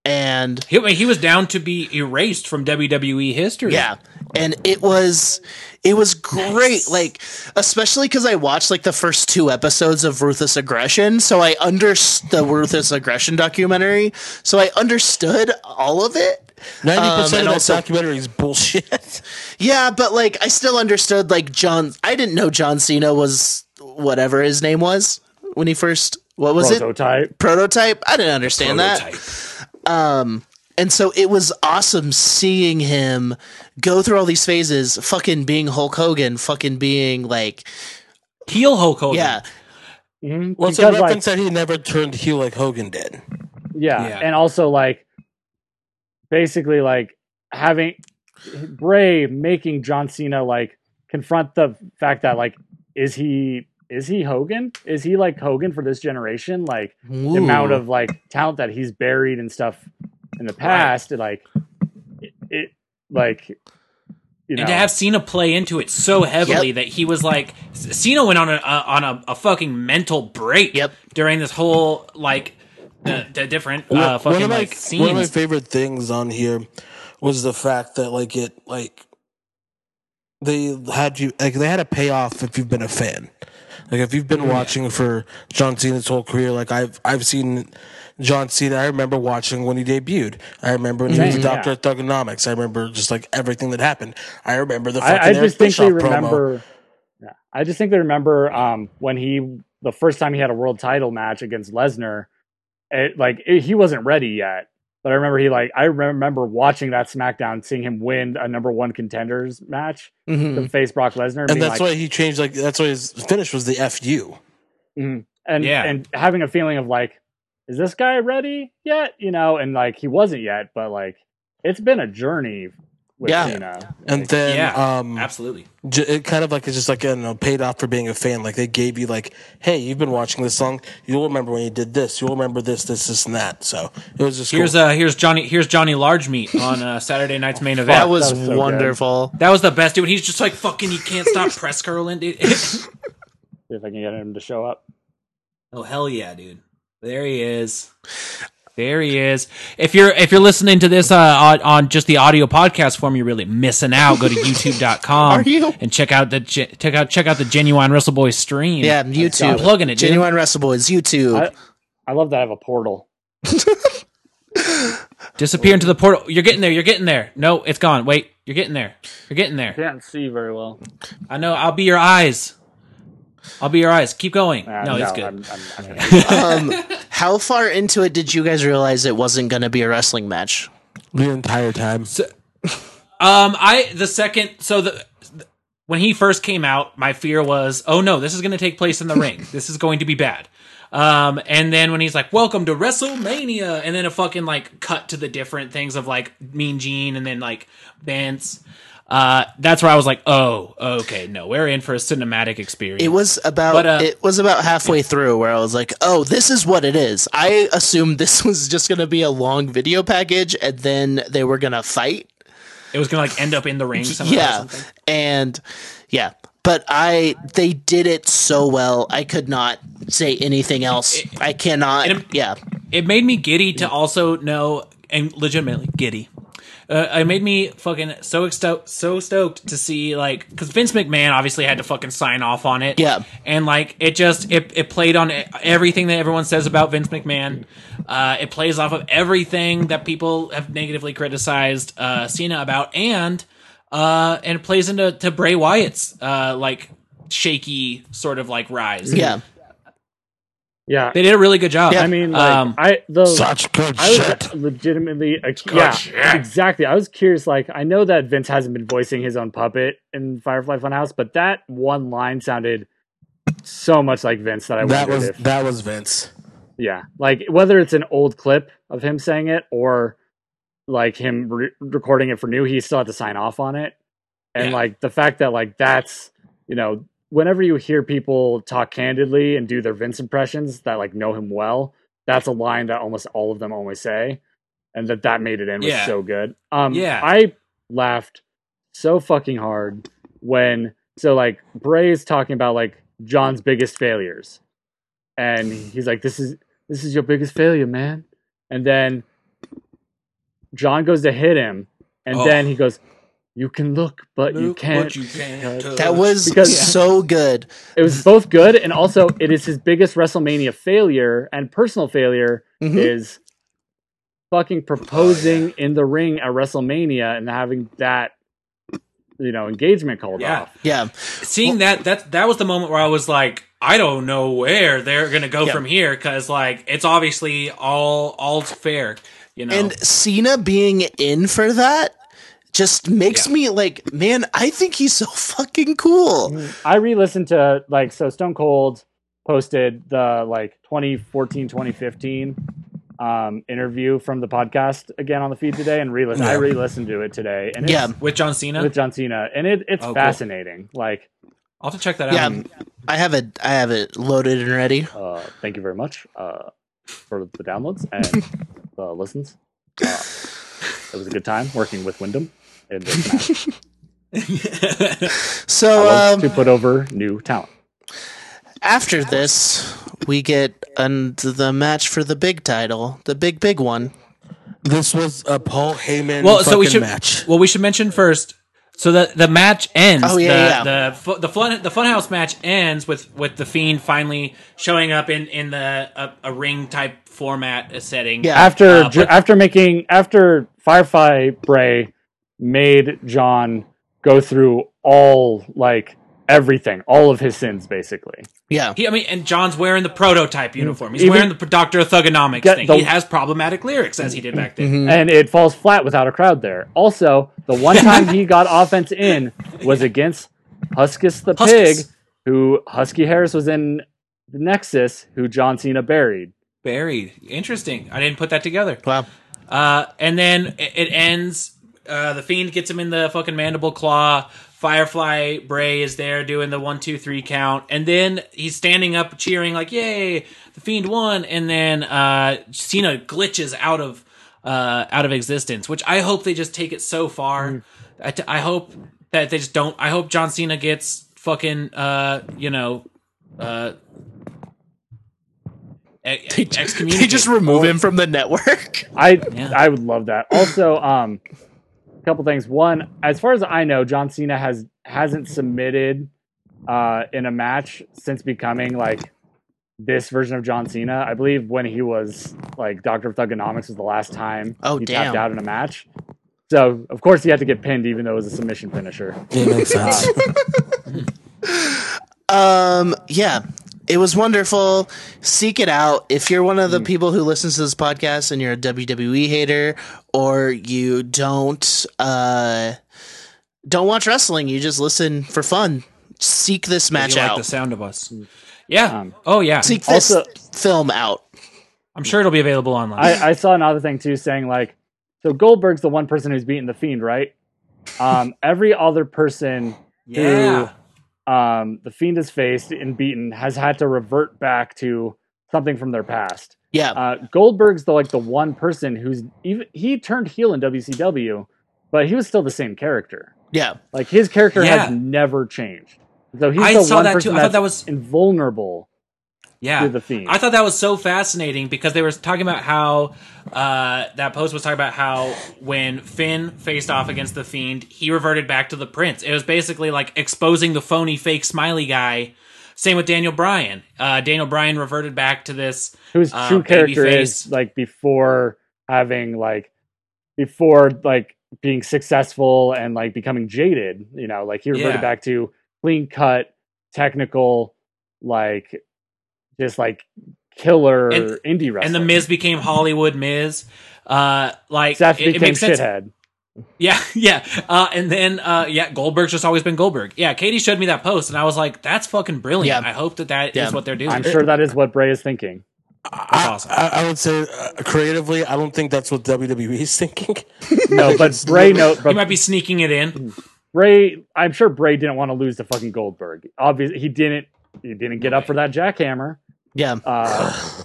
Speaker 2: And
Speaker 3: He, I mean, he was down to be erased from WWE history.
Speaker 2: yeah, and it was it was great. Like especially cuz I watched like the first two episodes of Ruthless Aggression, so I understood the Ruthless Aggression documentary, so I understood all of it.
Speaker 5: ninety percent
Speaker 2: and
Speaker 5: of that
Speaker 2: also-
Speaker 5: documentary is bullshit.
Speaker 2: Yeah, but like I still understood like John I didn't know John Cena was whatever his name was when he first what was it?
Speaker 6: prototype.
Speaker 2: Prototype? I didn't understand
Speaker 3: Prototype.
Speaker 2: that. Um and so it was awesome seeing him go through all these phases, fucking being Hulk Hogan, fucking being like
Speaker 3: Heel Hulk Hogan.
Speaker 2: yeah,
Speaker 6: Mhm,
Speaker 5: Well, it's a
Speaker 6: because, like,
Speaker 5: reference that he never turned heel like Hogan did.
Speaker 6: yeah.
Speaker 3: Yeah.
Speaker 6: and also like basically like having bray making john cena like confront the fact that like is he is he hogan is he like hogan for this generation like the amount
Speaker 2: Ooh.
Speaker 6: of like talent that he's buried and stuff in the past like it, it like you know
Speaker 3: and to have Cena play into it so heavily that he was like, Cena went on a, a on a, a fucking mental break
Speaker 2: Yep.
Speaker 3: during this whole like the, the different uh,
Speaker 5: one
Speaker 3: fucking
Speaker 5: of my
Speaker 3: like
Speaker 5: one of my
Speaker 3: scenes.
Speaker 5: favorite things on here was the fact that like it like they had you like they had a payoff if you've been a fan. Like if you've
Speaker 6: Mm-hmm.
Speaker 5: been watching for John Cena's whole career, like I've I've seen John Cena. I remember watching when he debuted. I remember when he was a
Speaker 6: Right,
Speaker 5: doctor
Speaker 6: Mm-hmm. yeah.
Speaker 5: at Thugonomics. I remember just like everything that happened. I remember the fucking
Speaker 6: I, I just
Speaker 5: Eric
Speaker 6: think they
Speaker 5: Bischoff promo.
Speaker 6: remember. Yeah, I just think they remember um, when he the first time he had a world title match against Lesnar. It, like it, he wasn't ready yet, But I remember he like I remember watching that SmackDown, seeing him win a number one contenders match
Speaker 2: Mhm.
Speaker 6: to face Brock Lesnar,
Speaker 5: Hmm. and
Speaker 6: being
Speaker 5: that's
Speaker 6: like,
Speaker 5: why he changed. Like that's why his finish was the fu.
Speaker 6: mhm. and
Speaker 3: Yeah.
Speaker 6: and having a feeling of like, is this guy ready yet? You know, and like he wasn't yet, but like it's been a journey. With
Speaker 2: Yeah.
Speaker 6: Cena.
Speaker 5: And
Speaker 6: Like,
Speaker 5: then
Speaker 3: Yeah,
Speaker 5: um,
Speaker 3: Absolutely.
Speaker 5: j- it kind of like it's just like I don't know, paid off for being a fan. Like they gave you like, hey, you've been watching this long. You'll remember when you did this. You'll remember this, this, this, and that. So it was just
Speaker 3: Here's
Speaker 5: cool.
Speaker 3: uh here's Johnny here's Johnny Large Meat on uh, Saturday night's main event.
Speaker 2: That was,
Speaker 6: That was so
Speaker 2: wonderful.
Speaker 3: That was the best, dude. He's just like fucking. He can't stop press curling. Dude.
Speaker 6: see if I can get him to show up.
Speaker 3: oh hell yeah, dude! There he is. There he is. If you're if you're listening to this uh, on, on just the audio podcast form, you're really missing out. Go to YouTube.com
Speaker 2: Are you?
Speaker 3: and check out the ge- check out check out the genuine Russell Boy stream.
Speaker 2: Yeah,
Speaker 3: I'm
Speaker 2: YouTube.
Speaker 3: plugging it, dude.
Speaker 2: Genuine Wrestle Boys, YouTube.
Speaker 6: I, I love that I have a portal.
Speaker 3: Disappear into the portal. You're getting there. You're getting there. No, it's gone. Wait, you're getting there. You're getting there.
Speaker 6: Can't see very well.
Speaker 3: I know. I'll be your eyes. I'll be your eyes. Keep going.
Speaker 6: Uh,
Speaker 3: no, it's good.
Speaker 6: I'm, I'm, I'm gonna-
Speaker 2: How far into it did you guys realize it wasn't going to be a wrestling match?
Speaker 5: the entire time.
Speaker 3: Um, I the second so the when he first came out, my fear was, oh no, this is going to take place in the ring. This is going to be bad. Um, and then when he's like, "Welcome to WrestleMania," and then a fucking like cut to the different things of like Mean Gene and then like Vince. Uh, that's where I was like, "Oh, okay, no, we're in for a cinematic experience."
Speaker 2: It was about
Speaker 3: But, uh,
Speaker 2: it was about halfway through where I was like, "Oh, this is what it is." I assumed this was just going to be a long video package and then they were going to fight.
Speaker 3: It was gonna like end up in the ring. Somehow or
Speaker 2: yeah.
Speaker 3: something.
Speaker 2: And yeah, but I they did it so well. I could not say anything else. I cannot.
Speaker 3: and it-
Speaker 2: yeah.
Speaker 3: it made me giddy to also know and legitimately giddy. Uh, it made me fucking so stoked, so stoked to see like because Vince McMahon obviously had to fucking sign off on it.
Speaker 2: Yeah.
Speaker 3: and like it just it it played on everything that everyone says about Vince McMahon. Uh, it plays off of everything that people have negatively criticized uh, Cena about, and uh, and it plays into to Bray Wyatt's uh, like shaky sort of like rise.
Speaker 2: Yeah.
Speaker 6: yeah,
Speaker 3: they did a really good job.
Speaker 6: I mean, like,
Speaker 3: Um,
Speaker 6: I the
Speaker 5: Such good
Speaker 6: I was
Speaker 5: shit.
Speaker 6: legitimately a, yeah, exactly. I was curious. Like, I know that Vince hasn't been voicing his own puppet in Firefly Funhouse, but that one line sounded so much like Vince that I
Speaker 5: That
Speaker 6: wondered
Speaker 5: was
Speaker 6: if,
Speaker 5: that was Vince.
Speaker 6: yeah, like whether it's an old clip of him saying it or like him re- recording it for new, he still had to sign off on it. And
Speaker 3: Yeah.
Speaker 6: like the fact that like that's you know whenever you hear people talk candidly and do their Vince impressions that like know him well, that's a line that almost all of them always say, and that that made it in was
Speaker 3: Yeah.
Speaker 6: so good. Um,
Speaker 3: Yeah.
Speaker 6: I laughed so fucking hard when so like Bray's talking about like John's biggest failures, and he's like, "This is this is your biggest failure, man." And then John goes to hit him, and
Speaker 1: Oh.
Speaker 6: then he goes, "You can look, but you can't."
Speaker 1: Uh,
Speaker 2: That was
Speaker 6: Because-
Speaker 2: so good.
Speaker 6: it was both good, and also it is his biggest WrestleMania failure and personal failure
Speaker 2: Mhm.
Speaker 6: is fucking proposing in the ring at WrestleMania and having that you know engagement called
Speaker 3: Yeah.
Speaker 6: off.
Speaker 2: Yeah.
Speaker 3: seeing that that that was the moment where I was like, I don't know where they're gonna go from here because like it's obviously all all's fair, you know.
Speaker 2: And Cena being in for that just makes
Speaker 3: Yeah.
Speaker 2: me like, man, I think he's so fucking cool.
Speaker 6: I re-listened to like so Stone Cold posted the like 2014 2015 um interview from the podcast again on the feed today and re-listened I
Speaker 5: Yeah.
Speaker 6: re-listened to it today and
Speaker 2: Yeah.
Speaker 6: it's
Speaker 3: with John Cena,
Speaker 6: with John Cena and it it's
Speaker 3: Oh, cool.
Speaker 6: fascinating like
Speaker 3: I'll have to check that out.
Speaker 2: Yeah. I have it I have it loaded and ready.
Speaker 6: uh thank you very much uh for the downloads and the listens uh, it was a good time working with Wyndham in this match
Speaker 2: So um,
Speaker 6: to put over new talent
Speaker 2: after this, we get un- the match for the big title, the big big one.
Speaker 5: This was a Paul Heyman
Speaker 3: Well,
Speaker 5: fucking
Speaker 3: so we should
Speaker 5: match.
Speaker 3: well we should mention first. So the the match ends.
Speaker 2: Oh, yeah,
Speaker 3: the, The fu- the fun the funhouse match ends with with the fiend finally showing up in in the a, a ring type format uh, setting.
Speaker 2: Yeah.
Speaker 6: after
Speaker 3: Uh,
Speaker 6: Ju-
Speaker 3: but-
Speaker 6: after making after Firefly Bray made John go through all like everything, all of his sins basically.
Speaker 2: Yeah.
Speaker 3: He, I mean, and John's wearing the
Speaker 2: Mm,
Speaker 3: prototype uniform. He's
Speaker 6: Even-
Speaker 3: wearing the Doctor of Thugonomics
Speaker 6: Get
Speaker 3: thing.
Speaker 6: the-
Speaker 3: he has problematic lyrics as he did back
Speaker 2: Mm-hmm.
Speaker 3: then.
Speaker 6: and it falls flat without a crowd there. Also, the one time he got offense in was against Huskus the pig,
Speaker 3: Huskus.
Speaker 6: who Husky Harris was in the Nexus, who John Cena buried.
Speaker 3: Buried. Interesting. I didn't put that together.
Speaker 2: Wow.
Speaker 3: Uh, and then it, it ends. Uh, the fiend gets him in the fucking mandible claw. Firefly Bray is there doing the one, two, three count, and then he's standing up cheering like, "Yay, the fiend won!" And then uh, Cena glitches out of uh, out of existence, which I hope they just take it so
Speaker 2: Mm.
Speaker 3: far. I, t- I hope that they just don't. I hope John Cena gets fucking uh, you know. Uh, e-, they,
Speaker 2: They just remove him from the network.
Speaker 6: I
Speaker 3: Yeah.
Speaker 6: I would love that. Also, um, a couple things. One, as far as I know, John Cena has hasn't submitted uh, in a match since becoming like this version of John Cena. I believe when he was like Doctor of Thugonomics was the last time
Speaker 2: Oh,
Speaker 6: he
Speaker 2: damn.
Speaker 6: tapped out in a match. So of course he had to get pinned, even though it was a submission finisher.
Speaker 5: It makes sense.
Speaker 2: Um, yeah, it was wonderful. Seek it out. If you're one of the people who listens to this podcast and you're a WWE hater or you don't uh don't watch wrestling, you just listen for fun. Seek this match
Speaker 3: you
Speaker 2: out.
Speaker 3: like the sound of us. Yeah.
Speaker 6: Um,
Speaker 3: oh yeah.
Speaker 2: Seek this
Speaker 6: Also-
Speaker 2: film out.
Speaker 3: I'm sure it'll be available online.
Speaker 6: I, I saw another thing too, saying like, so Goldberg's the one person who's beaten the Fiend, right? Um, every other person
Speaker 3: yeah.
Speaker 6: um, the Fiend has faced and beaten has had to revert back to something from their past.
Speaker 2: Yeah.
Speaker 6: Uh, Goldberg's the like the one person who's even he turned heel in WCW, but he was still the same character.
Speaker 2: yeah.
Speaker 6: Like his character has
Speaker 3: Yeah.
Speaker 6: never changed. So he's
Speaker 3: I
Speaker 6: the
Speaker 3: saw
Speaker 6: one
Speaker 3: that, too.
Speaker 6: person
Speaker 3: I thought
Speaker 6: that's
Speaker 3: that was-
Speaker 6: invulnerable.
Speaker 3: Yeah.
Speaker 6: to the Fiend.
Speaker 3: I thought that was so fascinating because they were talking about how uh, that post was talking about how when Finn faced off against the Fiend, he reverted back to the Prince. It was basically like exposing the phony, fake, smiley guy. Same with Daniel Bryan. Uh, Daniel Bryan reverted back to this.
Speaker 6: Whose
Speaker 3: uh,
Speaker 6: true character
Speaker 3: babyface.
Speaker 6: is like before having like before like being successful and like becoming jaded. You know, like he reverted
Speaker 3: Yeah.
Speaker 6: back to clean cut, technical, like just like killer
Speaker 3: And-
Speaker 6: indie wrestler.
Speaker 3: and the Miz became Hollywood Miz. Uh, like
Speaker 6: Seth
Speaker 3: it, it
Speaker 6: became
Speaker 3: makes sense.
Speaker 6: shithead.
Speaker 3: Yeah, yeah. Uh, and then, uh, yeah, Goldberg's just always been Goldberg. Yeah, Katie showed me that post, and I was like, that's fucking brilliant.
Speaker 2: Yeah.
Speaker 3: I hope that that is
Speaker 2: Yeah.
Speaker 3: what they're doing.
Speaker 6: I'm sure that is what Bray is thinking.
Speaker 5: I,
Speaker 3: awesome.
Speaker 5: I, I would say uh, creatively, I don't think that's what WWE is thinking.
Speaker 6: No, but Bray no,
Speaker 3: He
Speaker 6: but
Speaker 3: might be sneaking it in.
Speaker 6: Bray. I'm sure Bray didn't want to lose to fucking Goldberg. Obviously, he didn't. He didn't get up for that jackhammer.
Speaker 2: Yeah.
Speaker 6: uh,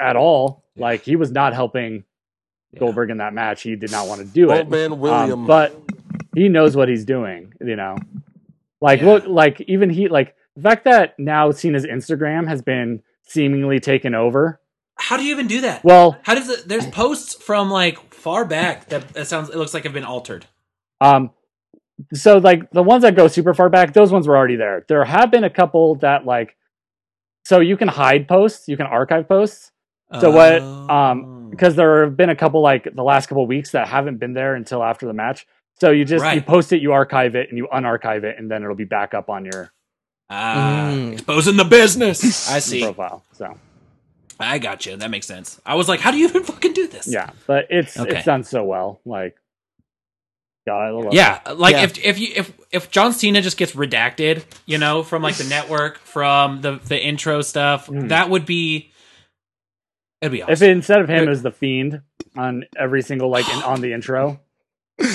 Speaker 6: at all. Like he was not helping Goldberg in that match. He did not want to do it.
Speaker 5: Old man William.
Speaker 6: Um, but he knows what he's doing. You know, like
Speaker 3: Yeah.
Speaker 6: look, like even he, like the fact that now Cena's Instagram has been seemingly taken over.
Speaker 3: How do you even do that?
Speaker 6: Well,
Speaker 3: How does it? There's posts from like far back that it sounds. It looks like have been altered.
Speaker 6: um, so like the ones that go super far back, those ones were already there. There have been a couple that like, so you can hide posts, you can archive posts. So what,
Speaker 3: Oh.
Speaker 6: um, because there have been a couple like the last couple weeks that haven't been there until after the match. So you just you
Speaker 3: Right.
Speaker 6: post it, you archive it, and you unarchive it, and then it'll be back up on your
Speaker 3: Ah,
Speaker 2: Mm.
Speaker 1: Exposing the business.
Speaker 3: I see.
Speaker 6: profile. So
Speaker 3: I got you. That makes sense. I was like, how do you even fucking do this?
Speaker 6: yeah, but it's
Speaker 3: Okay.
Speaker 6: it's done so well. Like, God, I love
Speaker 3: Yeah, like
Speaker 2: Yeah.
Speaker 3: if if you if if John Cena just gets redacted, you know, from like the network, from the the intro stuff, that would be it'd be awesome.
Speaker 6: Hmm. If instead of him it was the fiend on every single like in, on the intro,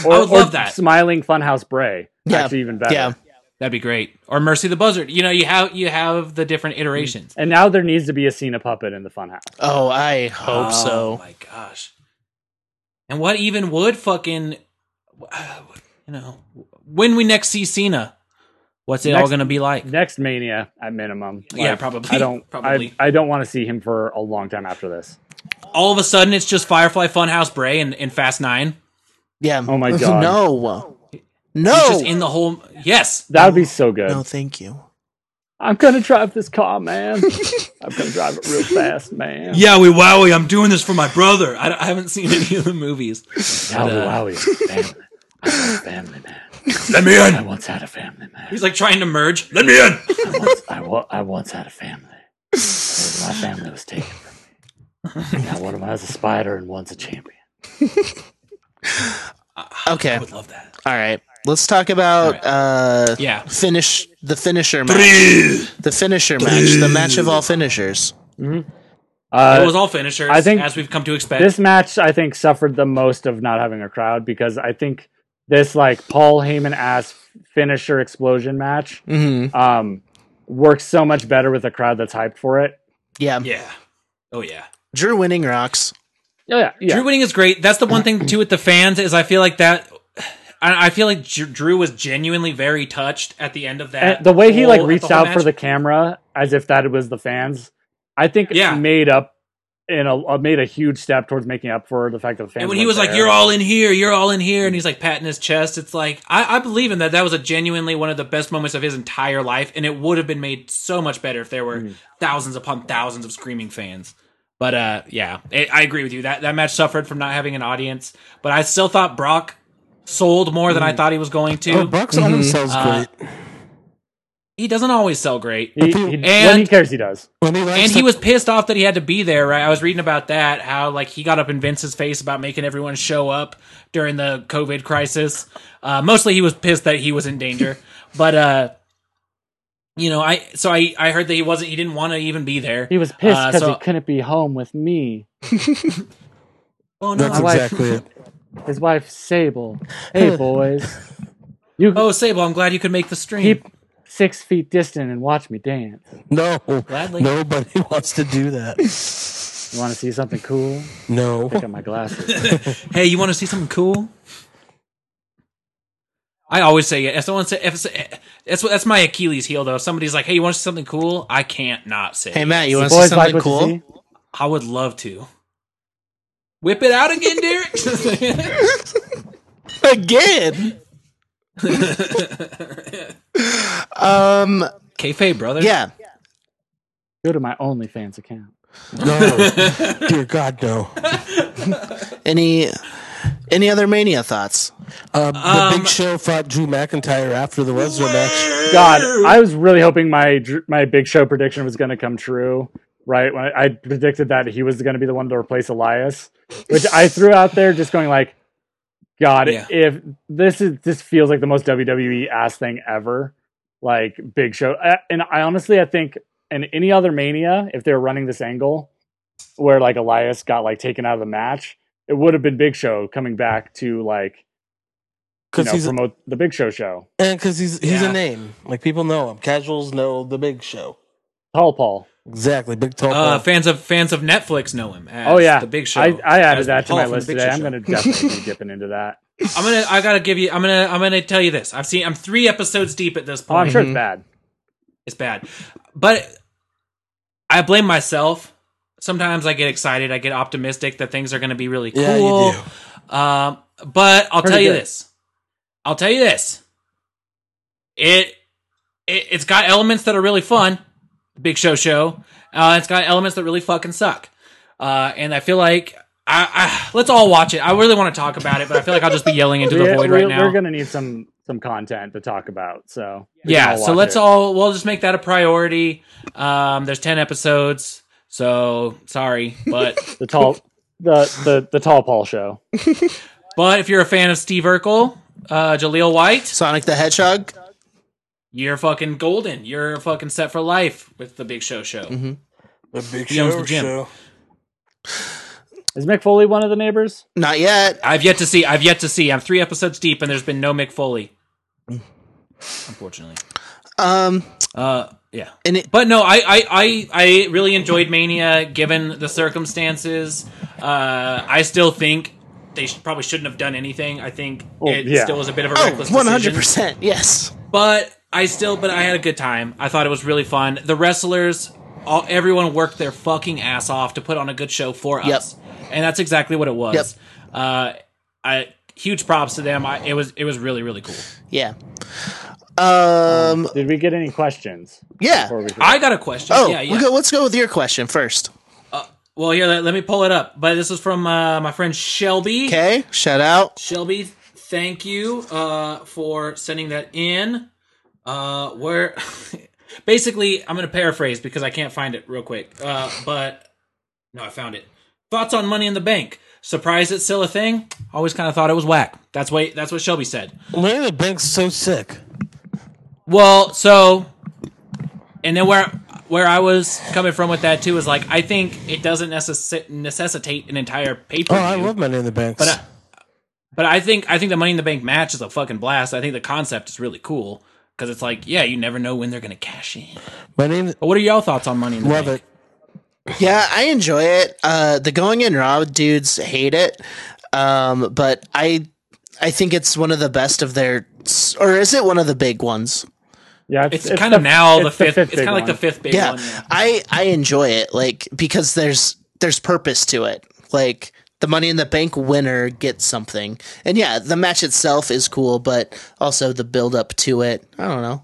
Speaker 6: or,
Speaker 3: I would love that.
Speaker 6: smiling funhouse Bray,
Speaker 2: Yeah.
Speaker 6: actually even better.
Speaker 2: Yeah.
Speaker 3: That'd be great. Or Mercy the Buzzard. You know, you have you have the different iterations.
Speaker 6: And now there needs to be a Cena puppet in the funhouse.
Speaker 2: Oh, I hope
Speaker 3: Oh
Speaker 2: so.
Speaker 3: my gosh. And what even would fucking you know, when we next see Cena, what's it all
Speaker 6: Next-
Speaker 3: going to be like?
Speaker 6: Next Mania at minimum.
Speaker 3: Yeah, probably.
Speaker 6: I don't.
Speaker 3: Probably.
Speaker 6: I, I don't want to see him for a long time after this.
Speaker 3: All of a sudden it's just Firefly Funhouse Bray and, and Fast 9.
Speaker 2: Yeah.
Speaker 6: Oh my God.
Speaker 2: No.
Speaker 3: He's
Speaker 2: No.
Speaker 3: just in the whole Yes.
Speaker 6: That would be so good.
Speaker 2: no, thank you.
Speaker 6: I'm gonna drive this car, man. I'm gonna drive it real fast, man.
Speaker 1: Yeah, we wowie. I'm doing this for my brother.
Speaker 3: Brother, I, I haven't seen any of the movies.
Speaker 4: Now
Speaker 3: uh,
Speaker 4: Wowie is a family. I'm a family man.
Speaker 1: Let me
Speaker 4: I
Speaker 1: in.
Speaker 4: once had a family man.
Speaker 3: He's like trying to merge.
Speaker 1: Let me in.
Speaker 4: I once, I wa- I once had a family. My family was taken from me. Now one of them has a spider and one's a champion.
Speaker 2: Okay.
Speaker 3: I would love that.
Speaker 2: All right. Let's talk about uh
Speaker 3: Yeah.
Speaker 2: finish the finisher match. The finisher match, the match of all finishers.
Speaker 3: it
Speaker 2: Oh,
Speaker 6: Uh,
Speaker 3: was all finishers,
Speaker 6: I think
Speaker 3: as we've come to expect.
Speaker 6: this match, I think, suffered the most of not having a crowd because I think this like Paul Heyman ass finisher explosion match
Speaker 3: Mm-hmm.
Speaker 2: Mhm.
Speaker 6: um, works so much better with a crowd that's hyped for it.
Speaker 2: Yeah.
Speaker 3: yeah. Oh yeah.
Speaker 2: Drew winning rocks.
Speaker 6: Oh yeah, yeah.
Speaker 3: Drew winning is great. That's the one thing too with the fans is I feel like that. I I feel like Dr- Drew was genuinely very touched at the end of that.
Speaker 6: And the way he like
Speaker 3: whole-
Speaker 6: reached
Speaker 3: whole
Speaker 6: out
Speaker 3: match.
Speaker 6: for the camera as if that was the fans, I think
Speaker 3: Yeah.
Speaker 6: made up in a uh, made a huge step towards making up for the fact that the fans.
Speaker 3: And when he
Speaker 6: weren't
Speaker 3: was like,
Speaker 6: there.
Speaker 3: "You're all in here, you're all in here," and he's like patting his chest, it's like I, I believe in that. That was a genuinely one of the best moments of his entire life, and it would have been made so much better if there were
Speaker 6: Mm-hmm.
Speaker 3: thousands upon thousands of screaming fans. But uh, yeah, I I agree with you. That that match suffered from not having an audience, but I still thought Brock sold more than I
Speaker 6: Mm.
Speaker 3: thought he was going to.
Speaker 5: Oh, Brock's on himself
Speaker 3: Uh,
Speaker 5: great.
Speaker 3: he doesn't always sell great.
Speaker 6: He, he, when he
Speaker 3: And-
Speaker 6: cares, he does.
Speaker 5: When he likes
Speaker 3: and
Speaker 5: to-
Speaker 3: he was pissed off that he had to be there right i was reading about that how like he got up in vince's face about making everyone show up during the covid crisis uh, mostly he was pissed that he was in danger but uh you know i so i i heard that he wasn't he didn't want to even be there
Speaker 6: He was pissed
Speaker 3: Uh,
Speaker 6: because
Speaker 3: so-
Speaker 6: he couldn't be home with me.
Speaker 3: oh no
Speaker 5: That's
Speaker 6: My wife-
Speaker 5: exactly it.
Speaker 6: His wife Sable. Hey boys, you
Speaker 3: oh sable i'm glad you could make the stream
Speaker 6: keep six feet distant and watch me dance.
Speaker 5: No,
Speaker 3: Gladly.
Speaker 5: nobody wants to do that.
Speaker 6: You want to see something cool?
Speaker 5: No,
Speaker 6: Pick up my glasses.
Speaker 3: hey you want to see something cool I always say it. If someone say, if it's- that's what that's my Achilles heel though. If somebody's like, "Hey, you want to see something cool?" I can't not say.
Speaker 2: Hey
Speaker 3: yes.
Speaker 2: Matt, you want to see
Speaker 6: boys like
Speaker 2: something
Speaker 6: what
Speaker 2: cool?
Speaker 6: you see.
Speaker 3: I would love to. Whip it out again, Derek.
Speaker 2: Again. um
Speaker 3: Kayfabe, brother.
Speaker 2: yeah.
Speaker 6: Go to my OnlyFans account.
Speaker 5: no, dear God, no.
Speaker 2: Any any other mania thoughts?
Speaker 5: Um, the
Speaker 3: Um,
Speaker 5: Big Show fought Drew McIntyre after the Lesnar match.
Speaker 6: God, I was really hoping my dr- my Big Show prediction was going to come true. Right when I, I predicted that he was going to be the one to replace Elias, which I threw out there, just going like, God,
Speaker 3: Yeah.
Speaker 6: if this is this feels like the most WWE ass thing ever, like Big Show, I, and I honestly I think in any other Mania, if they were running this angle where like Elias got like taken out of the match, it would have been Big Show coming back to like you
Speaker 5: 'Cause
Speaker 6: know
Speaker 5: he's a-
Speaker 6: promote the Big Show show.
Speaker 5: And because he's he's
Speaker 3: Yeah.
Speaker 5: a name, like people know him. Casuals know the Big Show.
Speaker 6: Paul Paul.
Speaker 5: Exactly, big tall.
Speaker 3: Uh,
Speaker 5: Uh,
Speaker 3: fans of fans of Netflix know him. As
Speaker 6: Oh yeah,
Speaker 3: the Big Show.
Speaker 6: I, I added
Speaker 3: as
Speaker 6: that to
Speaker 3: Paul
Speaker 6: my
Speaker 3: from
Speaker 6: list
Speaker 3: The Big
Speaker 6: today.
Speaker 3: Show
Speaker 6: I'm
Speaker 3: Show.
Speaker 6: going to definitely be dipping into that.
Speaker 3: I'm gonna. I gotta give you. I'm gonna. I'm gonna tell you this. I've seen. I'm three episodes deep at this
Speaker 6: Oh,
Speaker 3: point.
Speaker 6: I'm sure it's bad.
Speaker 3: It's bad, but I blame myself. Sometimes I get excited. I get optimistic that things are going to be really cool.
Speaker 5: Yeah, you
Speaker 3: Um, but I'll
Speaker 6: Pretty
Speaker 3: tell you
Speaker 6: good.
Speaker 3: this. I'll tell you this. It, it it's got elements that are really fun. Big Show show. Uh, it's got elements that really fucking suck. Uh, and I feel like I, I let's all watch it. I really want to talk about it, but I feel like I'll just be yelling into the
Speaker 6: Yeah,
Speaker 3: void
Speaker 6: we're,
Speaker 3: right now.
Speaker 6: going to need some some content to talk about. So we can
Speaker 3: yeah,
Speaker 6: all
Speaker 3: so
Speaker 6: watch
Speaker 3: let's
Speaker 6: it.
Speaker 3: all we'll just make that a priority. Um, there's ten episodes, so sorry, but
Speaker 6: the tall the the the tall Paul show.
Speaker 3: but if you're a fan of Steve Urkel, uh, Jaleel White,
Speaker 2: Sonic the Hedgehog?
Speaker 3: you're fucking golden. You're fucking set for life with the Big Show show.
Speaker 5: the Big
Speaker 3: he owns
Speaker 5: Show
Speaker 3: the gym.
Speaker 5: show.
Speaker 6: Is Mick Foley one of the neighbors?
Speaker 2: Not yet.
Speaker 3: I've yet to see. I've yet to see. I'm three episodes deep, and there's been no Mick Foley. Unfortunately,
Speaker 2: Um
Speaker 3: uh, yeah.
Speaker 2: and it,
Speaker 3: But no, I, I, I, I really enjoyed Mania given the circumstances. Uh, I still think they sh- probably shouldn't have done anything. I think
Speaker 6: Well,
Speaker 3: it
Speaker 6: yeah.
Speaker 3: still was a bit of a
Speaker 2: oh,
Speaker 3: reckless decision.
Speaker 2: 100%. Yes.
Speaker 3: But I still, but I had a good time. I thought it was really fun. The wrestlers, all, everyone worked their fucking ass off to put on a good show for
Speaker 2: Yep.
Speaker 3: us, and that's exactly what it was. Uh, I huge props to them. I, it was it was really really cool.
Speaker 2: Yeah. Um
Speaker 6: Did we get any questions?
Speaker 2: yeah.
Speaker 6: Before we forget?
Speaker 3: I got a question.
Speaker 2: Oh,
Speaker 3: yeah, yeah.
Speaker 2: we go, let's go with your question first.
Speaker 3: Well, here, let, let me pull it up. But this is from uh, my friend Shelby.
Speaker 2: Okay? Shout out.
Speaker 3: Shelby, thank you uh, for sending that in. Uh, where basically, I'm going to paraphrase because I can't find it real quick. Uh, but no, I found it. Thoughts on Money in the Bank? Surprised it's still a thing? Always kind of thought it was whack. That's why. That's what Shelby said.
Speaker 5: Larry the Bank's so sick.
Speaker 3: Well, so and then where where I was coming from with that too is like I think it doesn't necessi- necessitate an entire paper.
Speaker 5: Oh, I love Money in the Banks.
Speaker 3: But uh, I, but I think I think the Money in the Bank match is a fucking blast. I think the concept is really cool because it's like, yeah, you never know when they're gonna cash in.
Speaker 5: Money in the,
Speaker 3: But what are y'all thoughts on Money in the
Speaker 5: love
Speaker 3: Bank?
Speaker 5: it.
Speaker 2: Yeah, I enjoy it. Uh, the going in raw dudes hate it, um, but I I think it's one of the best of their, or is it one of the big ones?
Speaker 6: Yeah,
Speaker 3: It's, kind of
Speaker 6: the-
Speaker 3: now the fifth. it's
Speaker 6: big
Speaker 3: kind of like the
Speaker 6: one.
Speaker 3: fifth big
Speaker 2: yeah,
Speaker 3: one. yeah.
Speaker 2: I I enjoy it like because there's there's purpose to it. Like the Money in the Bank winner gets something, and yeah, the match itself is cool, but also the build up to it. I don't know.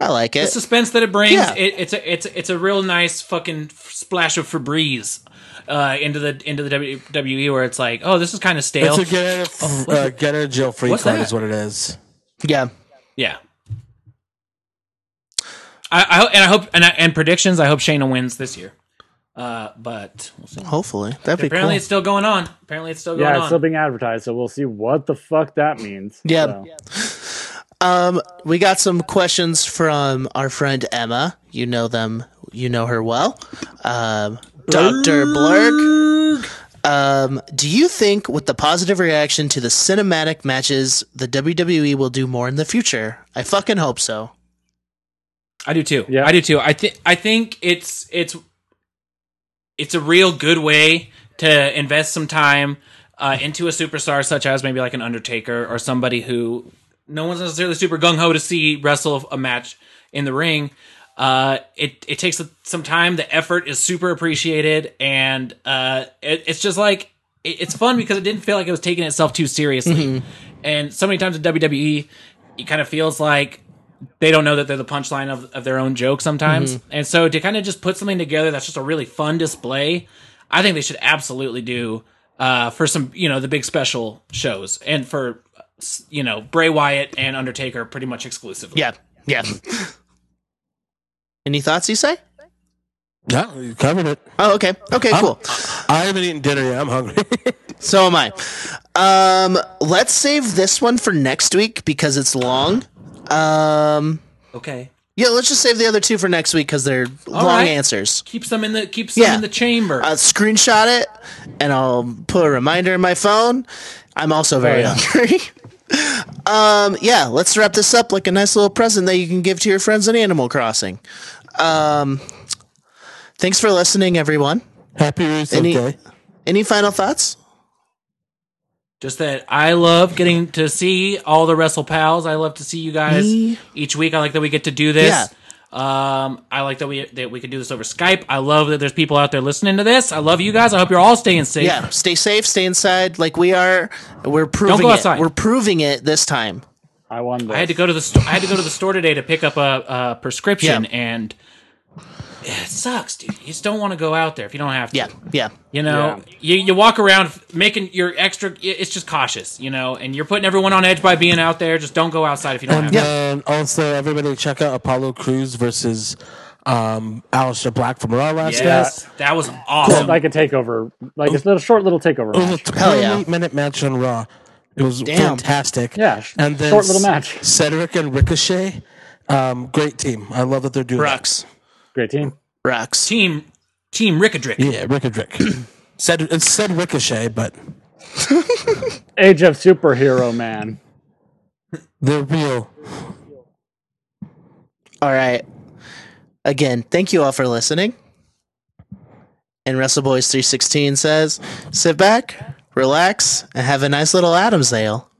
Speaker 2: I like
Speaker 3: The
Speaker 2: it.
Speaker 3: suspense that it brings.
Speaker 2: Yeah.
Speaker 3: It, it's a it's it's a real nice fucking f- splash of Febreze uh, into the into the WWE where it's like, oh, this is kind of stale.
Speaker 5: It's a get out of, uh, get out of jail free
Speaker 3: Oh, what's
Speaker 5: card
Speaker 3: that?
Speaker 5: is what it is.
Speaker 2: yeah,
Speaker 3: Yeah. I, I hope, and I hope, and, I, and predictions. I hope Shayna wins this year. Uh, but we'll see.
Speaker 2: hopefully that'd be
Speaker 3: apparently
Speaker 2: cool.
Speaker 3: it's still going on. Apparently it's still going
Speaker 6: Yeah, it's
Speaker 3: on.
Speaker 6: still being advertised, so we'll see what the fuck that means.
Speaker 2: Yeah.
Speaker 6: So,
Speaker 2: Um, we got some questions from our friend Emma. You know them. You know her well. Um, Doctor Blurg. Um, do you think, with the positive reaction to the cinematic matches, the WWE will do more in the future? I fucking hope so.
Speaker 3: I do too.
Speaker 6: Yeah.
Speaker 3: I do too. I think I think it's it's it's a real good way to invest some time uh, into a superstar such as maybe like an Undertaker or somebody who no one's necessarily super gung ho to see wrestle a match in the ring. Uh, it it takes some time. The effort is super appreciated, and uh, it, it's just like it, it's fun because it didn't feel like it was taking itself too seriously.
Speaker 6: Mm-hmm.
Speaker 3: And so many times in WWE, it kind of feels like they don't know that they're the punchline of, of their own joke sometimes.
Speaker 2: Mm-hmm.
Speaker 3: And so to kind of just put something together that's just a really fun display, I think they should absolutely do uh, for some, you know, the big special shows and for, s- you know, Bray Wyatt and Undertaker pretty much exclusively.
Speaker 2: Yeah, yeah. Any thoughts? You say?
Speaker 5: Yeah, you covered it.
Speaker 2: Oh, okay, okay,
Speaker 5: I'm-
Speaker 2: cool.
Speaker 5: I haven't eaten dinner yet. I'm hungry.
Speaker 2: So am I. Um, let's save this one for next week because it's long. Um,
Speaker 3: Okay.
Speaker 2: yeah, let's just save the other two for next week because they're long
Speaker 3: right.
Speaker 2: answers.
Speaker 3: Keeps them in the keeps them
Speaker 2: Yeah.
Speaker 3: in the chamber.
Speaker 2: I'll screenshot it and I'll put a reminder in my phone. I'm also very
Speaker 6: yeah.
Speaker 2: hungry. um, yeah, let's wrap this up like a nice little present that you can give to your friends in Animal Crossing. Um, thanks for listening, everyone.
Speaker 5: Happy Ruth
Speaker 2: Any-
Speaker 5: Day.
Speaker 2: Any final thoughts?
Speaker 3: Just that I love getting to see all the Wrestle Pals. I love to see you guys
Speaker 2: Me.
Speaker 3: each week. I like that we get to do this. Um, I like that we that we can do this over Skype. I love that there's people out there listening to this. I love you guys. I hope you're all staying safe.
Speaker 2: Yeah, stay safe, stay inside, like we are. We're proving
Speaker 3: go
Speaker 2: it.
Speaker 3: outside.
Speaker 2: We're proving it this time.
Speaker 6: I won this.
Speaker 3: I had to go to the sto- I had to go to the store today to pick up a, a prescription,
Speaker 2: Yeah.
Speaker 3: and it sucks, dude. You just don't want to go out there if you don't have to.
Speaker 2: Yeah, yeah,
Speaker 3: You know, you, you walk around making your extra. It's just cautious, you know, and you're putting everyone on edge by being out there. Just don't go outside if you don't have
Speaker 5: And
Speaker 3: to.
Speaker 5: then also, everybody check out Apollo Cruz versus um, Alistair Black from Raw last night.
Speaker 3: Yes, that was awesome.
Speaker 6: like a takeover, like a little short little takeover.
Speaker 5: It was
Speaker 6: Match.
Speaker 5: a
Speaker 2: Hell yeah.
Speaker 5: 28 minute match on Raw. It was
Speaker 2: Damn.
Speaker 5: fantastic.
Speaker 6: Yeah, sh-
Speaker 5: and then
Speaker 6: short little
Speaker 5: C-
Speaker 6: match.
Speaker 5: Cedric and Ricochet, um, great team. I love that they're doing
Speaker 2: rocks,
Speaker 6: Great team.
Speaker 2: rocks.
Speaker 3: team Team Rickadrick.
Speaker 5: that. Yeah, Rickadrick. said it said Ricochet, but
Speaker 6: Age of Superhero Man.
Speaker 5: they're real.
Speaker 2: All right. Again, thank you all for listening. And WrestleBoys316 says, sit back, relax, and have a nice little Adam's ale.